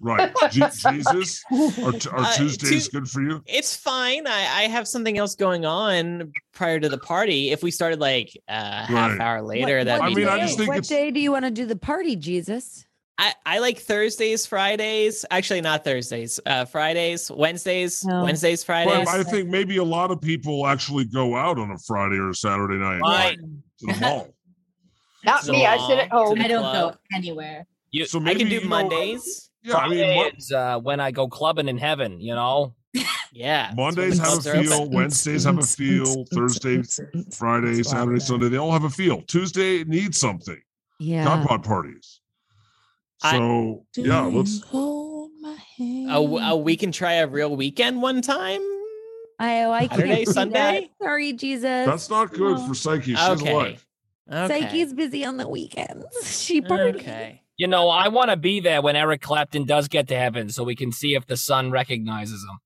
Speaker 3: Right. Je- Jesus, are, t- are
Speaker 1: Uh,
Speaker 3: Tuesdays
Speaker 1: Tu-
Speaker 3: good for you?
Speaker 1: It's fine. I, I have something else going on prior to the party. If we started like a half
Speaker 3: Right.
Speaker 1: hour later, that
Speaker 3: I mean, I just think
Speaker 2: what
Speaker 3: it's
Speaker 2: day do you want to do the party, Jesus?
Speaker 1: I, I like Thursdays, Fridays. Actually, not Thursdays. Uh, Fridays, Wednesdays,
Speaker 2: No.
Speaker 1: Wednesdays,
Speaker 3: But
Speaker 1: Fridays.
Speaker 3: I think maybe a lot of people actually go out on a Friday or Saturday night
Speaker 5: Right.
Speaker 3: like, to the mall.
Speaker 9: Not me. I sit at home.
Speaker 11: I don't go anywhere.
Speaker 5: You,
Speaker 3: So
Speaker 1: I
Speaker 3: maybe
Speaker 1: can do
Speaker 3: you know,
Speaker 1: Mondays.
Speaker 3: yeah, I mean,
Speaker 5: Friday
Speaker 3: Mon-
Speaker 5: is, uh, when I go clubbing in heaven. You know.
Speaker 1: yeah.
Speaker 3: Mondays have a feel, Wednesdays have a feel, Thursday, Friday,
Speaker 6: That's why I'm
Speaker 3: Saturday,
Speaker 6: not.
Speaker 3: Sunday, they all have a feel. Tuesday needs something.
Speaker 2: Yeah.
Speaker 3: God pod parties.
Speaker 1: I-
Speaker 3: So
Speaker 6: Do
Speaker 3: yeah,
Speaker 6: you
Speaker 3: let's
Speaker 6: hold my hand?
Speaker 1: A, w- a we can try a real weekend one time.
Speaker 2: I, oh, I can't
Speaker 1: Saturday,
Speaker 2: do that.
Speaker 1: Sunday?
Speaker 2: Sorry, Jesus.
Speaker 3: that's not good for Psyche. She's
Speaker 1: Okay.
Speaker 3: alive.
Speaker 1: Okay.
Speaker 2: Psyche's busy on the weekends. She party.
Speaker 1: Okay.
Speaker 5: You know, I want to be there when Eric Clapton does get to heaven, so we can see if the sun recognizes him.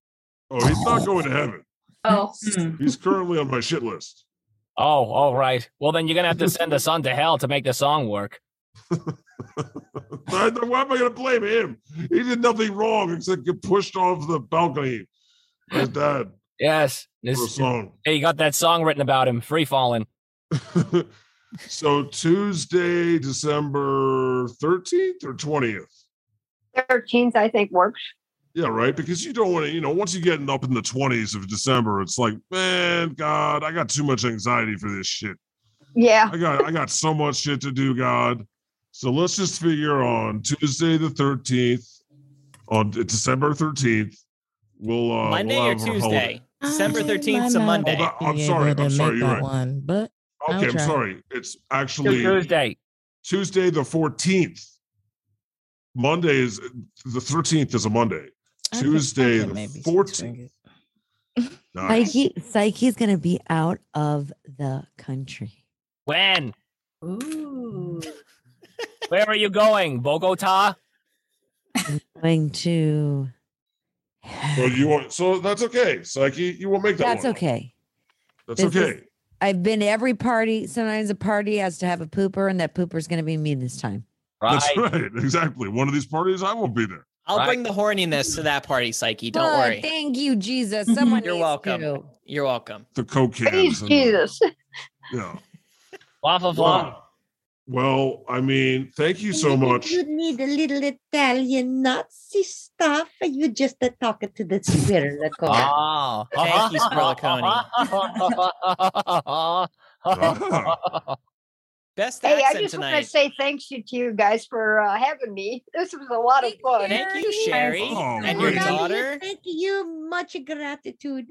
Speaker 3: Oh, he's not going to heaven.
Speaker 11: Oh,
Speaker 3: He's currently on my shit list.
Speaker 5: Oh, all right. Well, then you're gonna have to send the sun to hell to make the song work.
Speaker 3: I- Why am I going to blame him? He did nothing wrong except get pushed off the balcony. by His dad
Speaker 5: Yes,
Speaker 3: for a
Speaker 5: this,
Speaker 3: song.
Speaker 5: he got that song written about him, "Free Falling."
Speaker 3: So Tuesday, December 13th or 20th?
Speaker 9: Thirteenth, I think, works.
Speaker 3: Yeah, right. Because you don't want to, you know, once you getting up in the 20s of December, it's like, man, God, I got too much anxiety for this shit.
Speaker 9: Yeah.
Speaker 3: I got I got so much shit to do, God. So let's just figure on Tuesday the 13th, on D- December 13th, we'll uh
Speaker 1: Monday
Speaker 3: we'll
Speaker 1: or
Speaker 3: have our holiday.
Speaker 1: Tuesday? December
Speaker 6: I
Speaker 1: 13th is a
Speaker 6: might not
Speaker 1: Monday.
Speaker 6: be
Speaker 3: I'm
Speaker 6: able
Speaker 3: sorry,
Speaker 6: to
Speaker 3: I'm sorry,
Speaker 6: make
Speaker 3: you're
Speaker 6: that
Speaker 3: right.
Speaker 6: one, but I'll
Speaker 3: Okay, I'm
Speaker 6: try.
Speaker 3: sorry. It's actually
Speaker 5: Tuesday.
Speaker 3: Tuesday the 14th. Monday is the 13th is a Monday. Tuesday the 14th. Nice.
Speaker 2: Psyche, Psyche's gonna be out of the country.
Speaker 5: When? Where are you going? Bogota?
Speaker 2: Going to
Speaker 3: So you want so that's okay, Psyche. You won't make that
Speaker 2: that's
Speaker 3: one.
Speaker 2: okay.
Speaker 3: That's
Speaker 2: This is-
Speaker 3: okay.
Speaker 2: I've been to every party. Sometimes a party has to have a pooper, and that pooper's gonna be me this time.
Speaker 3: That's right. Exactly. One of these parties, I won't be there.
Speaker 1: I'll bring the horniness to that party, Psyche. Don't
Speaker 2: Good,
Speaker 1: worry.
Speaker 2: Thank you, Jesus. Someone
Speaker 1: You're
Speaker 2: needs
Speaker 1: welcome.
Speaker 2: to.
Speaker 1: You're welcome.
Speaker 3: The coke cans. and- Yeah.
Speaker 5: Waffle
Speaker 3: Wow. Well, I mean, thank you so much.
Speaker 10: You need a little Italian Nazi stuff. Are you just a talker to the Twitter?
Speaker 1: Ah.
Speaker 5: Oh,
Speaker 10: Thank you,
Speaker 5: Spirlicone.
Speaker 1: Best
Speaker 9: Hey, I
Speaker 1: accent
Speaker 9: just want
Speaker 1: tonight.
Speaker 9: to say thanks to you guys for uh, having me. This was a lot of fun.
Speaker 1: Thank you, Sherry, and your
Speaker 3: Oh,
Speaker 10: Thank you,
Speaker 1: daughter.
Speaker 10: Thank you. Much gratitude.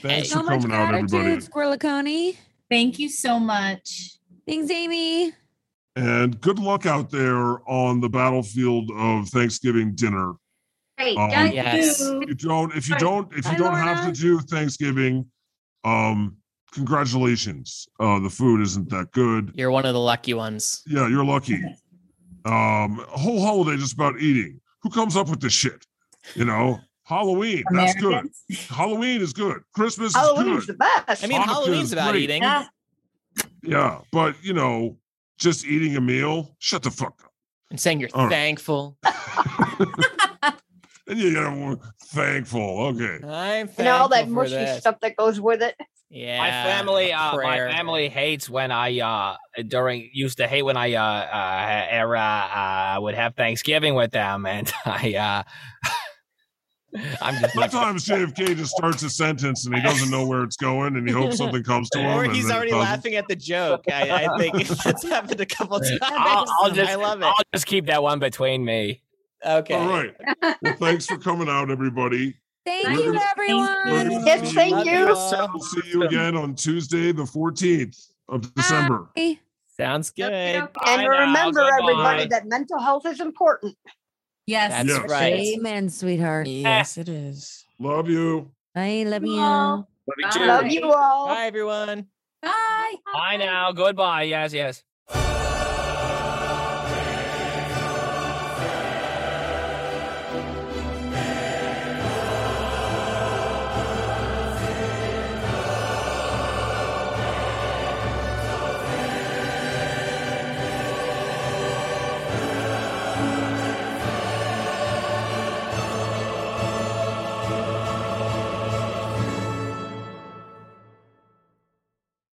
Speaker 3: Thanks
Speaker 2: so
Speaker 3: for
Speaker 2: much
Speaker 3: coming out, everybody.
Speaker 2: gratitude, Squirlicone. Thank you so much. Thanks, Amy.
Speaker 3: And good luck out there on the battlefield of Thanksgiving dinner.
Speaker 13: Great.
Speaker 3: Um,
Speaker 13: Thank
Speaker 3: If
Speaker 13: you.
Speaker 3: you don't, if you
Speaker 13: Bye.
Speaker 3: don't, if you
Speaker 13: Bye,
Speaker 3: don't have to
Speaker 13: Lorna.
Speaker 3: do Thanksgiving, um, congratulations. Uh, the food isn't that good.
Speaker 1: You're one of the lucky ones.
Speaker 3: Yeah, you're lucky. Um, a whole holiday just about eating. Who comes up with this shit? You know, Halloween. That's good. Halloween is good. Christmas is
Speaker 9: Halloween's
Speaker 3: good.
Speaker 9: the best.
Speaker 1: I mean,
Speaker 3: Hanukkah
Speaker 1: Halloween's
Speaker 3: is
Speaker 1: about
Speaker 3: great.
Speaker 1: eating.
Speaker 9: Yeah.
Speaker 3: Yeah, but you know, just eating a meal. Shut the fuck up.
Speaker 1: And saying you're
Speaker 3: All right.
Speaker 1: thankful.
Speaker 3: And you know, we're thankful. Okay.
Speaker 1: I'm thankful
Speaker 9: and all that
Speaker 1: for
Speaker 9: mushy
Speaker 1: this.
Speaker 9: stuff that goes with it.
Speaker 1: Yeah.
Speaker 5: my family uh, my
Speaker 1: prayer.
Speaker 5: family hates when i uh during used to hate when i uh, uh era uh would have thanksgiving with them and i uh i'm just
Speaker 3: Sometimes JFK just starts a sentence and he doesn't know where it's going and he hopes something comes to him.
Speaker 1: Or
Speaker 3: and
Speaker 1: he's
Speaker 3: then it
Speaker 1: already
Speaker 3: doesn't.
Speaker 1: laughing at the joke. I, I think that's happened a couple times.
Speaker 5: I'll, I'll just
Speaker 1: I love it.
Speaker 5: i'll just keep that one between me
Speaker 1: Okay.
Speaker 3: All right. Well, thanks for coming out, everybody.
Speaker 2: Thank
Speaker 3: We're
Speaker 2: you,
Speaker 3: gonna- we're
Speaker 2: everyone.
Speaker 3: gonna see We'll see you again on Tuesday, the 14th of December.
Speaker 2: Bye.
Speaker 1: Ah, Sounds good.
Speaker 9: And remember, everybody,
Speaker 3: Goodbye.
Speaker 9: that mental health is important.
Speaker 2: Yes,
Speaker 3: That's Yes. right.
Speaker 2: Amen, sweetheart.
Speaker 6: Yes, it is.
Speaker 3: Love you.
Speaker 2: I love you.
Speaker 9: Love you all.
Speaker 1: Bye, everyone.
Speaker 5: bye now goodbye yes yes